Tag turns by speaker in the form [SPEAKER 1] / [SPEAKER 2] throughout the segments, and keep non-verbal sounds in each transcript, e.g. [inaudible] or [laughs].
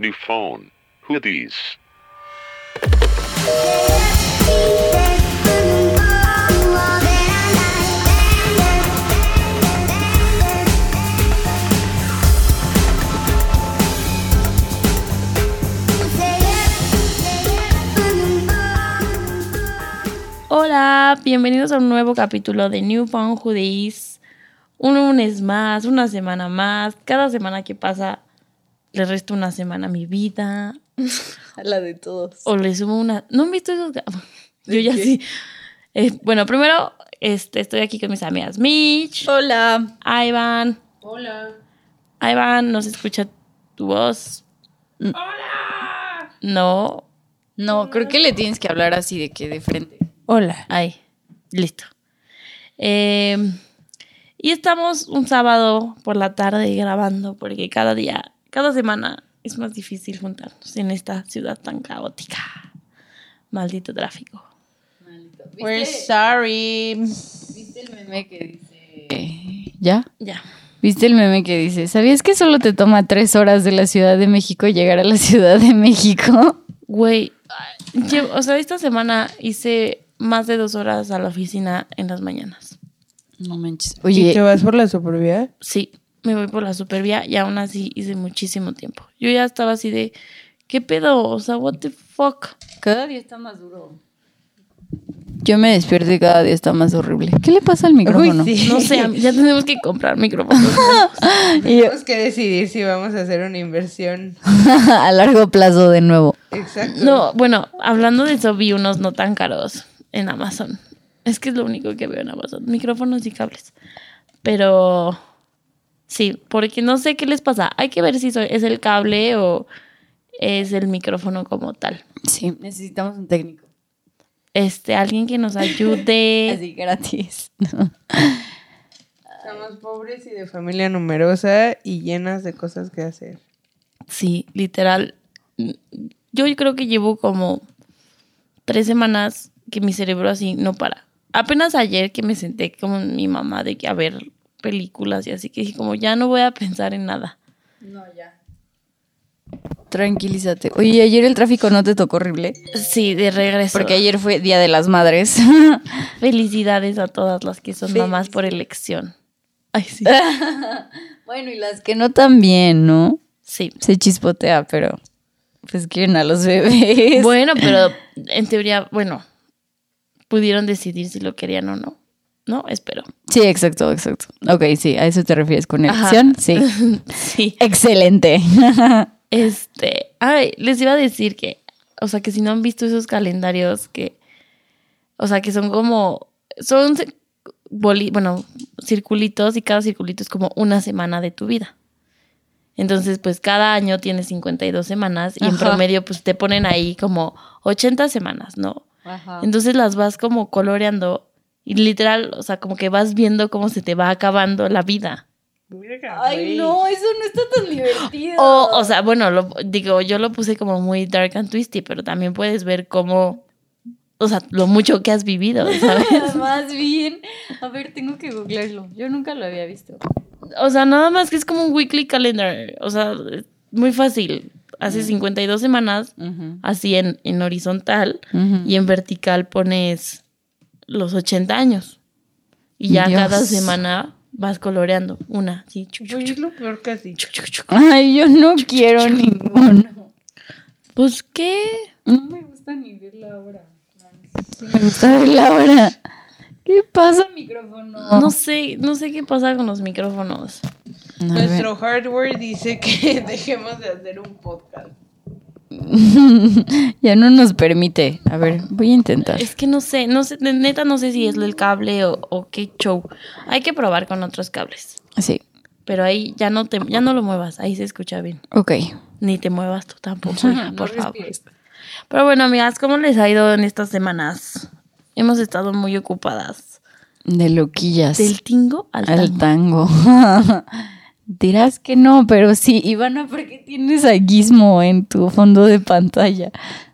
[SPEAKER 1] New phone. Who these?
[SPEAKER 2] Hola, bienvenidos a un nuevo capítulo de Newfound Judeis. Un lunes más, una semana más. Cada semana que pasa le resto una semana a mi vida.
[SPEAKER 3] La de todos.
[SPEAKER 2] O le sumo una. ¿No han visto esos? ga- [laughs] Yo ya
[SPEAKER 3] qué?
[SPEAKER 2] sí. Eh, bueno, primero este, estoy aquí con mis amigas Mitch,
[SPEAKER 3] Hola.
[SPEAKER 2] Ivan. Hola. Ivan, ¿nos escucha tu voz? ¡Hola! No.
[SPEAKER 3] No, creo que le tienes que hablar así de que de frente.
[SPEAKER 2] Hola. Ahí, listo. Eh, y estamos un sábado por la tarde grabando porque cada día, cada semana es más difícil juntarnos en esta ciudad tan caótica. Maldito tráfico.
[SPEAKER 3] We're sorry. ¿Viste el meme que dice? ¿Ya?
[SPEAKER 2] Ya.
[SPEAKER 3] ¿Viste el meme que dice? ¿Sabías que solo te toma tres horas de la Ciudad de México llegar a la Ciudad de México?
[SPEAKER 2] Güey, ay, llevo- o sea, esta semana hice más de dos horas a la oficina en las mañanas.
[SPEAKER 3] No manches.
[SPEAKER 4] ¿Y
[SPEAKER 3] Oye,
[SPEAKER 4] te vas por la supervía?
[SPEAKER 2] Sí, me voy por la supervía y aún así hice muchísimo tiempo. Yo ya estaba así de, ¿qué pedo? O sea, what the fuck?
[SPEAKER 3] cada día está más duro. Yo me despierto y cada día está más horrible. ¿Qué le pasa al micrófono?
[SPEAKER 2] No [laughs] sé, am- ya tenemos que comprar micrófonos.
[SPEAKER 3] [laughs] Y yo, [laughs]
[SPEAKER 4] Tenemos que decidir si vamos a hacer una inversión.
[SPEAKER 3] a largo plazo de nuevo.
[SPEAKER 2] [laughs]
[SPEAKER 4] Exacto.
[SPEAKER 2] No, bueno, hablando de eso, vi unos no tan caros en Amazon. Es que es lo único que veo en Amazon. Micrófonos y cables. Pero sí, porque no sé qué les pasa. Hay que ver si so- es el cable o es el micrófono como tal.
[SPEAKER 3] Sí, necesitamos un técnico.
[SPEAKER 2] Este, alguien que [laughs] nos ayude.
[SPEAKER 3] Así gratis.
[SPEAKER 4] Estamos pobres y de familia numerosa y llenas de cosas que hacer.
[SPEAKER 2] Sí, literal. Yo creo que llevo como tres semanas que mi cerebro así no para. Apenas ayer que me senté con mi mamá de que a ver películas y así que dije como ya no voy a pensar en nada.
[SPEAKER 3] Tranquilízate. Oye, ¿y ayer el tráfico no te tocó horrible.
[SPEAKER 2] Sí, de regreso.
[SPEAKER 3] Porque ayer fue Día de las Madres. [laughs]
[SPEAKER 2] Felicidades a todas las que son mamás por elección. Ay, sí.
[SPEAKER 3] bueno, y las que no también, ¿no?
[SPEAKER 2] [laughs] Sí.
[SPEAKER 3] Se chispotea, pero pues quieren a los bebés.
[SPEAKER 2] Bueno, pero en teoría, bueno, pudieron decidir si lo querían o no. No, espero. [laughs]
[SPEAKER 3] Sí, exacto, exacto. Ok, sí, a eso te refieres con elección.
[SPEAKER 2] Ajá. [laughs]
[SPEAKER 3] Sí.
[SPEAKER 2] Sí.
[SPEAKER 3] Excelente.
[SPEAKER 2] Este, ay, les iba a decir que, o sea, que si no han visto esos calendarios que, o sea, que son como, son, ce- boli- bueno, circulitos y cada circulito es como una semana de tu vida. Entonces, pues cada año tienes 52 semanas y en
[SPEAKER 3] Ajá.
[SPEAKER 2] promedio, pues te ponen ahí como 80 semanas, ¿no? Entonces las vas como coloreando y literal, o sea, como que vas viendo cómo se te va acabando la vida.
[SPEAKER 3] eso no está tan divertido.
[SPEAKER 2] O, o sea, bueno, lo- digo, yo lo puse como muy dark and twisty, pero también puedes ver cómo, o sea, lo mucho que has vivido,
[SPEAKER 3] [laughs]
[SPEAKER 2] ¿sabes?
[SPEAKER 3] Más bien. A ver, tengo que googlearlo. Yo nunca lo había visto.
[SPEAKER 2] O sea, nada más que es como un weekly calendar, o sea, es muy fácil.
[SPEAKER 3] Mm.
[SPEAKER 2] Hace 52 semanas, así en, en horizontal, y
[SPEAKER 3] Mm.
[SPEAKER 2] en vertical pones los 80 años. Y ya
[SPEAKER 3] Dios.
[SPEAKER 2] cada semana vas coloreando una, sí. chu, chu,
[SPEAKER 4] Oye,
[SPEAKER 2] chu,
[SPEAKER 4] es lo peor que has dicho.
[SPEAKER 2] chu, chu.
[SPEAKER 3] Ay, yo no quiero ninguno.
[SPEAKER 2] Pues qué,
[SPEAKER 3] No me gusta ni ver la hora. me gusta ver la hora. ¿Qué pasa, micrófono?
[SPEAKER 2] no sé, no sé qué pasa con los micrófonos.
[SPEAKER 4] Nuestro hardware dice que dejemos de hacer un podcast.
[SPEAKER 3] ya no nos permite. A ver, voy a intentar.
[SPEAKER 2] Es que no sé, no sé, de neta no sé si es el cable o, o qué show. Hay que probar con otros cables.
[SPEAKER 3] Sí,
[SPEAKER 2] Pero ahí ya no te, ya no lo muevas, ahí se escucha bien.
[SPEAKER 3] ok.
[SPEAKER 2] Ni te muevas tú tampoco, hija, [laughs] por favor. Pero bueno, amigas, ¿cómo les ha ido en estas semanas? Hemos estado muy ocupadas.
[SPEAKER 3] De loquillas.
[SPEAKER 2] Del tingo al
[SPEAKER 3] Al
[SPEAKER 2] tango.
[SPEAKER 3] tango. [laughs] Dirás que no, pero sí. Ivana, ¿por qué tienes a Gizmo en tu fondo de pantalla?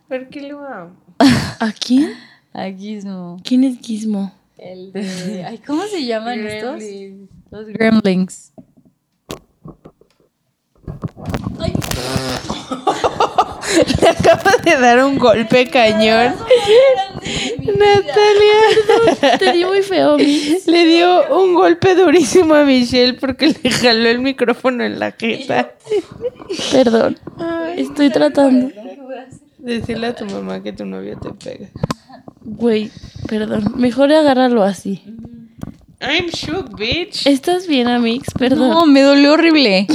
[SPEAKER 4] ¿Por qué lo amo?
[SPEAKER 2] ¿A quién?
[SPEAKER 3] A Gizmo.
[SPEAKER 2] ¿Quién es Gizmo?
[SPEAKER 3] El de... Eh, Ay, ¿Cómo se llaman estos?
[SPEAKER 4] Gremlins.
[SPEAKER 3] Los gremlins.
[SPEAKER 4] Le acabo de dar un golpe cañón. Natalia
[SPEAKER 2] Te di muy feo, mi.
[SPEAKER 4] le dio un golpe durísimo a Michelle porque le jaló el micrófono en la jeta.
[SPEAKER 2] Perdón. Estoy tratando.
[SPEAKER 4] Decirle a tu mamá que tu novio te pega.
[SPEAKER 2] Güey, perdón. Mejor agárralo así.
[SPEAKER 4] I'm shook, bitch.
[SPEAKER 2] ¿Estás bien, Amix?
[SPEAKER 3] No,
[SPEAKER 2] Perdón.
[SPEAKER 3] me dolió horrible.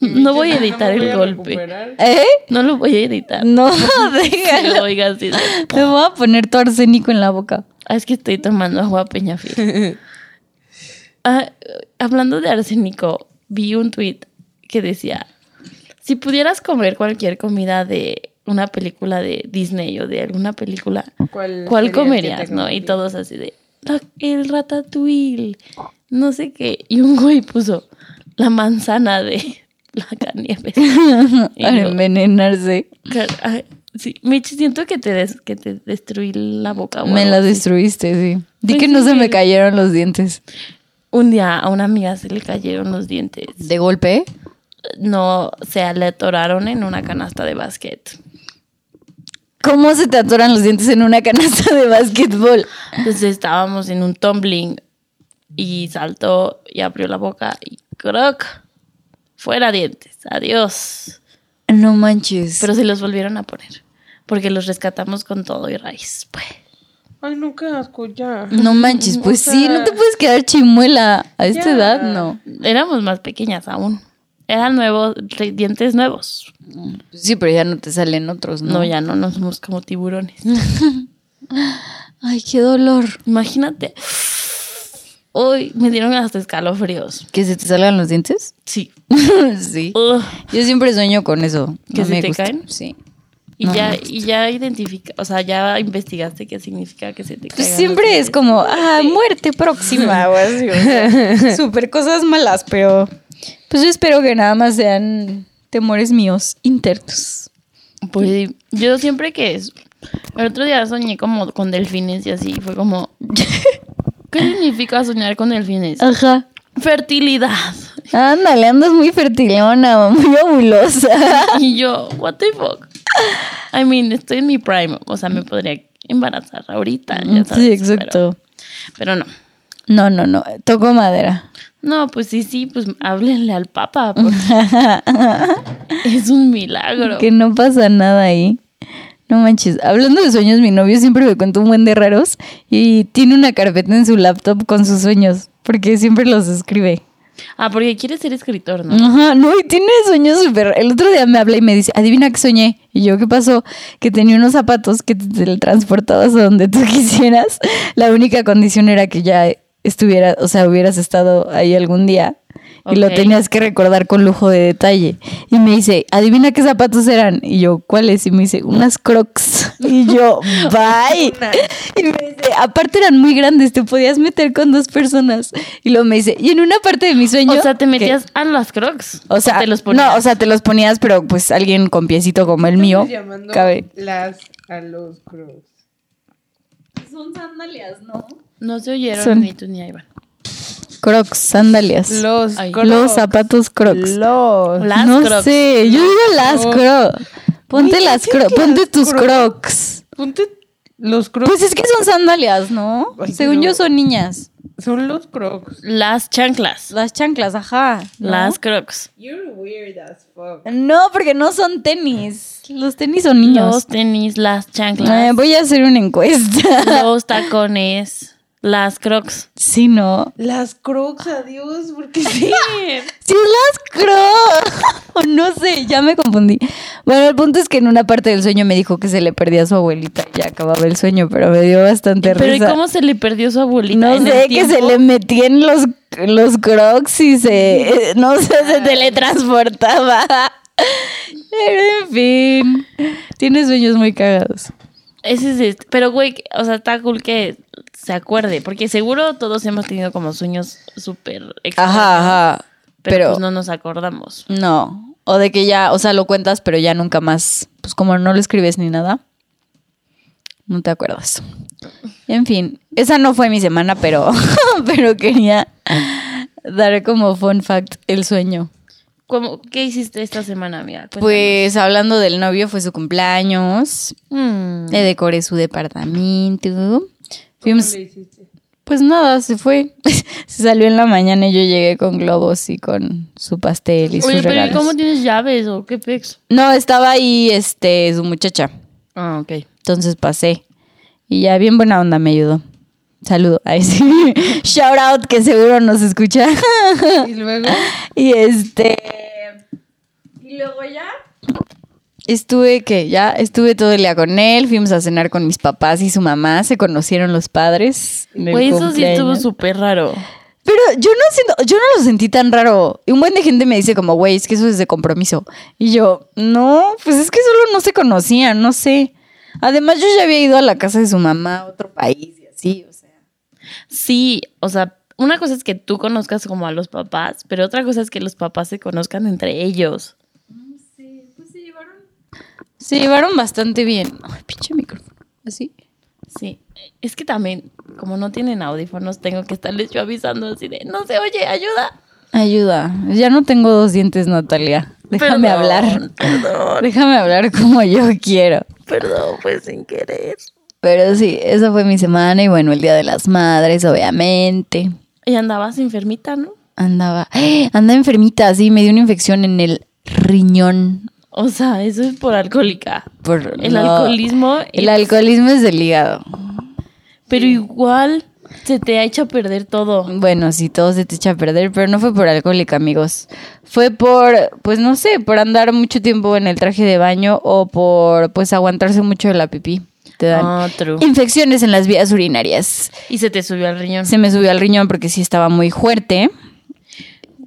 [SPEAKER 2] No, voy a editar
[SPEAKER 4] Voy
[SPEAKER 2] el
[SPEAKER 4] a
[SPEAKER 2] golpe.
[SPEAKER 4] recuperar.
[SPEAKER 3] ¿Eh?
[SPEAKER 2] No lo voy a editar. [laughs]
[SPEAKER 3] No,
[SPEAKER 2] Que lo
[SPEAKER 3] [laughs] déjalo.
[SPEAKER 2] oigas y-
[SPEAKER 3] Te voy a poner tu arsénico en la boca.
[SPEAKER 2] Ah, Es que estoy tomando agua peñafiel.
[SPEAKER 4] [laughs]
[SPEAKER 2] Ah, hablando de arsénico, vi un tweet que decía: si pudieras comer cualquier comida de una película de Disney o de alguna película,
[SPEAKER 4] ¿Cuál,
[SPEAKER 2] ¿cuál
[SPEAKER 4] sería que
[SPEAKER 2] comerías?
[SPEAKER 4] te
[SPEAKER 2] ¿No? Y
[SPEAKER 4] comerías?
[SPEAKER 2] todos así de "La- el ratatouille, no sé qué. Y un güey puso la manzana de [laughs] Blancanieves. Y
[SPEAKER 3] Para
[SPEAKER 2] yo,
[SPEAKER 3] envenenarse.
[SPEAKER 2] "Car- ay, Sí, Mitch, siento que te, des- que te destruí la boca. o
[SPEAKER 3] Me
[SPEAKER 2] algo
[SPEAKER 3] la
[SPEAKER 2] así.
[SPEAKER 3] destruiste, sí. Di
[SPEAKER 2] Ah, Pues
[SPEAKER 3] que no
[SPEAKER 2] sí.
[SPEAKER 3] se me cayeron los dientes.
[SPEAKER 2] Un día a una amiga se le cayeron los dientes.
[SPEAKER 3] ¿De golpe?
[SPEAKER 2] No, se le atoraron en una canasta de básquet.
[SPEAKER 3] ¿Cómo se te atoran los dientes en una canasta de básquetbol?
[SPEAKER 2] Entonces estábamos en un tumbling y saltó y abrió la boca y croc. Fuera dientes, adiós.
[SPEAKER 3] No manches.
[SPEAKER 2] Pero se los volvieron a poner. Porque los rescatamos con todo y raíz. Pues.
[SPEAKER 4] Ay, no, qué asco, ya.
[SPEAKER 2] [laughs]
[SPEAKER 3] no manches, pues
[SPEAKER 4] o
[SPEAKER 3] sí,
[SPEAKER 4] sea-
[SPEAKER 3] no te puedes quedar chimuela a esta
[SPEAKER 4] Ya.
[SPEAKER 3] edad, no.
[SPEAKER 2] Éramos más pequeñas aún. Eran nuevos, re- dientes nuevos.
[SPEAKER 3] Pues Sí, pero ya no te salen otros, ¿no?
[SPEAKER 2] No, ya no, no somos como tiburones. [laughs]
[SPEAKER 3] Ay, qué dolor.
[SPEAKER 2] Imagínate. Hoy me dieron hasta escalofríos.
[SPEAKER 3] ¿Que se te salgan los dientes? [laughs]
[SPEAKER 2] Sí.
[SPEAKER 3] sí.
[SPEAKER 2] Ugh.
[SPEAKER 3] Yo siempre sueño con eso.
[SPEAKER 2] ¿Que
[SPEAKER 3] no
[SPEAKER 2] se
[SPEAKER 3] me
[SPEAKER 2] te
[SPEAKER 3] gusta.
[SPEAKER 2] caen?
[SPEAKER 3] Sí.
[SPEAKER 2] Y
[SPEAKER 3] No,
[SPEAKER 2] ya,
[SPEAKER 3] no.
[SPEAKER 2] y ya identifica, o sea, ya investigaste qué significa que se te
[SPEAKER 3] Pues
[SPEAKER 2] caigan los
[SPEAKER 3] siempre es
[SPEAKER 2] dientes.
[SPEAKER 3] como, ah, muerte próxima. o así, o
[SPEAKER 2] [laughs]
[SPEAKER 3] sea, Súper cosas malas, pero pues yo espero que nada más sean temores míos internos.
[SPEAKER 2] Pues yo siempre que es. El otro día soñé como con delfines y así. Fue como. [laughs] ¿Qué significa soñar con delfines?
[SPEAKER 3] Ajá.
[SPEAKER 2] Fertilidad.
[SPEAKER 3] Ándale, andas muy fertilona, muy ovulosa.
[SPEAKER 2] Y yo, what the fuck. I mean, estoy en mi prime. O sea, me podría embarazar ahorita. ya sabes,
[SPEAKER 3] [laughs] Sí, exacto.
[SPEAKER 2] pero- pero no.
[SPEAKER 3] No, no, no. Toco madera.
[SPEAKER 2] No, pues sí, sí, pues háblenle al Papa.
[SPEAKER 3] [laughs]
[SPEAKER 2] porque es un milagro.
[SPEAKER 3] Que no pasa nada ahí. No manches. Hablando de sueños, mi novio siempre me cuenta un buen de raros y tiene una carpeta en su laptop con sus sueños, porque siempre los escribe.
[SPEAKER 2] Ah, porque quiere ser escritor, ¿no?
[SPEAKER 3] Ajá, no, y tiene sueños súper. El otro día me habla y me dice, adivina qué soñé. Y yo, ¿qué pasó? Que tenía unos zapatos que te teletransportabas a donde tú [laughs] quisieras. La única condición era que ya estuviera, o sea, hubieras estado ahí algún día. Y lo
[SPEAKER 2] Ok.
[SPEAKER 3] tenías que recordar con lujo de detalle. Y me dice, adivina qué zapatos eran. Y yo, ¿cuáles? Y me dice, unas crocs. [laughs] Y
[SPEAKER 2] [laughs]
[SPEAKER 3] yo, bye. Y me dice, aparte eran muy grandes, te podías meter con dos personas. Y luego me dice, y en una parte de mi sueño...
[SPEAKER 2] O sea, te
[SPEAKER 3] que-
[SPEAKER 2] metías a las crocs.
[SPEAKER 3] o sea,
[SPEAKER 2] te los ponías.
[SPEAKER 3] no, o sea, te los ponías, pero pues alguien con piecito como el mío
[SPEAKER 4] Llamando
[SPEAKER 3] cabe.
[SPEAKER 4] las a los crocs.
[SPEAKER 3] Son sandalias, ¿no?
[SPEAKER 2] No se oyeron
[SPEAKER 3] Son-
[SPEAKER 2] ni tú ni a Iván.
[SPEAKER 3] Crocs, sandalias.
[SPEAKER 4] Los
[SPEAKER 2] Ay.
[SPEAKER 4] crocs.
[SPEAKER 3] Los zapatos Crocs.
[SPEAKER 4] Los.
[SPEAKER 2] Las
[SPEAKER 3] no
[SPEAKER 2] crocs.
[SPEAKER 3] sé, yo digo las
[SPEAKER 4] Crocs.
[SPEAKER 3] Crocs. Ponte
[SPEAKER 4] Oye,
[SPEAKER 3] las
[SPEAKER 4] sí
[SPEAKER 3] Crocs,
[SPEAKER 4] que
[SPEAKER 3] ponte
[SPEAKER 4] las
[SPEAKER 3] tus
[SPEAKER 4] Crocs.
[SPEAKER 3] Crocs.
[SPEAKER 4] Ponte los crocs.
[SPEAKER 3] Pues es que son sandalias, ¿no?
[SPEAKER 4] Ay,
[SPEAKER 3] Según
[SPEAKER 4] pero-
[SPEAKER 3] yo son niñas.
[SPEAKER 4] Son los crocs.
[SPEAKER 2] Las chanclas.
[SPEAKER 3] Las chanclas, ajá. ¿no?
[SPEAKER 2] Las crocs.
[SPEAKER 4] You're weird as fuck.
[SPEAKER 3] No, porque no son tenis. Los tenis son niños.
[SPEAKER 2] Los tenis, las
[SPEAKER 3] Eh,
[SPEAKER 2] chanclas.
[SPEAKER 3] voy a hacer una encuesta.
[SPEAKER 2] Los tacones. Las crocs.
[SPEAKER 3] [laughs] sí, no.
[SPEAKER 4] Las crocs, adiós, porque
[SPEAKER 3] Si
[SPEAKER 4] sí.
[SPEAKER 3] es las Crocs. [laughs] No sé, ya me confundí. Bueno, el punto es que en una parte del sueño me dijo que se le perdía a su abuelita y ya acababa el sueño, pero me dio bastante
[SPEAKER 2] Pero ¿y
[SPEAKER 3] risa.
[SPEAKER 2] cómo se le perdió su abuelita?
[SPEAKER 3] no
[SPEAKER 2] en el
[SPEAKER 3] sé, que se
[SPEAKER 2] tiempo?
[SPEAKER 3] le metían los, los crocs y se, [laughs] no sé, se teletransportaba. Pero en fin, tiene sueños muy cagados.
[SPEAKER 2] Ese es este. Pero, güey, que- o sea, está cool que se acuerde. Porque seguro todos hemos tenido como sueños súper extraños,
[SPEAKER 3] Ajá, ajá.
[SPEAKER 2] Pero,
[SPEAKER 3] Pero,
[SPEAKER 2] pues no nos acordamos.
[SPEAKER 3] no. O de que ya, o sea, lo cuentas, pero ya nunca más, pues como no lo escribes ni nada, no te acuerdas. En fin, esa no fue mi semana, [laughs] pero, pero quería dar como fun fact el sueño.
[SPEAKER 2] ¿Cómo, ¿Qué hiciste esta semana, amiga? Cuéntanos.
[SPEAKER 3] Pues hablando del novio, fue su cumpleaños.
[SPEAKER 2] Mm.
[SPEAKER 3] Le decoré su departamento. Fuimos- Pues nada, se fue. [laughs] se salió en la mañana y yo llegué con globos y con su pastel y sus
[SPEAKER 2] Oye, pero ¿y
[SPEAKER 3] regalos.
[SPEAKER 2] cómo tienes llaves o qué pex?
[SPEAKER 3] No, estaba ahí este su muchacha.
[SPEAKER 2] Ah, ok.
[SPEAKER 3] Entonces pasé. Y ya bien buena onda me ayudó. Saludo. Ay, sí. [laughs] Shout out que seguro nos escucha.
[SPEAKER 4] Y luego,
[SPEAKER 3] [laughs] y este. Y luego ya. Estuve que ya estuve todo el día con él, fuimos a cenar con mis papás y su mamá, se conocieron los padres. en el
[SPEAKER 2] Güey, eso sí estuvo
[SPEAKER 3] cumpleaños.
[SPEAKER 2] súper raro.
[SPEAKER 3] Pero yo no siento, yo no lo sentí tan raro. Y un buen de gente me dice como, güey, es que eso es de compromiso. Y yo, no, pues es que solo no se conocían, no sé. Además, yo ya había ido a la casa de su mamá, a otro país y así, o sea.
[SPEAKER 2] Sí, o sea, una cosa es que tú conozcas como a los papás, pero otra cosa es que los papás se conozcan entre ellos.
[SPEAKER 3] Se llevaron bastante bien. Ay, pinche micrófono. Así.
[SPEAKER 2] Sí. Es que también, como no tienen audífonos, tengo que estarles yo avisando así de, no se oye, ayuda.
[SPEAKER 3] Ayuda. Ya no tengo dos dientes, Natalia. Déjame
[SPEAKER 2] Perdón,
[SPEAKER 3] hablar.
[SPEAKER 2] Perdón,
[SPEAKER 3] Déjame hablar como yo quiero.
[SPEAKER 2] perdón, fue sin querer.
[SPEAKER 3] Pero sí, esa fue mi semana y bueno, el Día de las Madres, obviamente.
[SPEAKER 2] Y andabas enfermita, ¿no?
[SPEAKER 3] Andaba, ¡eh! andaba enfermita, sí, me dio una infección en el riñón
[SPEAKER 2] O sea, eso es por alcohólica.
[SPEAKER 3] por
[SPEAKER 2] El
[SPEAKER 3] no,
[SPEAKER 2] alcoholismo.
[SPEAKER 3] El
[SPEAKER 2] es-
[SPEAKER 3] alcoholismo es del hígado.
[SPEAKER 2] Pero igual se te ha hecho a perder todo.
[SPEAKER 3] Bueno, sí, todo se te echa a perder, pero no fue por alcohólica, amigos. Fue por, pues no sé, por andar mucho tiempo en el traje de baño o por, pues aguantarse mucho de la pipí. Te dan
[SPEAKER 2] Ah, true.
[SPEAKER 3] infecciones en las vías urinarias.
[SPEAKER 2] Y se te subió al riñón.
[SPEAKER 3] Se me subió al riñón porque sí estaba muy fuerte.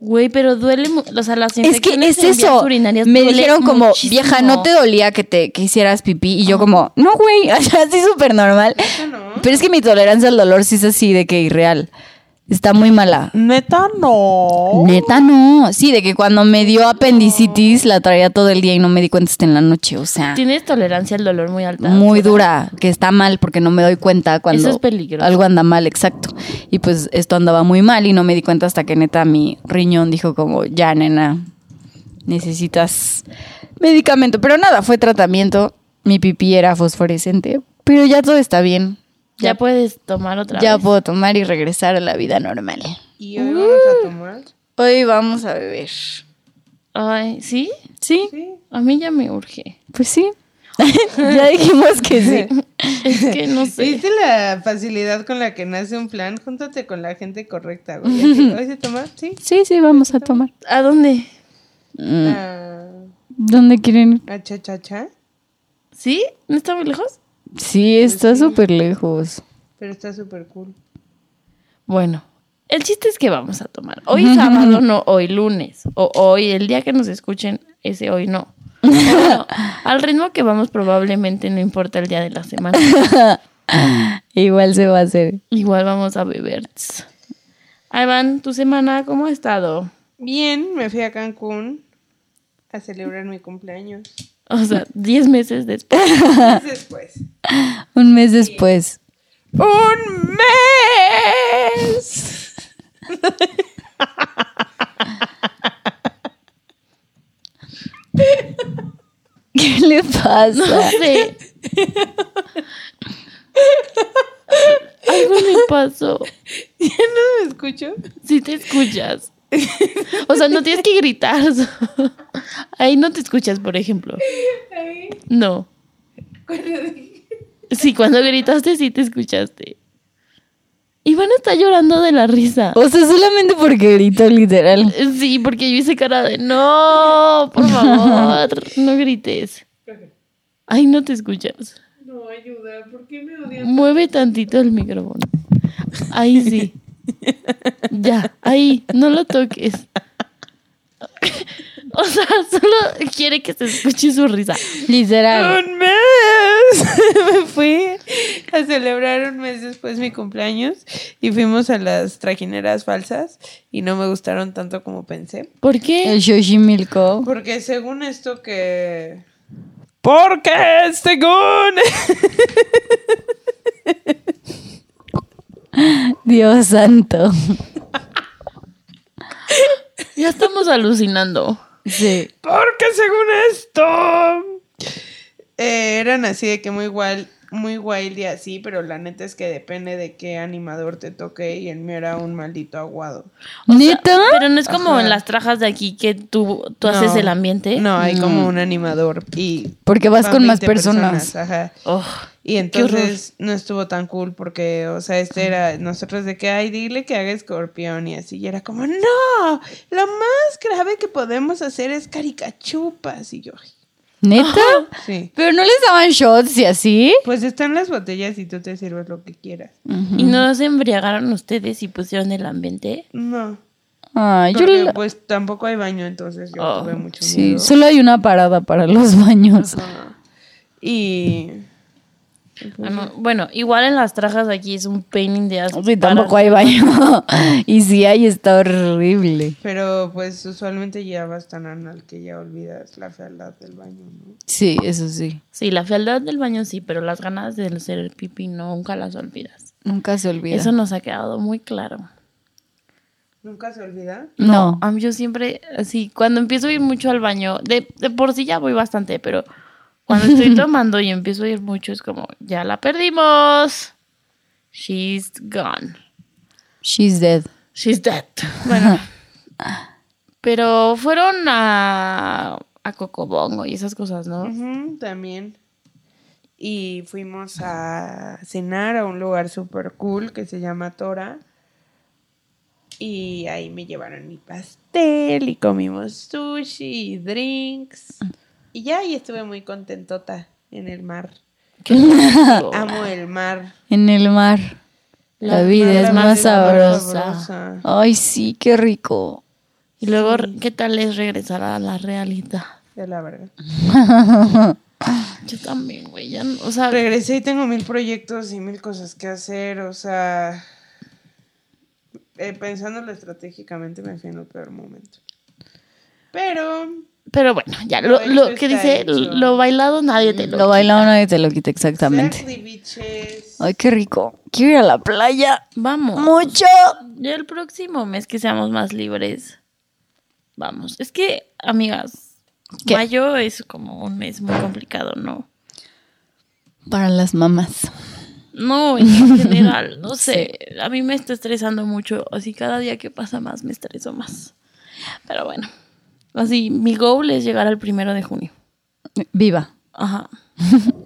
[SPEAKER 2] Güey, pero duele, mu- o sea, las
[SPEAKER 3] Es que
[SPEAKER 2] infecciones
[SPEAKER 3] es
[SPEAKER 2] en vías
[SPEAKER 3] eso.
[SPEAKER 2] urinarias
[SPEAKER 3] Me
[SPEAKER 2] duele
[SPEAKER 3] dijeron como,
[SPEAKER 2] muchísimo.
[SPEAKER 3] vieja, no te dolía que te que hicieras pipí. Y yo como, no, güey, [laughs] así súper normal. Pero es que mi tolerancia al dolor sí es así, de que irreal. Está muy mala.
[SPEAKER 4] neta, no.
[SPEAKER 3] Neta, no. Sí, de que cuando me dio apendicitis la traía todo el día y no me di cuenta hasta en la noche. O sea,
[SPEAKER 2] Tienes tolerancia al dolor muy alta.
[SPEAKER 3] muy dura, que está mal porque no me doy cuenta cuando
[SPEAKER 2] Eso es peligroso.
[SPEAKER 3] algo anda mal, exacto. Y pues esto andaba muy mal y no me di cuenta hasta que neta mi riñón dijo como, ya nena, necesitas medicamento. Pero nada, fue tratamiento, mi pipí era fosforescente, pero ya todo está bien.
[SPEAKER 2] Ya puedes tomar otra
[SPEAKER 3] Ya
[SPEAKER 2] vez.
[SPEAKER 3] puedo tomar y regresar a la vida normal.
[SPEAKER 4] Y hoy vamos a tomar.
[SPEAKER 3] Hoy vamos a beber.
[SPEAKER 2] Ay, ¿sí?
[SPEAKER 3] ¿Sí?
[SPEAKER 4] Sí.
[SPEAKER 2] A mí ya me urge. [laughs]
[SPEAKER 3] Pues sí. [laughs] ya dijimos que sí.
[SPEAKER 2] Es que no sé.
[SPEAKER 4] ¿Viste la facilidad con la que nace un plan? Júntate con la gente correcta, güey. Así, ¿Hoy se toma? Sí.
[SPEAKER 3] [laughs] Sí, sí, vamos a tomar.
[SPEAKER 2] ¿A dónde?
[SPEAKER 4] A,
[SPEAKER 3] ¿Dónde quieren ir?
[SPEAKER 4] a Ah, cha cha cha.
[SPEAKER 2] ¿Sí? ¿No está muy lejos?
[SPEAKER 3] Pues Sí, está súper lejos.
[SPEAKER 4] Pero está súper cool.
[SPEAKER 2] Bueno, el chiste es que vamos a tomar. Hoy sábado, no hoy lunes. O hoy, el día que nos escuchen, ese hoy no. Bueno, al ritmo que vamos probablemente no importa el día de la semana.
[SPEAKER 3] E Igual se va a hacer.
[SPEAKER 2] Igual vamos a beber. Tss. Iván, ¿tu semana cómo ha estado?
[SPEAKER 4] Bien, me fui a Cancún a celebrar mi cumpleaños.
[SPEAKER 2] O sea, 10 meses después.
[SPEAKER 4] Después.
[SPEAKER 3] Un mes después.
[SPEAKER 4] ¡Un mes!
[SPEAKER 3] ¿Qué le [laughs]
[SPEAKER 2] No
[SPEAKER 3] pasa?
[SPEAKER 2] sé. Algo me pasó.
[SPEAKER 4] ¿Ya [laughs] no me escucho?
[SPEAKER 2] Si te escuchas. O sea, no tienes que gritar. Ahí no te escuchas, por ejemplo.
[SPEAKER 4] Ay,
[SPEAKER 2] No.
[SPEAKER 4] cuando dije-
[SPEAKER 2] Sí, cuando gritaste, sí te escuchaste. Iván está llorando de la risa.
[SPEAKER 3] O sea, solamente porque grito literal.
[SPEAKER 2] Sí, porque yo hice cara de no, por favor, no grites. Ay, no te escuchas.
[SPEAKER 4] No, ayuda, ¿por qué me odias?
[SPEAKER 2] Mueve tantito el micrófono. Ahí sí. Ya, ahí, no lo toques. [laughs] O sea, solo quiere que se escuche su risa.
[SPEAKER 3] Literal.
[SPEAKER 4] ¡Un mes! [laughs] me fui a celebrar un mes después mi cumpleaños y fuimos a las trajineras falsas y no me gustaron tanto como pensé.
[SPEAKER 2] ¿Por qué?
[SPEAKER 3] El Shoshimilco.
[SPEAKER 4] Porque según esto que... Porque según...
[SPEAKER 3] Dios santo.
[SPEAKER 2] Ya estamos alucinando.
[SPEAKER 3] Sí.
[SPEAKER 4] Porque según esto. eh, eran así de que muy wild, muy wild y así, pero la neta es que depende de qué animador te toque y el mío era un maldito aguado.
[SPEAKER 3] ¿Neta?
[SPEAKER 2] Pero no es como
[SPEAKER 4] Ajá.
[SPEAKER 2] en las trajas de aquí que tú, tú
[SPEAKER 4] No.
[SPEAKER 2] haces el ambiente.
[SPEAKER 4] No, hay
[SPEAKER 3] No.
[SPEAKER 4] como un animador y...
[SPEAKER 3] Porque ¿Eh? Mm. vas
[SPEAKER 4] van
[SPEAKER 3] con más
[SPEAKER 4] 20
[SPEAKER 3] personas.
[SPEAKER 4] Ajá.
[SPEAKER 2] Oh,
[SPEAKER 4] Y
[SPEAKER 2] horror.
[SPEAKER 4] entonces no estuvo tan cool porque, o sea, este era nosotros de que, ay, dile que haga escorpión y así. Y era como, no, lo más grave que podemos hacer es caricachupas. Y yo, "Ay,
[SPEAKER 3] ¿Neta?
[SPEAKER 4] sí.
[SPEAKER 3] Pero no les daban shots y así.
[SPEAKER 4] Pues están las botellas y tú te sirves lo que quieras.
[SPEAKER 2] Y no se embriagaron ustedes y pusieron el ambiente.
[SPEAKER 4] No.
[SPEAKER 3] Ay, yo
[SPEAKER 4] porque,
[SPEAKER 3] la-
[SPEAKER 4] pues tampoco hay baño, entonces yo
[SPEAKER 2] Oh,
[SPEAKER 4] tuve mucho
[SPEAKER 3] Sí,
[SPEAKER 4] miedo.
[SPEAKER 3] solo hay una parada para los [laughs] baños.
[SPEAKER 4] Ajá. Y
[SPEAKER 2] Ah, no. Bueno, igual en las trajas de aquí es un painting de as.
[SPEAKER 3] Sí, tampoco hay baño. [laughs] y si hay, está horrible.
[SPEAKER 4] pero pues usualmente ya vas tan anal que ya olvidas la fealdad del baño, ¿no?
[SPEAKER 3] Sí, eso sí.
[SPEAKER 2] Sí, la fealdad del baño sí, pero las ganas de hacer el pipí nunca las olvidas.
[SPEAKER 3] Nunca se olvida.
[SPEAKER 2] Eso nos ha quedado muy claro.
[SPEAKER 4] Nunca se olvida.
[SPEAKER 3] no.
[SPEAKER 2] A mí yo siempre, así, cuando empiezo a ir mucho al baño, de, de por sí ya voy bastante, pero cuando
[SPEAKER 3] [laughs]
[SPEAKER 2] estoy tomando y empiezo a ir mucho es como, ya la perdimos. She's gone.
[SPEAKER 3] She's dead.
[SPEAKER 2] She's dead. Bueno. pero fueron a, a Cocobongo y esas cosas, ¿no?
[SPEAKER 4] Ujú, también. Y fuimos a cenar a un lugar súper cool que se llama Tora. Y ahí me llevaron mi pastel y comimos sushi y drinks. Y ya, y estuve muy contentota en el mar.
[SPEAKER 2] Qué rico.
[SPEAKER 4] Amo el mar.
[SPEAKER 3] En el mar. La, vida es
[SPEAKER 4] mar
[SPEAKER 3] más
[SPEAKER 4] es la más
[SPEAKER 3] sabrosa.
[SPEAKER 4] sabrosa.
[SPEAKER 3] Ay, sí, qué rico.
[SPEAKER 2] y luego, ¿qué tal es regresar a la realidad?
[SPEAKER 4] De la verdad.
[SPEAKER 2] Yo también, güey. ya no- O
[SPEAKER 3] Ah.
[SPEAKER 2] sea,
[SPEAKER 4] Regresé y tengo mil proyectos y mil cosas que hacer. O sea, eh, pensándolo estratégicamente me fui en el peor momento. Pero
[SPEAKER 2] pero bueno, ya lo,
[SPEAKER 4] Lo
[SPEAKER 2] lo
[SPEAKER 4] hecho
[SPEAKER 2] que
[SPEAKER 4] está
[SPEAKER 2] dice,
[SPEAKER 4] hecho.
[SPEAKER 2] lo bailado nadie te lo.
[SPEAKER 3] Lo bailado nadie te lo quita exactamente. Oh.
[SPEAKER 4] Exactly, bitches.
[SPEAKER 3] Ay, qué rico. Quiero ir a la playa.
[SPEAKER 2] Vamos.
[SPEAKER 3] Mucho.
[SPEAKER 2] Ya el próximo mes que seamos más libres. Vamos. Es que, amigas,
[SPEAKER 3] ¿Qué?
[SPEAKER 2] mayo es como un mes muy complicado, ¿no?
[SPEAKER 3] Para las mamás.
[SPEAKER 2] No, en general, no sé. A mí me está estresando mucho. Así cada día que pasa más me estreso más. Pero bueno. Así, mi goal es llegar al primero de junio.
[SPEAKER 3] Viva.
[SPEAKER 2] Ajá.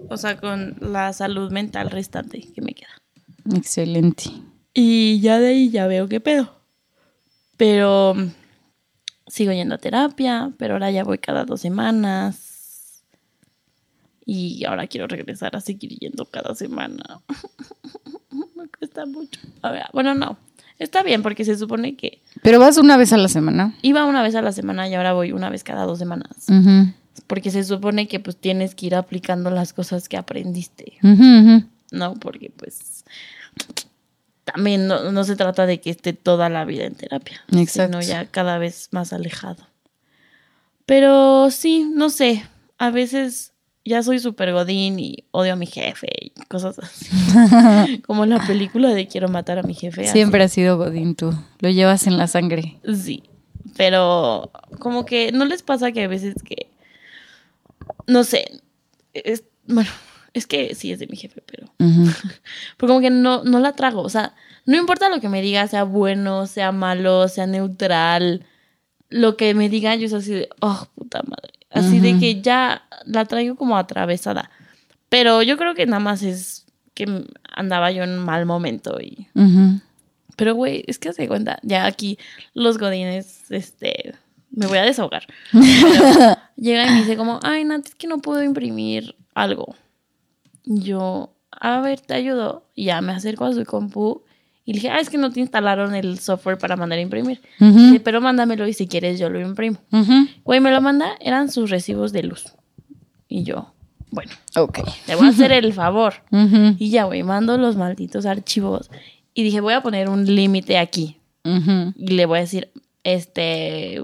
[SPEAKER 2] O sea, con la salud mental restante que me queda.
[SPEAKER 3] Excelente.
[SPEAKER 2] Y ya de ahí ya veo qué pedo. Pero mm, sigo yendo a terapia, pero ahora ya voy cada dos semanas. Y ahora quiero regresar a seguir yendo cada semana. [laughs] Me cuesta mucho. A ver, bueno, no. Está bien porque se supone que
[SPEAKER 3] Pero vas una vez a la semana.
[SPEAKER 2] iba una vez a la semana y ahora voy una vez cada dos semanas.
[SPEAKER 3] Ujú,
[SPEAKER 2] Porque se supone que pues tienes que ir aplicando las cosas que aprendiste.
[SPEAKER 3] ujú, ujú.
[SPEAKER 2] ¿no? Porque pues también no, no se trata de que esté toda la vida en terapia,
[SPEAKER 3] Exacto.
[SPEAKER 2] sino ya cada vez más alejado. Pero sí, no sé, a veces ya soy súper godín y odio a mi jefe y cosas así.
[SPEAKER 3] [laughs]
[SPEAKER 2] Como la película de Quiero matar a mi jefe. así.
[SPEAKER 3] Siempre has sido Godín tú. Lo llevas en la sangre.
[SPEAKER 2] Sí, pero como que no les pasa que a veces que, no sé, es, bueno, es que sí es de mi jefe, pero
[SPEAKER 3] Ujú.
[SPEAKER 2] Porque como que no, no la trago. O sea, no importa lo que me diga, sea bueno, sea malo, sea neutral. Lo que me diga, yo es así de, oh, puta madre. Así de
[SPEAKER 3] Ujú.
[SPEAKER 2] que ya la traigo como atravesada. Pero yo creo que nada más es que andaba yo en un mal momento y...
[SPEAKER 3] Ujú.
[SPEAKER 2] Pero, güey, es que hace cuenta, ya aquí los godines, este, me voy a desahogar. Pero llega y me dice como, ay, Nat, es que no puedo imprimir algo. Y Yo, a ver, te ayudo. Y ya me acerco a su compu y le dije, ah, es que no te instalaron el software para mandar a imprimir.
[SPEAKER 3] Ujú.
[SPEAKER 2] Dije, Pero mándamelo y si quieres yo lo imprimo.
[SPEAKER 3] Ujú.
[SPEAKER 2] Güey, me lo manda, eran sus recibos de luz. Y yo, bueno,
[SPEAKER 3] Ok.
[SPEAKER 2] te voy a hacer el favor.
[SPEAKER 3] Ujú,
[SPEAKER 2] Y ya, güey, mando los malditos archivos. Y dije, voy a poner un límite aquí.
[SPEAKER 3] ujú.
[SPEAKER 2] Y le voy a decir, este,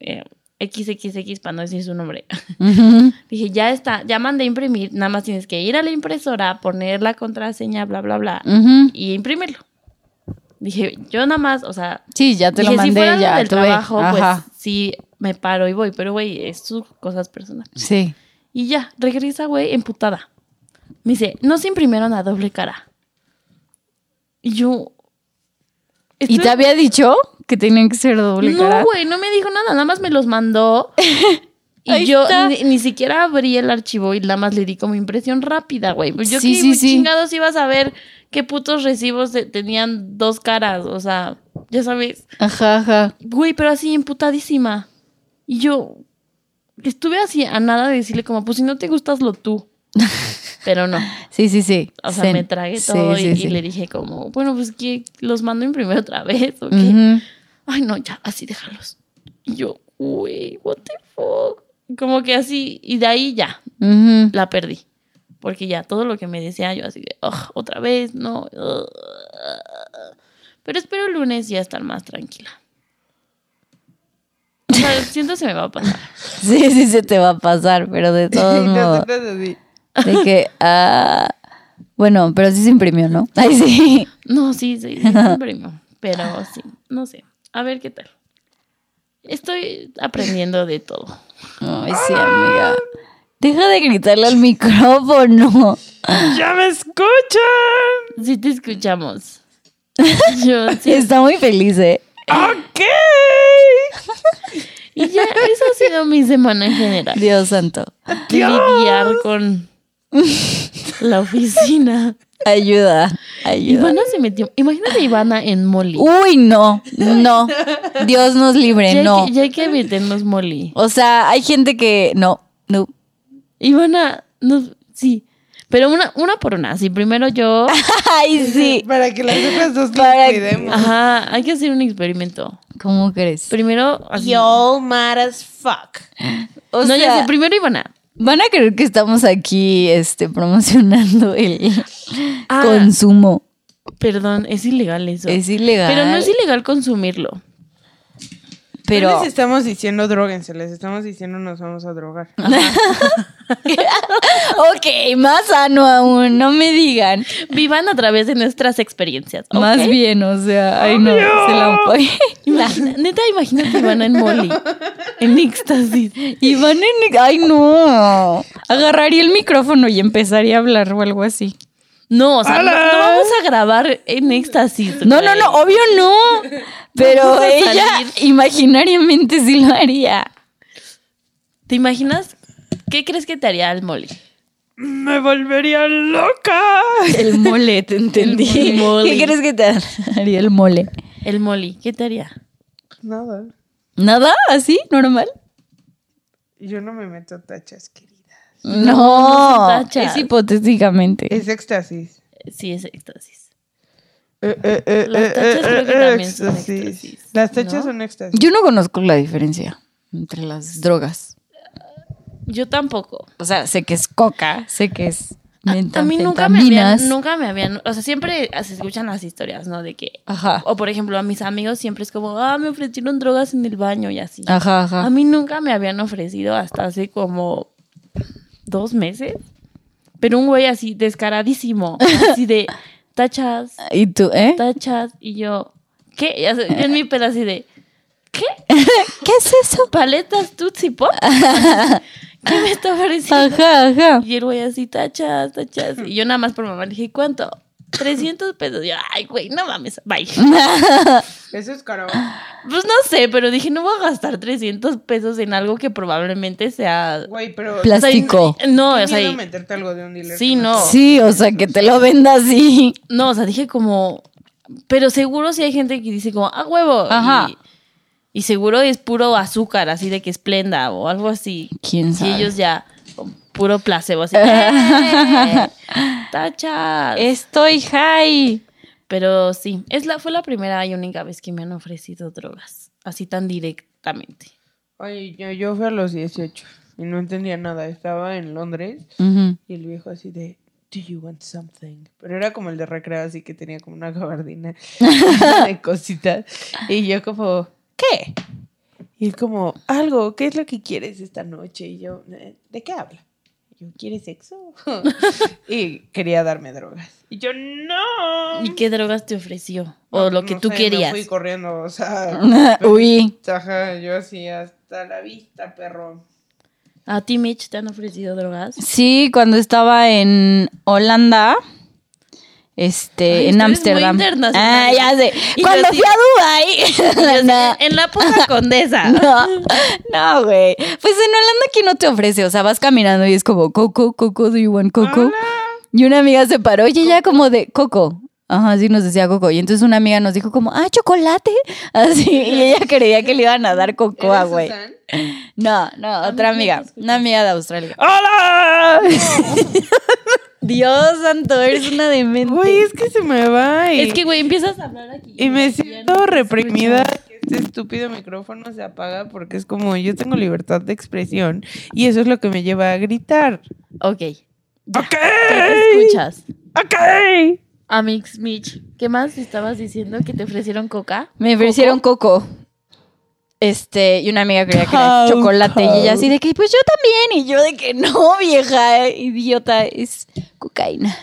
[SPEAKER 2] eh, XXX para no decir su nombre. [laughs]
[SPEAKER 3] Ujú.
[SPEAKER 2] Dije, ya está, ya mandé a imprimir, nada más tienes que ir a la impresora, poner la contraseña, bla, bla, bla,
[SPEAKER 3] Ujú.
[SPEAKER 2] y imprimirlo. Dije, yo nada más, o sea,
[SPEAKER 3] Sí, ya te
[SPEAKER 2] dije,
[SPEAKER 3] lo mandé,
[SPEAKER 2] si fuera lo
[SPEAKER 3] ya
[SPEAKER 2] del
[SPEAKER 3] tuve.
[SPEAKER 2] trabajo,
[SPEAKER 3] Ajá.
[SPEAKER 2] pues sí me paro y voy. Pero, güey, es sus cosas personales.
[SPEAKER 3] Sí.
[SPEAKER 2] Y ya, regresa, güey, emputada. Me dice, no se imprimieron a doble cara. Y yo.
[SPEAKER 3] ¿Y te
[SPEAKER 2] estoy-
[SPEAKER 3] había dicho que tenían que ser doble cara?
[SPEAKER 2] No, güey, no me dijo nada, nada más me los mandó.
[SPEAKER 3] [laughs] Ahí
[SPEAKER 2] Y yo
[SPEAKER 3] está.
[SPEAKER 2] ni, ni siquiera abrí el archivo y nada más le di como impresión rápida, güey. Pues yo
[SPEAKER 3] Sí,
[SPEAKER 2] que
[SPEAKER 3] sí, sí.
[SPEAKER 2] chingados iba a saber qué putos recibos de- tenían dos caras, o sea, ya sabes.
[SPEAKER 3] Ajá, ajá.
[SPEAKER 2] Güey, pero así emputadísima. Y yo estuve así a nada de decirle como, pues si no te gustas lo
[SPEAKER 3] [laughs]
[SPEAKER 2] tú. Pero no,
[SPEAKER 3] Sí, sí, sí.
[SPEAKER 2] o sea,
[SPEAKER 3] Zen.
[SPEAKER 2] me tragué
[SPEAKER 3] Sí,
[SPEAKER 2] todo
[SPEAKER 3] sí,
[SPEAKER 2] y, y
[SPEAKER 3] sí.
[SPEAKER 2] le dije como, bueno, pues que los mando imprimir otra vez o qué
[SPEAKER 3] Ujú.
[SPEAKER 2] ay no, ya, así déjalos. Y yo, uy, what the fuck. Como que así, y de ahí ya,
[SPEAKER 3] Ujú.
[SPEAKER 2] la perdí. Porque ya todo lo que me decía yo así de, "Ugh, otra vez, no. ugh". Pero espero el lunes ya estar más tranquila. O sea, siento se me va a pasar.
[SPEAKER 3] Sí, sí, se te va a pasar, pero
[SPEAKER 2] [laughs]
[SPEAKER 3] de todos
[SPEAKER 4] Y
[SPEAKER 3] modos.
[SPEAKER 4] nosotras así.
[SPEAKER 3] De que, ah, bueno, pero sí se imprimió, ¿no? [laughs] Ay, sí.
[SPEAKER 2] No, sí, sí, sí, es un premio. Pero sí, no sé. A ver qué tal. Estoy aprendiendo de todo.
[SPEAKER 3] Ay, sí, amiga. Deja de gritarle al micrófono.
[SPEAKER 4] ¡Ya me
[SPEAKER 3] [laughs]
[SPEAKER 4] escuchan!
[SPEAKER 2] Sí te escuchamos. Yo [laughs] sí
[SPEAKER 3] Está muy feliz, ¿eh?
[SPEAKER 4] ¡Ok!
[SPEAKER 2] Y ya, esa ha sido mi semana en general.
[SPEAKER 3] Dios santo.
[SPEAKER 2] Lidiar con la oficina.
[SPEAKER 3] Ayuda, ayuda.
[SPEAKER 2] Ivana se metió. Imagínate a Ivana en Molly.
[SPEAKER 3] Uy, no,
[SPEAKER 2] [laughs]
[SPEAKER 3] no. Dios nos
[SPEAKER 2] ya,
[SPEAKER 3] libre, no.
[SPEAKER 2] hay que, ya hay que meternos Molly.
[SPEAKER 3] O sea, hay gente que no, no. [laughs]
[SPEAKER 2] Ivana, no, sí. Pero una, una por una. Sí, primero
[SPEAKER 3] [laughs]
[SPEAKER 2] yo.
[SPEAKER 3] Ay,
[SPEAKER 2] [laughs]
[SPEAKER 3] sí.
[SPEAKER 4] Para que las otras dos nos
[SPEAKER 3] Para-
[SPEAKER 4] cuidemos.
[SPEAKER 2] Ajá, hay que hacer un experimento.
[SPEAKER 3] ¿Cómo crees?
[SPEAKER 2] Primero. así.
[SPEAKER 4] Yo mad as fuck.
[SPEAKER 3] O
[SPEAKER 2] no, ya
[SPEAKER 3] sea,
[SPEAKER 2] sé, primero Ivana.
[SPEAKER 3] van a creer que estamos aquí este, promocionando el
[SPEAKER 2] Ah.
[SPEAKER 3] consumo.
[SPEAKER 2] Perdón, es ilegal eso.
[SPEAKER 3] Es ilegal.
[SPEAKER 2] Pero no es ilegal consumirlo.
[SPEAKER 4] No
[SPEAKER 3] Pero
[SPEAKER 4] les estamos diciendo droguense, les estamos diciendo nos vamos a
[SPEAKER 3] [laughs]
[SPEAKER 4] drogar.
[SPEAKER 3] ok, más sano aún, no me digan.
[SPEAKER 2] Vivan a través de nuestras experiencias. ¿ok?
[SPEAKER 3] Más bien, o sea, ay no, se la voy. [laughs]
[SPEAKER 2] Imagina- neta, imagínate a Ivana en Molly. En éxtasis.
[SPEAKER 3] Y van en. Ay no. Agarraría el micrófono y empezaría a hablar o algo así.
[SPEAKER 2] No, o sea, no,
[SPEAKER 4] ¡Hala!
[SPEAKER 2] no vamos a grabar en éxtasis.
[SPEAKER 3] No,
[SPEAKER 2] güey.
[SPEAKER 3] no, no, obvio no. Pero
[SPEAKER 2] Vamos a
[SPEAKER 3] ella
[SPEAKER 2] salir.
[SPEAKER 3] imaginariamente sí lo haría.
[SPEAKER 2] ¿Te imaginas? ¿Qué crees que te haría el Molly?
[SPEAKER 4] ¡Me volvería loca!
[SPEAKER 3] El mole, te entendí.
[SPEAKER 2] El mole.
[SPEAKER 3] ¿Qué crees que te haría el mole?
[SPEAKER 2] El Molly, ¿qué te haría?
[SPEAKER 4] Nada.
[SPEAKER 3] ¿Nada? ¿Así? ¿Normal?
[SPEAKER 4] Yo no me meto tachas, querida.
[SPEAKER 3] No,
[SPEAKER 2] no son tachas.
[SPEAKER 3] es hipotéticamente.
[SPEAKER 4] Es éxtasis.
[SPEAKER 2] Sí, es éxtasis.
[SPEAKER 4] Eh, eh, eh,
[SPEAKER 2] Las
[SPEAKER 4] eh,
[SPEAKER 2] tachas
[SPEAKER 4] eh,
[SPEAKER 2] creo que
[SPEAKER 4] eh,
[SPEAKER 2] también son
[SPEAKER 4] éxtasis.
[SPEAKER 2] éxtasis,
[SPEAKER 4] Las tachas
[SPEAKER 2] ¿no?
[SPEAKER 4] son éxtasis.
[SPEAKER 3] Yo no conozco la diferencia entre las drogas.
[SPEAKER 2] Yo tampoco.
[SPEAKER 3] O sea, sé que es coca, sé que es
[SPEAKER 2] A, a mí nunca me
[SPEAKER 3] metanfetaminas.
[SPEAKER 2] habían, nunca me habían, o sea, siempre se escuchan las historias, ¿no? De que,
[SPEAKER 3] Ajá,
[SPEAKER 2] o por ejemplo, a mis amigos siempre es como, ah, me ofrecieron drogas en el baño y así.
[SPEAKER 3] ajá, ajá.
[SPEAKER 2] A mí nunca me habían ofrecido hasta hace como dos meses. Pero un güey así descaradísimo, así de tachas,
[SPEAKER 3] ¿Y tú, eh?
[SPEAKER 2] tachas, y yo, ¿qué? Ya sé, yo en mi pedo así de, ¿qué?
[SPEAKER 3] ¿Qué es eso?
[SPEAKER 2] ¿Paletas Tootsie
[SPEAKER 3] [laughs]
[SPEAKER 2] Pop? ¿Qué me está pareciendo?
[SPEAKER 3] Ajá, ajá.
[SPEAKER 2] Y el güey así, tachas, tachas. Y yo nada más por mamá le dije, ¿cuánto? 300 pesos. Y yo, ay, güey, no mames,
[SPEAKER 3] [laughs]
[SPEAKER 2] bye.
[SPEAKER 4] Eso es caro.
[SPEAKER 2] Pues no sé, pero dije, no voy a gastar 300 pesos en algo que probablemente sea
[SPEAKER 4] Güey, pero.
[SPEAKER 3] Pla-
[SPEAKER 4] Qué
[SPEAKER 3] Plástico.
[SPEAKER 2] O sea, no, o sea,
[SPEAKER 4] miedo
[SPEAKER 2] y-
[SPEAKER 4] meterte algo de un dealer.
[SPEAKER 2] Sí,
[SPEAKER 4] que
[SPEAKER 2] no.
[SPEAKER 3] Sí, o sea, que te lo venda así.
[SPEAKER 2] no, o sea, dije como, pero seguro si hay gente que dice como, ah, huevo.
[SPEAKER 3] Ajá.
[SPEAKER 2] Y, y seguro es puro azúcar, así de que esplenda o algo así.
[SPEAKER 3] ¿Quién sabe?
[SPEAKER 2] Y ellos ya, con puro placebo, así. ¡eh! ¡Tachas!
[SPEAKER 3] Estoy high.
[SPEAKER 2] Pero sí, es la, fue la primera y única vez que me han ofrecido drogas, así tan directamente.
[SPEAKER 4] Oye, yo, yo fui a los 18 y no entendía nada. Estaba en Londres y el viejo así de. Do you want something? Pero era como el de recreo, así que tenía como una gabardina
[SPEAKER 2] [laughs]
[SPEAKER 4] de cositas. Y yo como, ¿qué? Y él como, algo, ¿qué es lo que quieres esta noche? Y yo, "Eh, ¿de qué habla? Y yo, ¿quieres sexo? [laughs] y quería darme drogas. Y yo, no.
[SPEAKER 2] ¿Y qué drogas te ofreció?
[SPEAKER 4] No,
[SPEAKER 2] o lo que
[SPEAKER 4] no
[SPEAKER 2] tú
[SPEAKER 4] sé, me
[SPEAKER 2] querías. [laughs]
[SPEAKER 4] fui corriendo, o sea.
[SPEAKER 3] Uy.
[SPEAKER 4] Ajá, yo así hasta hasta la vista, perro.
[SPEAKER 2] ¿A ti, Mitch, te han ofrecido drogas?
[SPEAKER 3] Sí, cuando estaba en Holanda, este,
[SPEAKER 2] Ay,
[SPEAKER 3] en
[SPEAKER 2] ustedes
[SPEAKER 3] Ámsterdam.
[SPEAKER 2] muy
[SPEAKER 3] Ah,
[SPEAKER 2] internacionales.
[SPEAKER 3] ya sé.
[SPEAKER 2] Y yo
[SPEAKER 3] cuando
[SPEAKER 2] así-
[SPEAKER 3] fui a Dubái. No.
[SPEAKER 2] eh, En [laughs] la [laughs] poca condesa.
[SPEAKER 3] [laughs] No, no, güey. Pues en Holanda, ¿quién no te ofrece? O sea, vas caminando y es como, Coco, Coco, do you want Coco? Y una amiga se paró y ella como de, Coco. Ajá, sí nos decía Coco. Y entonces una amiga nos dijo como, ah, chocolate. [laughs] Así, y ella creía que le iban a dar Cocoa,
[SPEAKER 4] ¿Eres
[SPEAKER 3] güey.
[SPEAKER 4] Susan?
[SPEAKER 3] No, no, otra amiga. Una amiga de Australia.
[SPEAKER 2] [laughs]
[SPEAKER 4] ¡Hola!
[SPEAKER 3] Dios santo, eres una demente.
[SPEAKER 4] Güey, es que se me va. Y,
[SPEAKER 2] Es que, güey, empiezas a hablar aquí.
[SPEAKER 4] y me
[SPEAKER 2] Ya
[SPEAKER 4] siento
[SPEAKER 2] no se
[SPEAKER 4] reprimida.
[SPEAKER 2] escucha.
[SPEAKER 4] que Este estúpido micrófono se apaga porque es como yo tengo libertad de expresión y eso es lo que me lleva a gritar.
[SPEAKER 2] Ok.
[SPEAKER 4] ¡Ok!
[SPEAKER 2] ya te escuchas?
[SPEAKER 4] ¡Ok!
[SPEAKER 2] Amix, Mitch, ¿qué más estabas diciendo que te ofrecieron coca?
[SPEAKER 3] Me ofrecieron coco. Este, y una amiga creía que era
[SPEAKER 4] Coco.
[SPEAKER 3] chocolate. Y ella así de que, pues yo también. Y yo de que no, vieja, eh, idiota. Es cocaína.